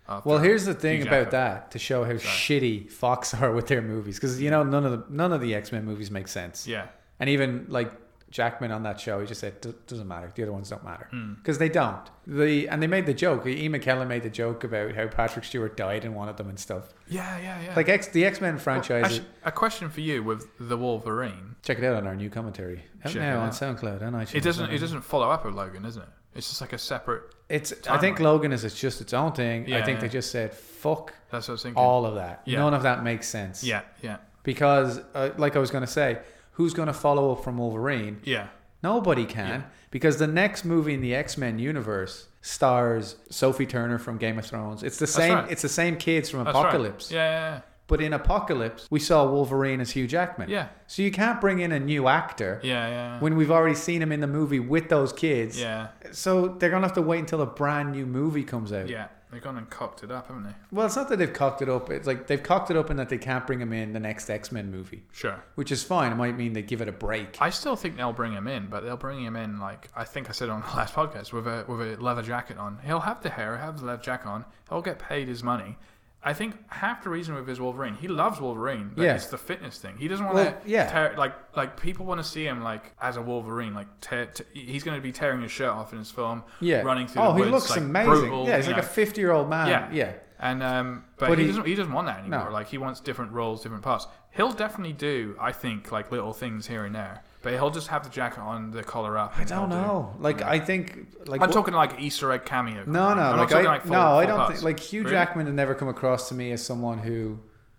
after Well, here's the thing Hugh about Jackman? that to show how shitty Fox <laughs> are with their movies, because you know none of the none of the X Men movies make sense. Yeah. And even like Jackman on that show, he just said, "Do- doesn't matter. The other ones don't matter. Hmm. Because they don't. The, and they made the joke. Ian McKellen made the joke about how Patrick Stewart died in one of them and stuff. Yeah, yeah, yeah. Like X, the X Men Well, franchise. actually, a question for you with the Wolverine. check it out on our new commentary. Out Check now it on out. SoundCloud and iTunes. It doesn't it doesn't follow up with Logan, doesn't it? It's just like a separate. It's. I think Timeline. Logan is it's just its own thing. I Yeah, think yeah. they just said fuck That's what I was thinking. all of that. Yeah. None of that makes sense. yeah, yeah, Because, uh, like I was going to say, who's going to follow up from Wolverine? yeah. Nobody can. Because the next movie in the X Men universe stars Sophie Turner from Game of Thrones. It's the same. right. It's the same kids from That's right. Apocalypse. Yeah, yeah, But in Apocalypse, we saw Wolverine as Hugh Jackman. Yeah. So you can't bring in a new actor yeah, yeah. Yeah. when we've already seen him in the movie with those kids. yeah. So they're gonna have to wait until a brand new movie comes out. Yeah, they've gone and cocked it up, haven't they? Well, it's not that they've cocked it up. It's like they've cocked it up in that they can't bring him in the next X Men movie, Sure. which is fine. It might mean they give it a break. I still think they'll bring him in, but they'll bring him in like I think I said on <laughs> the last podcast with a with a leather jacket on. He'll have the hair, he'll have the leather jacket on. He'll get paid his money. I think half the reason with his Wolverine, he loves Wolverine, but Yeah. it's the fitness thing. He doesn't want to Well, yeah. tear like like people want to see him like as a Wolverine, like tear, te- he's going to be tearing his shirt off in his film, yeah. running through. Oh, the he woods, looks like, amazing. brutal, yeah, he's you like a know. fifty-year-old man. Yeah. Yeah. And um, but, But he, he- doesn't. He doesn't want that anymore. No. Like he wants different roles, different parts. He'll definitely do. I think like little things here and there, but he'll just have the jacket on, the collar up. I don't know. Like, I think like I'm wh- talking like Easter egg cameo. kind No, of thing. no, I'm like not I, talking, like, full- no, I full don't parts. think like Hugh Really? Jackman had never come across to me as someone who,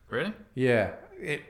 Really? yeah, it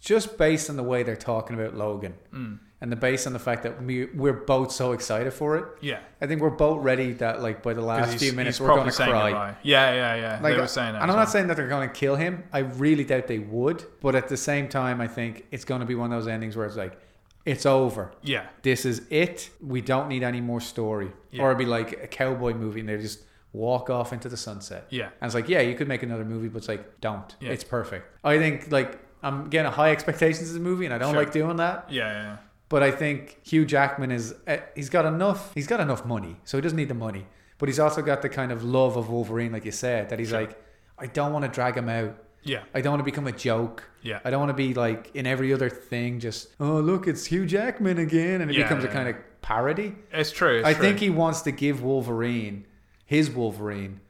just based on the way they're talking about Logan Mm. and the based on the fact that we, we're both so excited for it. Yeah. I think we're both ready that like by the 'Cause last he's- few minutes he's we're probably going to saying cry. goodbye. Yeah, yeah, yeah. Like, they were saying that. and I'm as not well. saying that they're going to kill him. I really doubt they would. But at the same time, I think it's going to be one of those endings where it's like, it's over. Yeah, This is it. We don't need any more story. Yeah. Or it'd be like a cowboy movie and they just walk off into the sunset. yeah, And it's like, yeah, you could make another movie, but it's like, don't. Yeah. It's perfect. I think like I'm getting high expectations of the movie, and I don't Sure. like doing that. yeah, yeah. But I think Hugh Jackman is eh, he's got enough he's got enough money, so he doesn't need the money. But he's also got the kind of love of Wolverine, like you said, that he's Sure. like, I don't want to drag him out. Yeah, I don't want to become a joke. yeah. I don't want to be like in every other thing, just oh look, it's Hugh Jackman again, and it Yeah, becomes a yeah, kind of parody. It's true. It's I true. think he wants to give Wolverine, his Wolverine,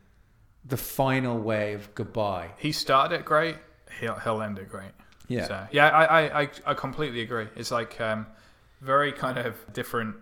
the final wave goodbye. he started it great. He'll he'll end it great. Yeah. So, yeah, I, I, I, I completely agree. It's like um, very kind of different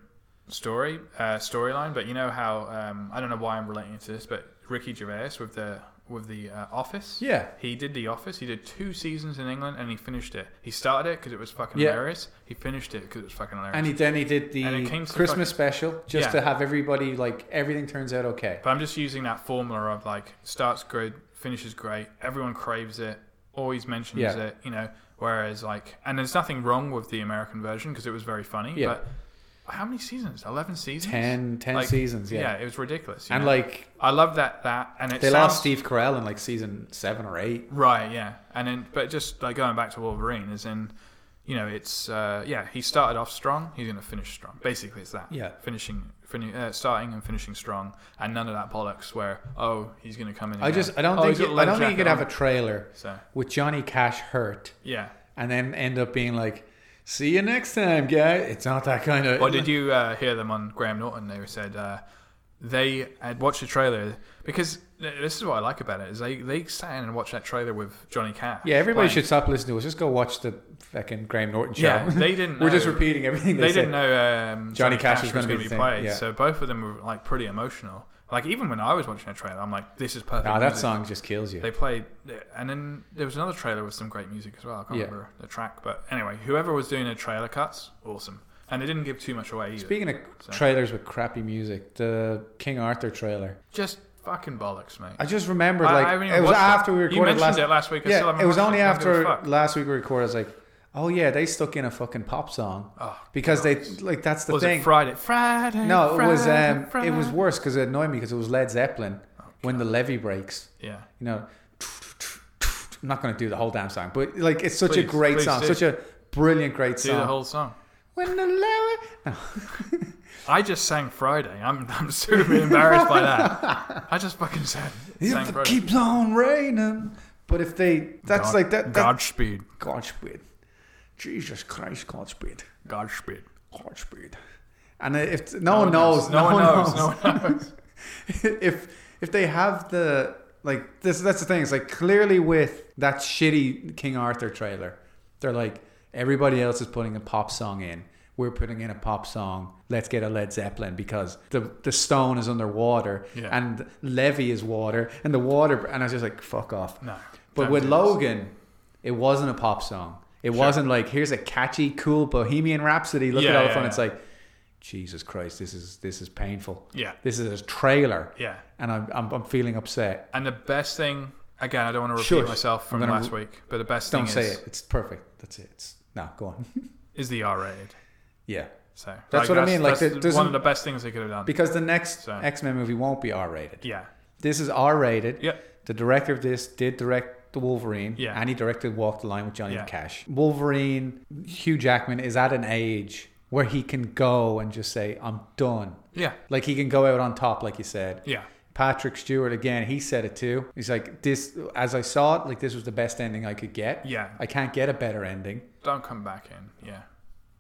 story uh, storyline, but you know how um, I don't know why I'm relating it to this, but Ricky Gervais with the with the uh, Office. Yeah. He did The Office. He did two seasons in England, and he finished it. He started it because it was fucking Yeah. hilarious. He finished it because it was fucking hilarious. And he, then he did And the it came to Christmas special just Yeah. to have everybody like everything turns out okay. But I'm just using that formula of like starts good, finishes great, everyone craves it, always mentions Yeah. it, you know. Whereas like, and there's nothing wrong with the American version because it was very funny. Yeah. But how many seasons? Eleven seasons. 10, 10 Like, seasons, yeah. Yeah, it was ridiculous. you And know? like I love that that and it they sounds lost Steve Carell in like season seven or eight. right, yeah. And then but just like going back to Wolverine is in. You know, it's uh, yeah. He started off strong. He's going to finish strong. Basically, it's that. Yeah. Finishing, fin- uh, starting and finishing strong, and none of that bollocks where oh he's going to come in. I and go, just I don't "Oh, think he's got you, a I leather don't think you jacket could have on." a trailer So with Johnny Cash hurt yeah. and then end up being like, "See you next time, guy." It's not that kind of. Or did you uh, hear them on Graham Norton? They said uh, they had watched the trailer because th- this is what I like about it is they they sat in and watched that trailer with Johnny Cash. Yeah, everybody playing. should stop listening to us. Just go watch the fucking Graham Norton show. Yeah, they didn't. <laughs> We're know, just repeating everything they, They didn't said. know um, Johnny Cash was was gonna be going to be the thing, played. yeah. So both of them were like pretty emotional. Like even when I was watching a trailer, I'm like, this is perfect. Nah, that music. song just kills you. They played, and then there was another trailer with some great music as well. I can't Yeah. remember the track, but anyway, whoever was doing the trailer cuts, awesome, and they didn't give too much away either. Speaking of So- trailers with crappy music, the King Arthur trailer. Just fucking bollocks, mate. I just remembered I- I like haven't even it was watched it. after we You recorded mentioned last. it last week. I still yeah, haven't it was watched only I don't give a after fuck. last week we recorded. I was like, oh yeah, they stuck in a fucking pop song Oh, <laughs> because they like that's the was thing. it Friday? Friday. no, it Friday, was um, Friday. it was worse because it annoyed me because it was Led Zeppelin when the levee breaks. Yeah. You know, I'm not going to do the whole damn song, but like it's such a Please, great please song, do. such a brilliant great Do song. the whole song. when the levee, I just sang Friday. I'm I'm super embarrassed by that. I just fucking sang, sang if it Friday. keeps on raining. But if they, that's God- like that. that Godspeed. Godspeed. Jesus Christ, Godspeed. Godspeed. Godspeed. And if no, one knows. knows, No one knows. No one <laughs> knows. if if they have the like this, that's the thing. It's like clearly with that shitty King Arthur trailer, they're like everybody else is putting a pop song in. we're putting in a pop song. Let's get a Led Zeppelin because the the stone is underwater Yeah. and Levy is water and the water. And I was just like, fuck off. No. But don't with do this. Logan, it wasn't a pop song. It Sure. wasn't like here's a catchy, cool Bohemian Rhapsody. Look at Yeah, all the yeah, fun. yeah. It's like, Jesus Christ, this is this is painful. Yeah. This is a trailer, Yeah. and I'm I'm, I'm feeling upset. And the best thing, again, I don't want to repeat Shush. myself from I'm gonna- last week, but the best Don't thing say is, it. It's perfect. That's it. It's no. Go on. <laughs> is the R rated. yeah. So That's what I mean, like, there- that's there's one an- of the best things they could have done. Because the next So- X Men movie won't be R rated. yeah. This is R rated. Yep. The director of this did direct the Wolverine. Yeah. And he directed Walk the Line with Johnny Yeah. Cash. Wolverine, Hugh Jackman is at an age where he can go and just say, I'm done. Yeah. Like he can go out on top, like you said. Yeah. Patrick Stewart again, he said it too. He's like, This as I saw it, like this was the best ending I could get. Yeah. I can't get a better ending. Don't come back in. Yeah.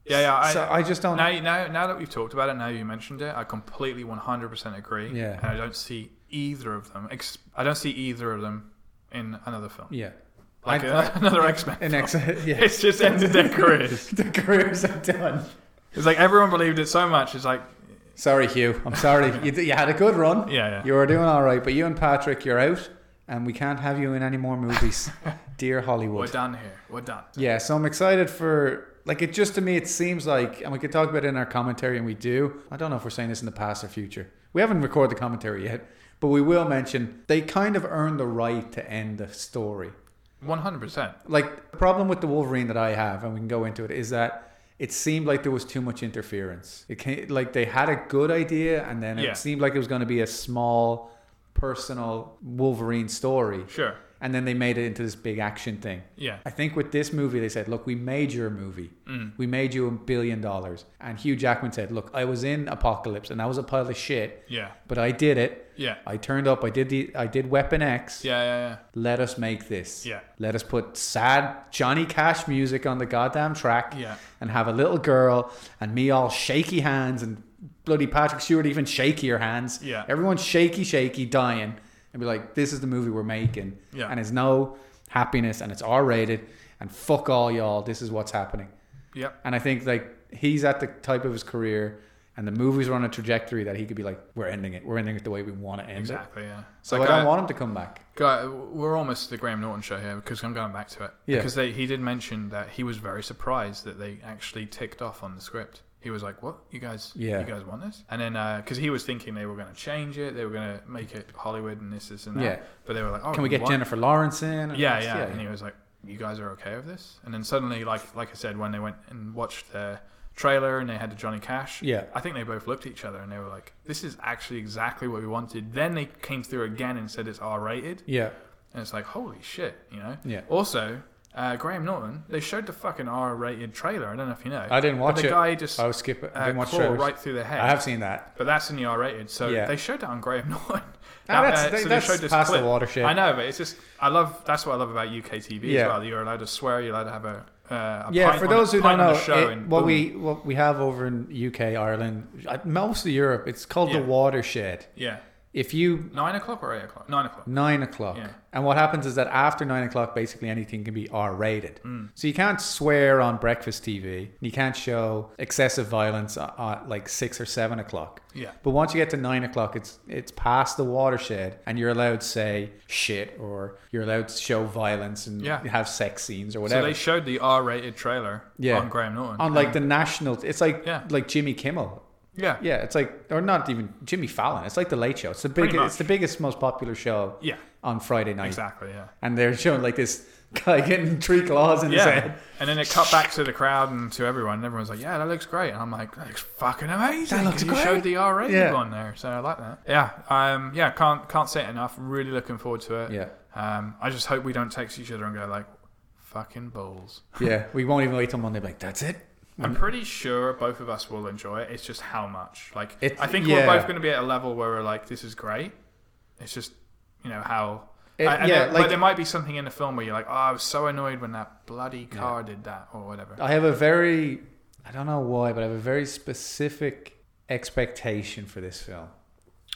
Yeah, yeah. I, so I just don't now, now, now that we've talked about it, now you mentioned it, I completely 100% agree. Yeah. And I don't see either of them. Ex- I don't see either of them in another film. Yeah. Like I- a- <laughs> another X Men. An X <laughs> yeah. It's just ended their careers. <laughs> the careers are done. It's like everyone believed it so much. It's like, Sorry, Hugh. I'm sorry. you, you had a good run. yeah, yeah. You were doing all right, but you and Patrick, you're out, and we can't have you in any <laughs> more movies, dear We're Hollywood. done here. We're done. Yeah, so I'm excited for like it. Just to me, it seems like, and we could talk about it in our commentary, and we do. I don't know if we're saying this in the past or future. We haven't recorded the commentary yet, but we will mention they kind of earned the right to end the story. 100%. Like the problem with the Wolverine that I have, and we can go into it, is that it seemed like there was too much interference. It came, like they had a good idea, and then it Yeah. seemed like it was going to be a small, personal Wolverine story, Sure. and then they made it into this big action thing. Yeah. I think with this movie, they said, "Look, we made your movie. We made you a billion dollars." And Hugh Jackman said, "Look, I was in Apocalypse, and that was a pile of shit, Yeah. but I did it. Yeah. I turned up. I did the. I did Weapon X. Yeah, yeah, yeah. Let us make this. Yeah. Let us put sad Johnny Cash music on the goddamn track. Yeah. And have a little girl and me all shaky hands and bloody Patrick Stewart even shakier hands. Yeah. Everyone shaky, shaky, dying. And be like, this is the movie we're making. Yeah. And it's no happiness and it's R rated and fuck all y'all. This is what's happening. Yep. And I think like he's at the type of his career and the movies are on a trajectory that he could be like, we're ending it. We're ending it the way we want to end it. Exactly. Yeah. So Like, uh, I don't want him to come back. Guy, we're almost the Graham Norton show here because I'm going back to it. Yeah. Because they, he did mention that he was very surprised that they actually ticked off on the script. He was like, "What? You guys? Yeah. You guys want this?" And then because he was thinking they were going to change it, they were going to make it Hollywood and this, this, and that. Yeah. But they were like, "Oh, Can we get what? Jennifer Lawrence in? And Yeah, it's- yeah, And he was like, "You guys are okay with this?" And then suddenly, like like I said, when they went and watched the trailer and they had the Johnny Cash, Yeah. I think they both looked at each other and they were like, "This is actually exactly what we wanted." Then they came through again and said it's R rated, Yeah. and it's like, "Holy shit," you know. Yeah. Also. Uh, Graham Norton, they showed the fucking R-rated trailer. I don't know if you know. I didn't watch but the it. guy just I was skipping. I uh, didn't watch claw trailers. right through the head. I have seen that. But that's in the R-rated, so Yeah. they showed that on Graham <laughs> Norton. Uh, Ah, that's- that- that's past the watershed. I know, but it's just I love. That's what I love about UK TV Yeah. as well. You're allowed to swear. You're allowed to have a, uh, a Yeah, pint for on those the, who don't pint on know, the show it- and what boom. we what we have over in UK, Ireland, uh, most of Europe, it's called the Yeah. watershed. yeah If you nine o'clock or eight o'clock nine o'clock nine o'clock, Yeah. and what happens is that after nine o'clock, basically anything can be R rated. Mm. So you can't swear on breakfast TV. You can't show excessive violence at, at like six or seven o'clock. yeah But once you get to nine o'clock, it's it's past the watershed, and you're allowed to say shit, or you're allowed to show violence and Yeah. have sex scenes so or whatever. they showed the R-rated trailer Yeah. on Graham Norton on like the national, it's like Yeah. like Jimmy Kimmel. yeah yeah Yeah, it's like or not even Jimmy Fallon. It's like the Late Show. It's the big, much. it's the biggest, most popular show yeah on Friday night, exactly yeah and they're showing like this guy getting three claws in his yeah head. and then it cut back to the crowd and to everyone and everyone's like yeah that looks great and I'm like that looks fucking amazing That looks you great. showed the R-rated Yeah. one there so I like that yeah um yeah can't can't say it enough really looking forward to it Yeah, Um, I just hope we don't text each other and go like, "Fucking balls." yeah. We won't even wait till Monday. Like that's it. I'm pretty sure both of us will enjoy it. It's just how much. Like, It- I think yeah. we're both going to be at a level where we're like, "This is great." It's just, you know, how. It- I- and yeah, there- like- but there might be something in the film where you're like, "Oh, I was so annoyed when that bloody car did that," or whatever. I have a very, I don't know why, but I have a very specific expectation for this film.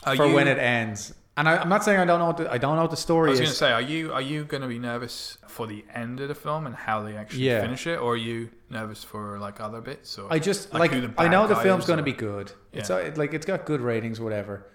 Are for you- when it ends. And I, I'm not saying I don't know what the, I don't know what the I story was is. going to say, are you are you going to be nervous for the end of the film and how they actually Yeah. finish it, or are you nervous for like other bits? Or I just Like like, who the I bad know the guy film's is going to or- be good. It's Yeah. uh, like it's got good ratings, whatever.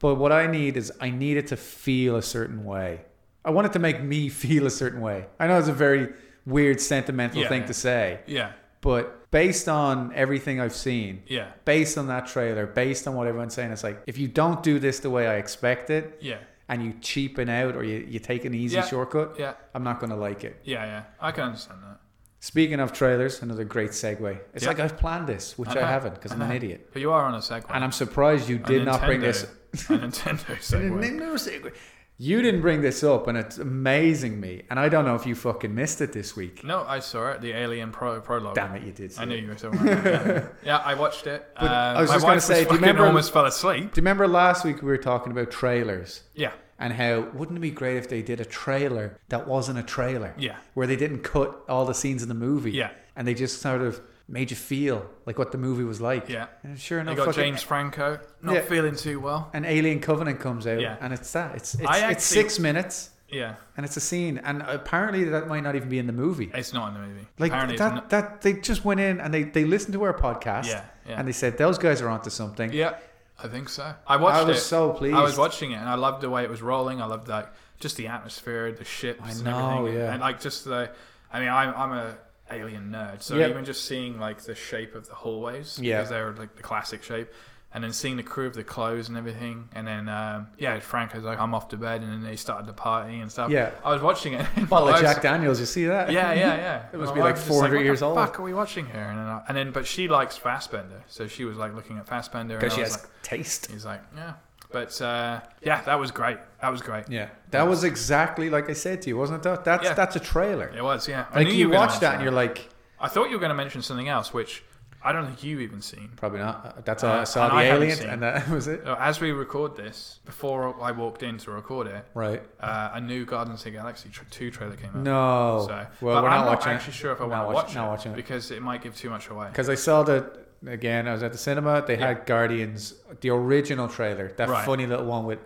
But what I need is I need it to feel a certain way. I want it to make me <laughs> feel a certain way. I know it's a very weird, sentimental Yeah, thing yeah. to say, yeah, but based on everything I've seen, yeah, based on that trailer, based on what everyone's saying, it's like if you don't do this the way I expect it, yeah, and you cheapen out or you, you take an easy Yeah. shortcut, yeah, I'm not going to like it. yeah, yeah. I can understand that. Speaking of trailers, another great segue. It's Yeah. like I've planned this, which I, know, haven't because I I'm an know. idiot. But you are on a segue. And I'm surprised you A did not bring Nintendo- this. a <laughs> Nintendo segue. Nintendo segue. You didn't bring this up, and it's amazing me. And I don't know if you fucking missed it this week. No, I saw it. The Alien pro- prologue. Damn it, you did. I see knew it. you were talking about that. Yeah, I watched it. But Um, I was my just gonna wife was say, do you fucking remember- almost fell asleep. Do you remember last week we were talking about trailers Yeah, and how wouldn't it be great if they did a trailer that wasn't a trailer? yeah, where they didn't cut all the scenes in the movie. Yeah. And they just sort of made you feel like what the movie was like. yeah. And sure You enough, got fucking- James Franco not Yeah. feeling too well. <laughs> an Alien Covenant comes out, Yeah. and it's that. It's it's, I it's actually- six minutes, Yeah, and it's a scene, and apparently that might not even be in the movie. it's not in the movie. Like Apparently, that, it's that they just went in and they they listened to our podcast, not. Yeah, yeah. and they said those guys are onto something. Yeah, I think so. I watched I was it. so pleased. I was watching it, and I loved the way it was rolling. I loved like just the atmosphere, the ships, I and know, everything, yeah. and like just the. I mean, I'm I'm a alien nerd, so Yeah. even just seeing like the shape of the hallways, Yeah. because they're like the classic shape. And then seeing the crew of the clothes and everything, and then um, yeah, Franco's like, "I'm off to bed," and then they started the party and stuff. Yeah. I was watching it. <laughs> Bottle I of was- Jack Daniels, you see that? yeah, yeah, <laughs> yeah. It must My be wife like was just 400 what years the old. Fuck, are we watching here? And then, I, and then, but she likes Fassbender, so she was like looking at Fassbender. and because I she was has like, taste. He's like, yeah, but uh, yeah, that was great. That was great. Yeah, that was exactly like I said to you, wasn't it? That that's Yeah. that's a trailer. It was, yeah. I Like knew you were gonna watch that and mention you're like, I thought you were going to mention something else, which I don't think you've even seen. Probably not. That's all I Uh, saw and the I haven't alien, seen. and that <laughs> was it. Uh, As we record this, before I walked in to record it, Right. uh, a new Guardians of the Galaxy tr- two trailer came out. No. So, well, but we're I'm not watching actually sure if I Not want to watch- watch, not it watching it. because it might give too much away. because I saw that again. I was at the cinema. They had Guardians, the original trailer, that Right. funny little one with.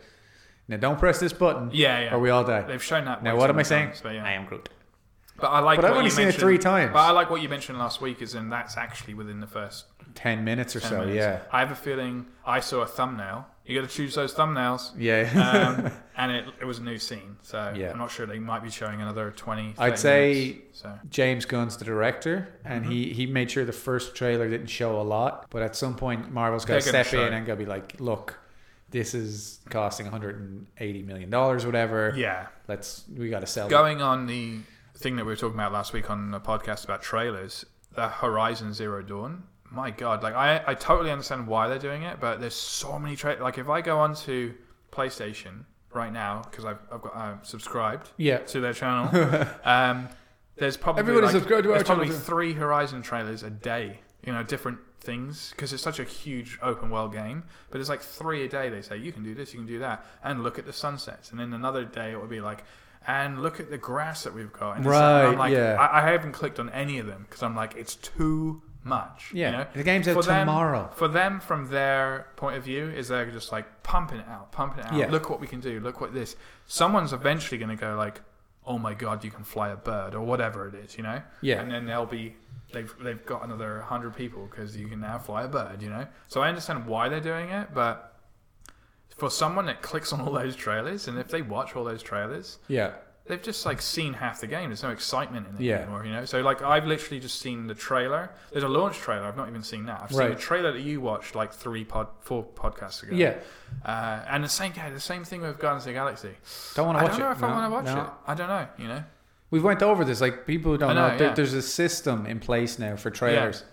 Now don't press this button, Yeah, yeah. or we all die. They've shown that. Now way what too am I many saying? times, but, yeah. am Groot. But I like. But I've what only you seen it mentioned- three times. But I like what you mentioned last week, is in that's actually within the first Ten minutes or 10 so. minutes. Yeah. I have a feeling I saw a thumbnail. You got to choose those thumbnails. <laughs> Yeah. Um, and it, it was a new scene. So Yeah. I'm not sure they might be showing another 20. 30 I'd say- minutes. So, James Gunn's the director, and Mm-hmm. he, he made sure the first trailer didn't show a lot. But at some point, Marvel's got to They're gonna step show in it. and got to be like, look, this is costing 180 million dollars, whatever. yeah. Let's we got to sell. it. Going on the thing that we were talking about last week on the podcast about trailers, the Horizon Zero Dawn. My God. Like, I, I totally understand why they're doing it, but there's so many trailers. Like, if I go onto PlayStation right now, because I've, I've got I'm subscribed Yeah. to their <laughs> channel, um, there's probably Everybody like, subscribe to our there's probably channel. three Horizon trailers a day. You know, different things because it's such a huge open world game. But it's like three a day. They say you can do this, you can do that, and look at the sunsets. And then another day it would be like, and look at the grass that we've got. And it's like- Right, I'm like, yeah. I, I haven't clicked on any of them because I'm like, it's too much. you Yeah. know? The game's out For them- tomorrow. for them, from their point of view, is they're just like pumping it out, pumping it out. Yeah. Look what we can do. Look what this. Someone's eventually going to go like, "Oh my god, you can fly a bird" or whatever it is, you know. Yeah. And then they'll be they've they've got another hundred people because you can now fly a bird, you know. So I understand why they're doing it, but for someone that clicks on all those trailers and if they watch all those trailers, Yeah. they've just like seen half the game. There's no excitement in it Yeah. anymore, you know. So like I've literally just seen the trailer. There's a launch trailer. I've not even seen that. I've seen Right. the trailer that you watched like three pod four podcasts ago. Yeah. Uh, and the same yeah, the same thing with Guardians of the Galaxy. Don't want I, to watch don't know it. if I want to watch it. I don't know. You know. We've went over this. Like people who don't I know, know, there, yeah. there's a system in place now for trailers.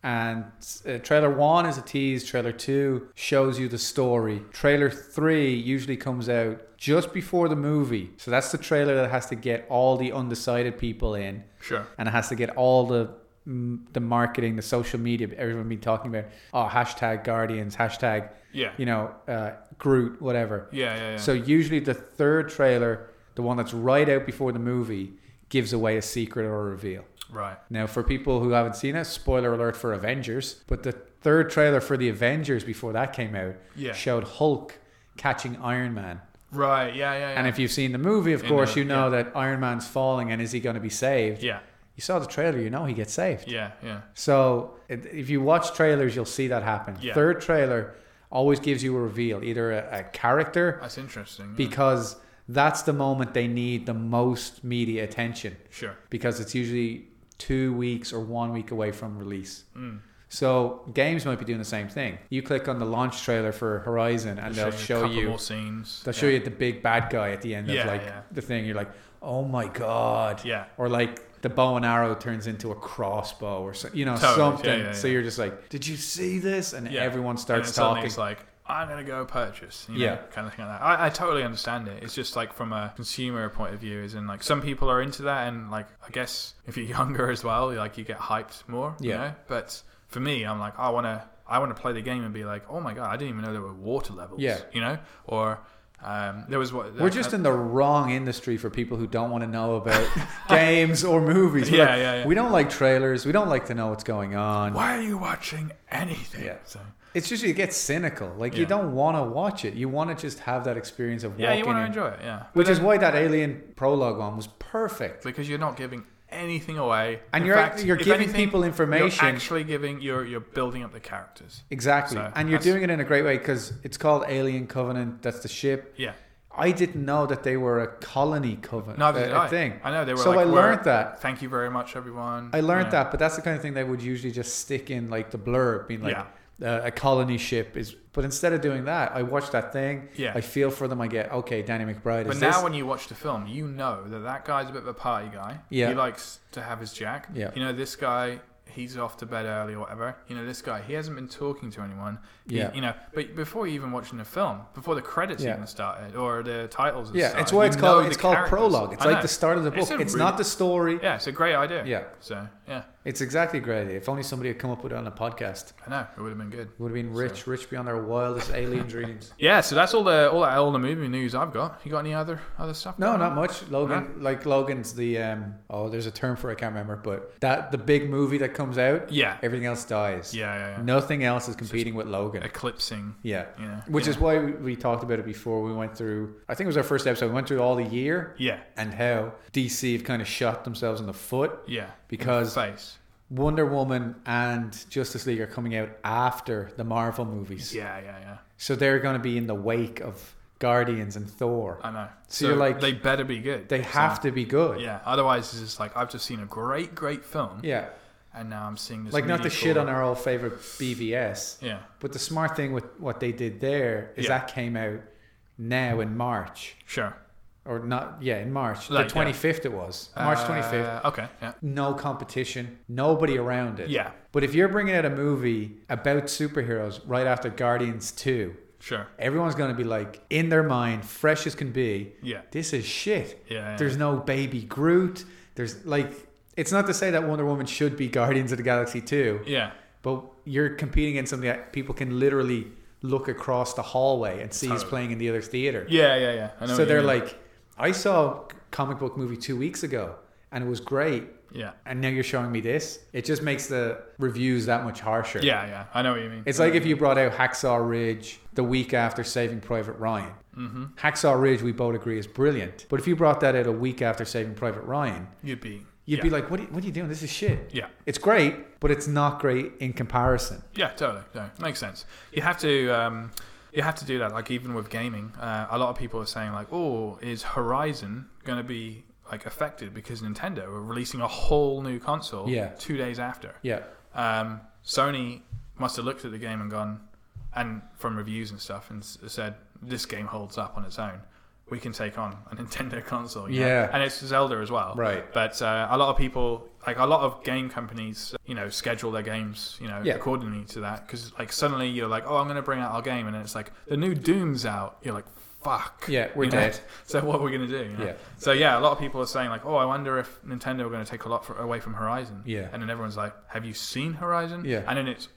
And uh, trailer one is a tease. Trailer two shows you the story. Trailer three usually comes out just before the movie. So that's the trailer that has to get all the undecided people in, Sure. and it has to get all the mm, the marketing, the social media, everyone been talking about. Oh, hashtag Guardians, hashtag Yeah. you know uh, Groot, whatever. Yeah. Yeah. yeah. So usually the third trailer, the one that's right out before the movie, gives away a secret or a reveal. right. Now, for people who haven't seen it, spoiler alert for Avengers, but the third trailer for the Avengers before that came out Yeah. showed Hulk catching Iron Man. Right. Yeah. Yeah. yeah. And if you've seen the movie, of You course, know, you know that Iron Man's falling and is he going to be saved? yeah. You saw the trailer, you know he gets saved. Yeah. Yeah. So it- if you watch trailers, you'll see that happen. Yeah. Third trailer always gives you a reveal, either a, a character, That's interesting. yeah. Mm-hmm. because that's the moment they need the most media attention, Sure. because it's usually two weeks or one week away from release. Mm. So games might be doing the same thing. You click on the launch trailer for Horizon, and they'll a show couple you more scenes. they'll show you the big bad guy at the end Yeah, of like yeah. the thing. You're like, oh my god, Yeah. or like the bow and arrow turns into a crossbow or so, you know Totally. Yeah, something. yeah, So yeah. you're just like, did you see this? And Yeah. everyone And starts then suddenly talking. It's like I'm gonna go purchase. You know, Yeah. Kind of thing like that. I, I totally understand it. It's just like from a consumer point of view, is in like some people are into that, and like I guess if you're <laughs> younger as well, like you get hyped more. You Yeah. know? But for me, I'm like I wanna I wanna play the game and be like, oh my god, I didn't even know there were water levels. Yeah. You know, or um, there was what We're just in the wrong industry for people who don't want to know about <laughs> games or movies. We're Yeah, like, yeah, yeah. We don't like trailers. We don't like to know what's going on. Why are you watching anything? Yeah. So, It's just you get cynical. Like you Yeah. don't want to watch it. You want to just have that experience of yeah, walking you want to in, enjoy it. Yeah. which is why that Alien prologue one was perfect. because you're not giving anything away, And In you're fact, you're if giving anything, people information. You're actually giving you're you're building up the characters. Exactly. So, and you're that's- doing it in a great way because it's called Alien Covenant. That's the ship. Yeah, I didn't know that they were a colony covenant. neither a- did a I. thing. I know they were. So like, I we're- learned that. Thank you very much, everyone. I learned You know, that, but that's the kind of thing they would usually just stick in like the blurb, being like uh, a colony ship is. But instead of doing that, I watched that thing. Yeah. I feel for them. I get okay, Danny McBride. But is now, this- when you watch the film, you know that that guy's a bit of a party guy. Yeah. he likes to have his jack. Yeah. you know this guy. He's off to bed early or whatever. You know this guy. He hasn't been talking to anyone. He- Yeah. you know. But before you even watching the film, before the credits Yeah. even started or the titles. had yeah, started, it's why you it's know called the it's called characters. prologue. It's I like know. the start of the book. It's It's, a really- not the story. Yeah, it's a great idea. Yeah. So yeah, It's exactly a great. idea. If only somebody had come up with it on a podcast, I know it would have been good. it would have been rich, rich beyond our <laughs> wildest alien dreams. Yeah, so that's all the all the all the movie news I've got. You got any other other stuff? No, not much. Logan, like Logan's the um, oh, there's a term for it, I can't remember, but that the big movie that comes out, Yeah, everything else dies. yeah, yeah. yeah. Nothing else is competing with Logan. Eclipsing, Yeah, you know, which yeah. is why we- we talked about it before. We went through, I think it was our first episode. We went through all the year yeah, and how DC have kind of shot themselves in the foot yeah, because face. Wonder Woman and Justice League are coming out after the Marvel movies, Yeah, yeah, yeah. so they're going to be in the wake of Guardians and Thor. I know. So you're like- they better be good. They have to be good. Yeah, otherwise it's just like I've just seen a great, great film, yeah. and now I'm seeing this. like not the mediocre- shit on our old favorite BVS, <laughs> Yeah, but the smart thing with what they did there is Yeah. that came out now in March sure. or not? Yeah, in March, Like, the yeah. twenty fifth it was March twenty fifth. Uh, okay. Yeah. No competition, nobody around it. Yeah. But if you're bringing out a movie about superheroes right after Guardians two, Sure. everyone's going to be like in their mind, fresh as can be. Yeah. This is shit. Yeah. yeah. There's no baby Groot. There's like, it's not to say that Wonder Woman should be Guardians of the Galaxy two. yeah. But you're competing in something that people can literally look across the hallway and see who's Totally. playing in the other theater. Yeah. Yeah. Yeah. I know what so you they're mean. like, I saw a comic book movie two weeks ago and it was great. Yeah. And now you're showing me this. It just makes the reviews that much harsher. Yeah. Yeah. I know what you mean. It's like if you brought out Hacksaw Ridge the week after Saving Private Ryan. mm-hmm. Hacksaw Ridge, we both agree, is brilliant. But if you brought that out a week after Saving Private Ryan, You'd be. you'd yeah. be like, what are, you, what are you doing? This is shit. Yeah. It's great, but it's not great in comparison. Yeah, totally. No, makes sense. You have to. Um, you have to do that. Like even with gaming, uh, a lot of people are saying like, "Oh, is Horizon going to be like affected because Nintendo are releasing a whole new console Yeah. two days after?" Yeah. Um, Sony must have looked at the game and gone, and from reviews and stuff, and s- said this game holds up on its own. We can take on a <laughs> Nintendo console. you know? Yeah. and it's Zelda as well. Right. But uh, a lot of people, like a lot of game companies, you know, schedule their games, you know, Yeah. accordingly to that. Because like suddenly you're like, oh, I'm going to bring out our game, and then it's like the new Doom's out. You're like, fuck. Yeah, we're You know? dead. <laughs> So what are we going to do? you know? Yeah. So yeah, a lot of people are saying like, oh, I wonder if Nintendo are going to take a lot fr away from Horizon. Yeah. And then everyone's like, have you seen Horizon? Yeah. And then it's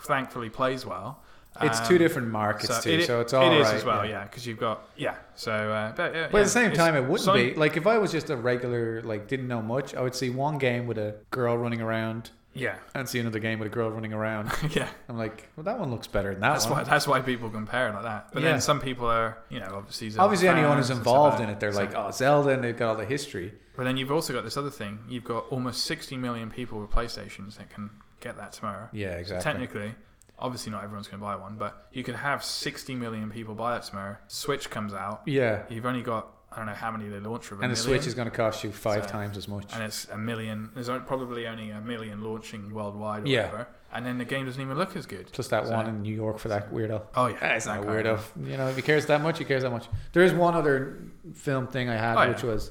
thankfully plays well. It's Um, two different markets too, it- so it's all right. It is as well, yeah, because you've got yeah. So, uh, but, yeah, But at the same time, it wouldn't some, be like if I was just a regular, like didn't know much. I would see one game with a girl running around Yeah, <laughs> and see another game with a girl running around. yeah. I'm like, well, that one looks better than that That's one. why that's why people compare like that. But Yeah. then some people are, you know, obviously Zelda Obviously, anyone fans who's and stuff involved like in it, they're that. like, So- oh, Zelda, and they've got all the history. But then you've also got this other thing. You've got almost 60 million people with PlayStations that can get that tomorrow. Yeah, exactly. Technically, obviously not everyone's going to buy one, but you could have 60 million people buy that tomorrow. Switch comes out. yeah, You've only got I don't know how many they launch of a and million. the Switch is going to cost you five So- times as much. and it's a million. There's only- probably only a million launching worldwide or Yeah. whatever. And then the game doesn't even look as good. Plus that So- one in New York for that weirdo. Oh yeah, That's not that a guy. weirdo. You know, if he cares that much, he cares that much. There is one other film thing I had, Oh, yeah. which was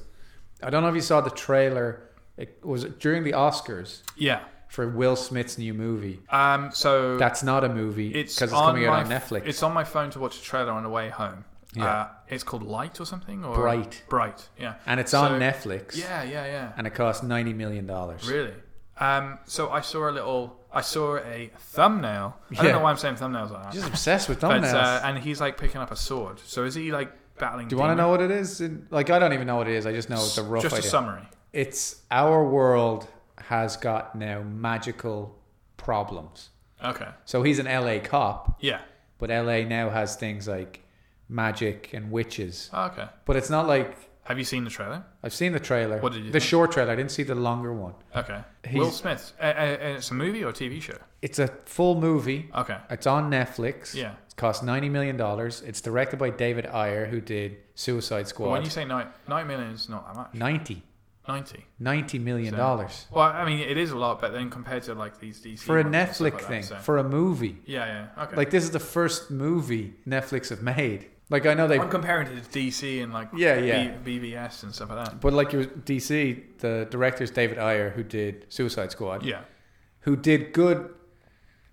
I don't know if you saw the trailer. It was during the Oscars Yeah. for Will Smith's new movie. Um. So That's not a movie because it's it's, on coming out my on f- Netflix. It's on my phone to watch a trailer on the way home. Yeah. Uh, it's called Light or something or Bright. Bright. Yeah. and it's so- on Netflix. Yeah. Yeah. Yeah. And it cost ninety million dollars. Really? Um, so I saw a little. I saw a thumbnail. I Yeah. don't know why I'm saying thumbnails like that. Just obsessed with But, thumbnails. uh, and he's like picking up a sword. So is he like battling? Do you want to know what it is? In- Like I don't even know what it is. I just know the rough Just idea. a summary. it's our world has got now magical problems. Okay. So he's an LA cop. Yeah. But LA now has things like magic and witches. Oh, Okay. But it's not like Have you seen the trailer? I've seen the trailer. What did you the think? short trailer. I didn't see the longer one. Okay. Will He's- Smith. Uh, uh, and it's a movie or a TV show. It's a full movie. Okay. It's on Netflix. Yeah. It cost ninety million dollars. It's directed by David Ayer, who did Suicide Well, Squad. when you say nine, nine million is not that much. 90. Ninety. 90 million So- dollars Well, I mean, it is a lot, but then compared to like these DC for a ones and stuff Netflix like that, thing, so- for a movie. Yeah. Yeah. Okay. Like this is the first movie Netflix have made. Like I know they I'm comparing it to DC and like Yeah, yeah. B- BBS and stuff like that. <laughs> but like your DC, the director's David Ayer who did Suicide Squad. Yeah. who did good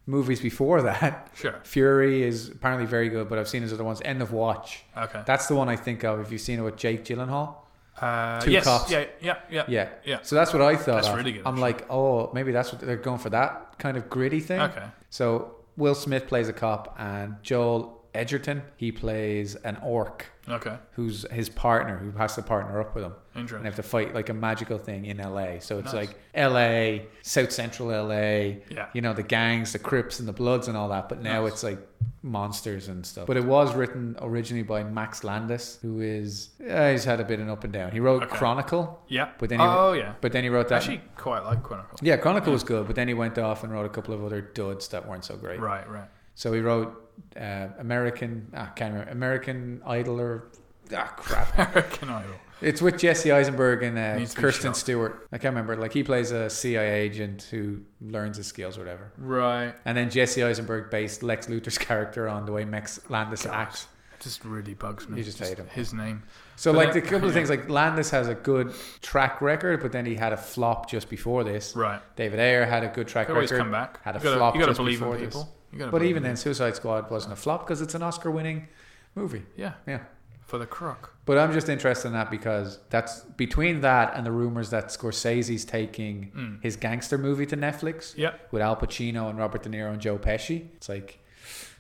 movies before that. <laughs> Sure. Fury is apparently very good, but I've seen his other ones. End of Watch. Okay. That's the one I think of. If you've seen it with Jake Gyllenhaal, Uh, Two yes. cops. Yeah. Yeah. Yeah. yeah, Yeah. So that's what I thought. That's of. really good, I'm like, oh, maybe that's what they're going for. That kind of gritty thing. Okay. So Will Smith plays a cop, and Joel Edgerton he plays an orc Okay. who's his partner who has to partner up with him. And they Interesting. have to fight like a magical thing in LA. So it's Nice. like LA, South Central LA, Yeah. you know, the gangs, the Crips and the Bloods and all that. But now Nice. it's like monsters and stuff. But it was written originally by Max Landis, who is, uh, he's had a bit of an up and down. He wrote Okay. Chronicle, Yeah. But then he- oh yeah. but then he wrote that. Actually, quite like Chronicle. yeah, Chronicle was good, but then he went off and wrote a couple of other duds that weren't so great. Right. Right. <laughs> So he wrote uh, American, ah, can't remember, American Idol or, ah, crap. American Idol. It's with Jesse Eisenberg and uh, Needs to be Kirsten shot. Stewart. I can't remember. Like he plays a CIA agent who learns his skills, or whatever. Right. And then Jesse Eisenberg based Lex Luthor's <laughs> character on the way Max Landis God. acts. Just really bugs me. You just hate him. His name. So But like the then- couple of things, like Landis has a good track record, but then he had a flop just before this. Right. David Ayer had a good track Could always record, come back. had a you gotta, flop You gotta just believe in before people. You gotta but believe even in- then, Suicide Squad wasn't a flop because it's an Oscar-winning movie. Yeah. Yeah. For the crook. But I'm just interested in that because that's between that and the rumors that Scorsese's taking Mm. his gangster movie to Netflix Yeah. with Al Pacino and Robert De Niro and Joe Pesci. It's like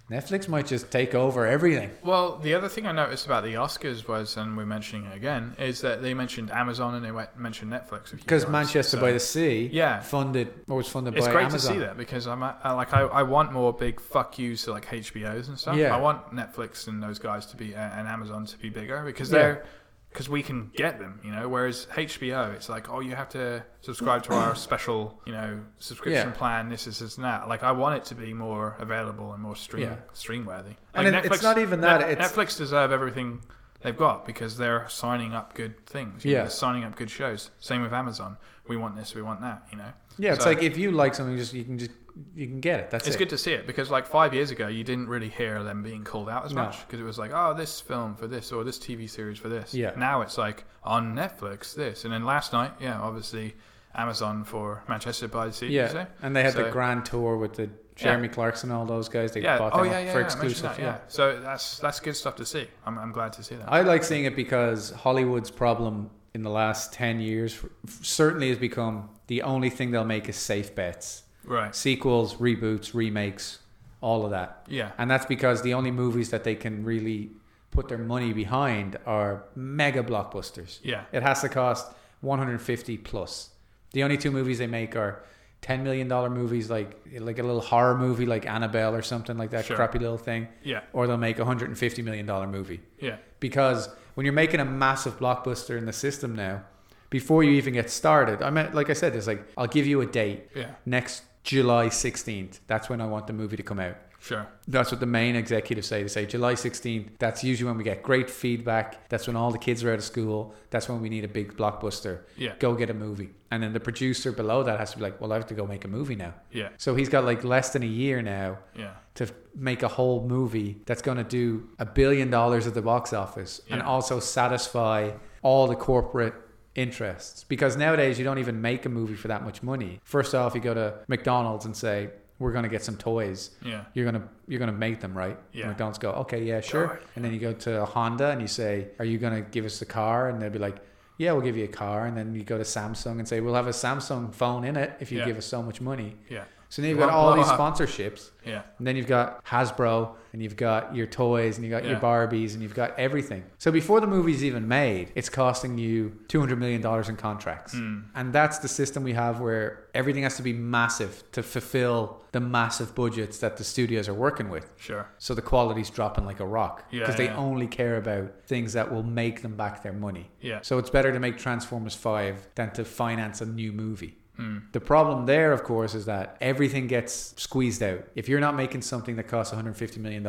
Netflix might just take over everything. Well, the other thing I noticed about the Oscars was, and we're mentioning it again, is that they mentioned Amazon and they went- mentioned Netflix. a few Because times. Manchester So- by the Sea, Yeah. funded or was funded it's by great Amazon. to see that because I'm uh, like I, I want more big fuck yous to like HBOs and stuff. Yeah. I want Netflix and those guys to be uh, and Amazon to be bigger because Yeah. they're because we can get them, you know. Whereas HBO, it's like oh you have to subscribe to our special you know subscription Yeah. plan. This is this and that. Like I want it to be more available and more stream Yeah. stream worthy. And Like, it- it's not even that, Net- it's- Netflix deserve everything. They've got because they're signing up good things. you know, Yeah. they're signing up good shows. Same with Amazon. We want this. We want that. You know. Yeah, it's So- like if you like something, just you can just you can get it. That's it's it. good to see it because like five years ago you didn't really hear them being called out as No. much because it was like oh this film for this or this tv series for this Yeah. now it's like on netflix this and then last night yeah obviously amazon for manchester by the sea did you Yeah, say? and they had the So- grand tour with the Jeremy Clarkson, all those guys. They yeah bought them oh yeah up yeah, for yeah, I mentioned exclusive. that, yeah. so that's that's good stuff to see i'm, I'm glad to see that I like seeing it because Hollywood's problem in the last 10 years f- certainly has become the only thing they'll make is safe bets. right Sequels, reboots, remakes, all of that. yeah And that's because the only movies that they can really put their money behind are mega blockbusters. yeah It has to cost 150 plus. The only two movies they make are ten million dollar movies, like like a little horror movie, like Annabelle or something like that Sure. crappy little thing, Yeah. or they'll make a hundred and fifty million dollar movie Yeah. because when you're making a massive blockbuster in the system now, before you even get started, I mean, like I said, there's like I'll give you a date Yeah. next July sixteenth. That's when I want the movie to come out. Sure. That's what the main executives say. They say July 16th. That's usually when we get great feedback. That's when all the kids are out of school. That's when we need a big blockbuster. Yeah. Go get a movie. And then the producer below that has to be like, well, I have to go make a movie now. Yeah. So he's got like less than a year now Yeah. to f- make a whole movie that's going to do a billion dollars at the box office and Yeah. also satisfy all the corporate interests. Because nowadays you don't even make a movie for that much money. First off, you go to McDonald's and say, we're going to get some toys Yeah. you're gonna you're gonna make them right Yeah. And mcdonald's go okay yeah sure God. and then you go to honda and you say are you gonna give us the car and they'll be like yeah we'll give you a car and then you go to samsung and say we'll have a samsung phone in it if you Yeah. give us so much money Yeah. so now you've Well, got all blow these up. sponsorships Yeah. and then you've got hasbro and you've got your toys and you've got Yeah. your barbies and you've got everything so before the movie's even made it's costing you $200 million in contracts Hmm. and that's the system we have where everything has to be massive to fulfill the massive budgets that the studios are working with Sure. so the quality's dropping like a rock Yeah, because they yeah. only care about things that will make them back their money. Yeah. So it's better to make Transformers 5 than to finance a new movie. Hmm. The problem there, of course, is that everything gets squeezed out. If you're not making something that costs $150 million,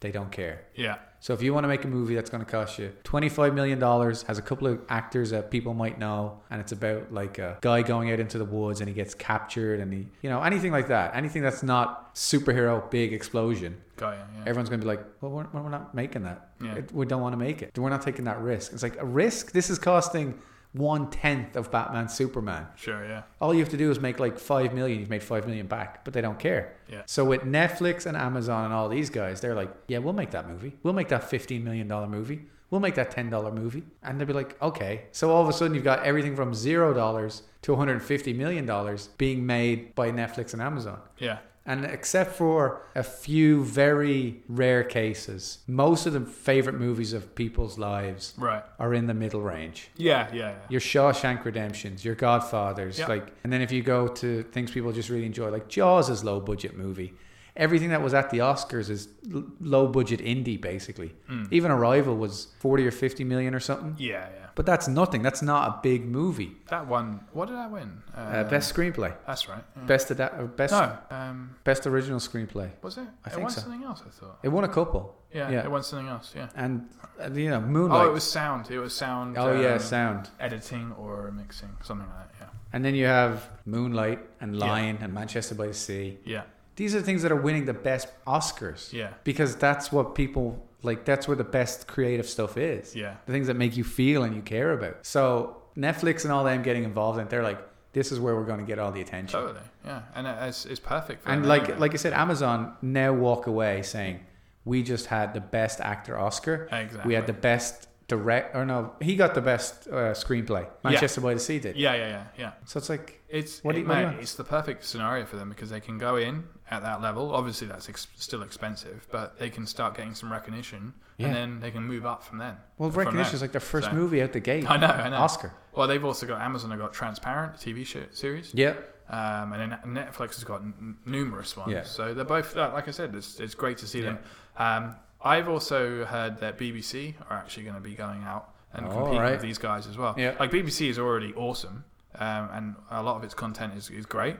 they don't care. Yeah. So if you want to make a movie that's going to cost you $25 million, has a couple of actors that people might know, and it's about like a guy going out into the woods and he gets captured and he, you know, anything like that, anything that's not superhero big explosion, Got you. Yeah. everyone's going to be like, well, we're, we're not making that. Mm. Yeah. It- We don't want to make it. We're not taking that risk. It's like a risk. This is costing one tenth of Batman Superman. Sure. Yeah. All you have to do is make like five million. You've made five million back, but they don't care. Yeah. So with Netflix and Amazon and all these guys, they're like, yeah, we'll make that movie. We'll make that fifteen million dollar movie. We'll make that ten dollar movie, and they'll be like, okay. So all of a sudden, you've got everything from zero dollars to one hundred fifty million dollars being made by Netflix and Amazon. Yeah. And except for a few very rare cases, most of the favorite movies of people's lives Right. are in the middle range. Yeah. Yeah. Yeah. Your Shawshank Redemptions, your Godfathers, Yeah. like, and then if you go to things people just really enjoy, like Jaws is low budget movie. Everything that was at the Oscars is l- low budget indie, basically. Hmm. Even Arrival was forty or fifty million or something. Yeah. Yeah. But that's nothing. That's not a big movie. That one. What did I win? Uh, Uh, best screenplay, That's right. yeah. best of that, best No. Um. best original screenplay. Was it? I it think won so. something else. I thought. It won a couple. Yeah, Yeah. It won something else. Yeah. and uh, you know moonlight. Oh, it was sound. It was sound. Oh, yeah, um, sound. Editing or mixing, something like that. And then you have Moonlight and Lion and Manchester by the Sea. Yeah. These are the things that are winning the best Oscars. Yeah. Because that's what people like. That's where the best creative stuff is. Yeah. The things that make you feel and you care about. So Netflix and all them getting involved in, it, they're like, this is where we're going to get all the Yeah. attention. Totally. Yeah. And it- it's, it's perfect for And them like anyway. like I said, Amazon now walk away saying, we just had the best actor Oscar. exactly. We had the best direct, or no, he got the best uh, screenplay. Manchester by the Sea did. Yeah, yeah, yeah, yeah. So it's like, It's What it- do you- what do you mate, want? it's the perfect scenario for them because they can go in at that level. Obviously, that's ex- still expensive, but they can start getting some recognition, Yeah. and then they can move up from then. well, from recognition there. is like their first So- movie out the gate. I know, I know. Oscar. Well, they've also got Amazon. Have got Transparent the TV show, series. Yeah. Um, and then Netflix has got n- numerous ones. Yeah. So they're both, like like I said, it's, it's great to see them. Um, I've also heard that BBC are actually going to be going out and Oh, competing right. with these guys as well. Yeah. Like BBC is already awesome, um, and a lot of its content is, is great.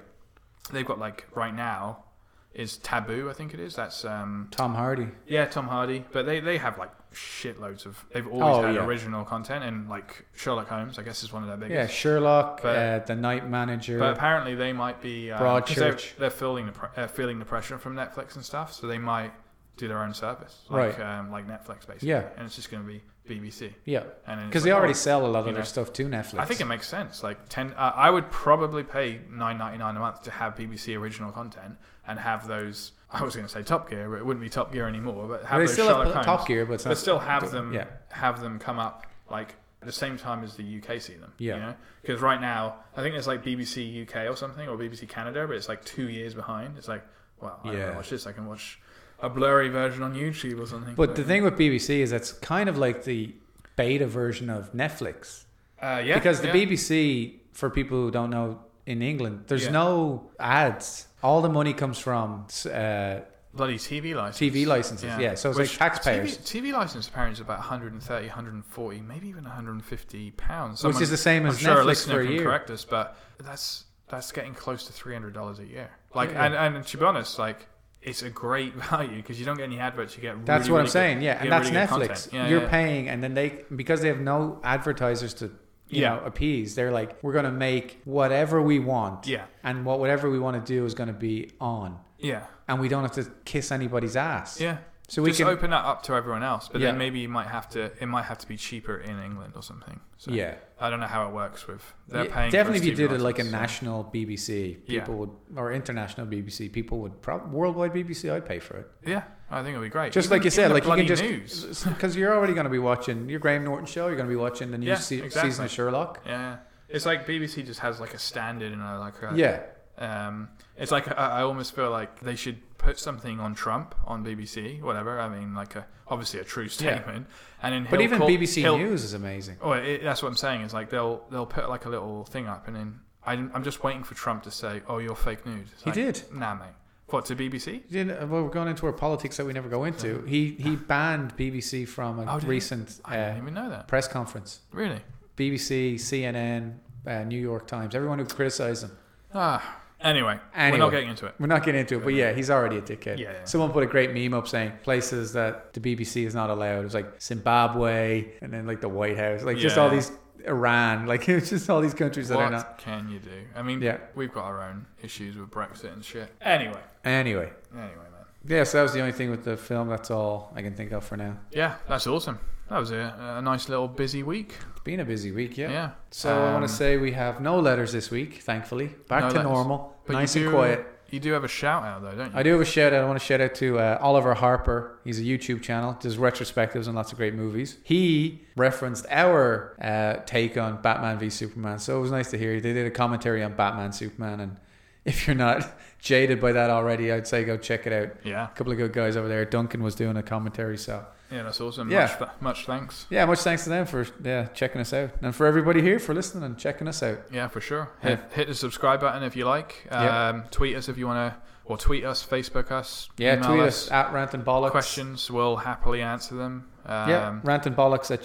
They've got like right now is Taboo, I think it is. That's um, Tom Hardy. yeah, Tom Hardy. But they, they have like shitloads of. They've always Oh, had yeah. original content, and like Sherlock Holmes, I guess, is one of their biggest. Yeah, Sherlock, But- uh, The Night Manager. But apparently they might be um, Broad 'cause they're, church. they're feeling the pre- uh, feeling the pressure from Netflix and stuff, so they might do their own service, like Right. um, like Netflix basically. Yeah. and it's just going to be BBC. yeah. And then it's Because like, they already oh, sell a lot of you their know. stuff to Netflix. I think it makes sense. Like ten, uh, I would probably pay nine ninety nine a month to have BBC original content and have those. I was going to say Top Gear, but it wouldn't be Top Gear anymore. But have they those still Sherlock have Holmes, Top Gear, but it's but not- still have them Yeah. have them come up like at the same time as the UK see them. Yeah. Because right now, I think it's like BBC UK or something or BBC Canada, but it's like two years behind. It's like, well, I Yeah. can watch this. I can watch a blurry version on YouTube or something. But the thing with BBC is that's kind of like the beta version of Netflix. uh, yeah, because the yeah. BBC, for people who don't know, in England, there's Yeah. no ads. All the money comes from uh, Bloody TV license. TV licenses, yeah, so it's like taxpayers. TV, TV license apparently is about 130, 140, maybe even 150 pounds. Which is the same I'm as sure a Netflix listener for a can year. correct us, but that's that's getting close to 300 dollars a year. Like, Yeah. and and to be honest, like it's a great <laughs> value because you don't get any adverts. You get That's really, what really I'm good- saying, yeah, you and get that's really good Netflix. content. Yeah, You're yeah. paying, and then they because they have no advertisers to you Yeah. know appease. They're like, we're gonna make whatever we want, Yeah. and what whatever we want to do is gonna be on, Yeah, and we don't have to kiss anybody's ass. yeah. So we Just can open that up to everyone else, but Yeah. then maybe you might have to. It might have to be cheaper in England or something. So yeah. I don't know how it works with they're Yeah, paying. for definitely if you TV did it like a license, so- national BBC, Yeah. people would or international BBC, people would probably worldwide BBC. I'd pay for it. Yeah, I think it'll be great. Just Even- like you even said, the like you can bloody just news. because you're already going to be watching your Graham Norton show. You're going to be watching the new Yeah, se- exactly. season of Sherlock. Yeah, it's like BBC just has like a standard and a, like a, Yeah, Um, it's like I, I almost feel like they should put something on Trump on BBC, whatever. I mean, like a, obviously a true statement, and then but he'll even call- BBC he'll- News is amazing. Oh, it, that's what I'm saying. Is like they'll they'll put like a little thing up, and then I, I'm just waiting for Trump to say, "Oh, you're fake news." It's He like, did. Nah, mate. What to BBC? You didn't- well, we're going into our politics that we never go into. He he banned BBC from a Oh, did he? recent I didn't uh, even know that. press conference. Really? BBC, CNN, uh, New York Times, everyone who criticized him. Ah. Anyway, we're Anyway. not getting into it. We're not getting into it, but yeah, he's already a dickhead. Yeah, yeah. Someone put a great meme up saying places that the BBC is not allowed. It was like Zimbabwe and then like the White House, like just Yeah. all these Iran, <laughs> like it's just all these countries that what are not. can you do? I mean, Yeah. we've got our own issues with Brexit and shit. Anyway, Anyway, anyway, man. yeah, so that was the only thing with the film. That's all I can think of for now. Yeah, that's awesome. That was a, a nice little busy week. It's been a busy week, yeah. Yeah. So I want Um, to say we have no letters this week, thankfully. Back No to letters. normal, but you nice and do- quiet. You do have a shout out though, don't you? I do have a shout out. I want to shout out to uh, Oliver Harper. He's a YouTube channel, does retrospectives on lots of great movies. He referenced our uh, take on Batman v Superman, so it was nice to hear. They did a commentary on Batman Superman, and <laughs> if you're not <laughs> jaded by that already, I'd say go check it out. Yeah. A couple of good guys over there. Duncan was doing a commentary, so Yeah, that's awesome. Yeah. Much, th- much thanks. yeah, much thanks to them for yeah checking us out, and for everybody here for listening and checking us out. Yeah, for sure. Yeah. Hit, hit the subscribe button if you like. Um, Yeah. Tweet us if you want to, or tweet us, Facebook us. Yeah, email tweet us at rant and bollocks. Questions, we'll happily answer them. Um, yeah, rantandbollocks at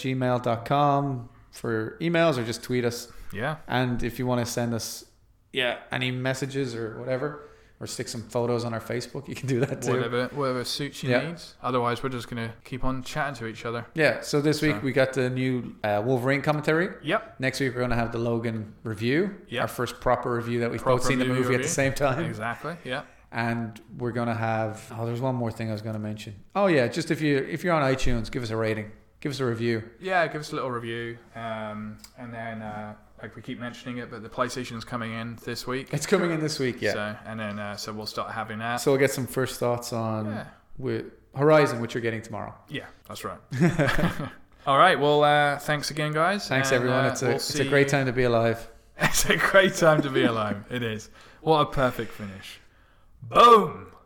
gmail.com for emails or just tweet us. yeah. And if you want to send us yeah any messages or whatever, or stick some photos on our Facebook, you can do that too. Whatever, whatever suits your Yeah. needs. Otherwise, we're just gonna keep on chatting to each other. Yeah, so this week So- we got the new uh, Wolverine commentary. Yep. Next week we're going to have the Logan review, Yeah. our first proper review that we've both Proper seen the movie movie at review. the same time. <laughs> Exactly. Yeah. And we're going to have oh, there's one more thing I was going to mention. Oh yeah, just if you if you're on iTunes, give us a rating, give us a review. Yeah, give us a little review, um, and then uh, like we keep mentioning it, but the PlayStation's coming in this week. It's coming in this week, yeah. So, So and then uh, so we'll start having that. we'll get some first thoughts on yeah, with Horizon, which you're getting tomorrow. yeah, that's <laughs> right. <laughs> All right. Well, uh, thanks again, guys. Thanks and, everyone. uh, it's a we'll it's a see great you- <laughs> time to be alive. <laughs> it's a great time to be alive. it is. What a perfect finish. Boom.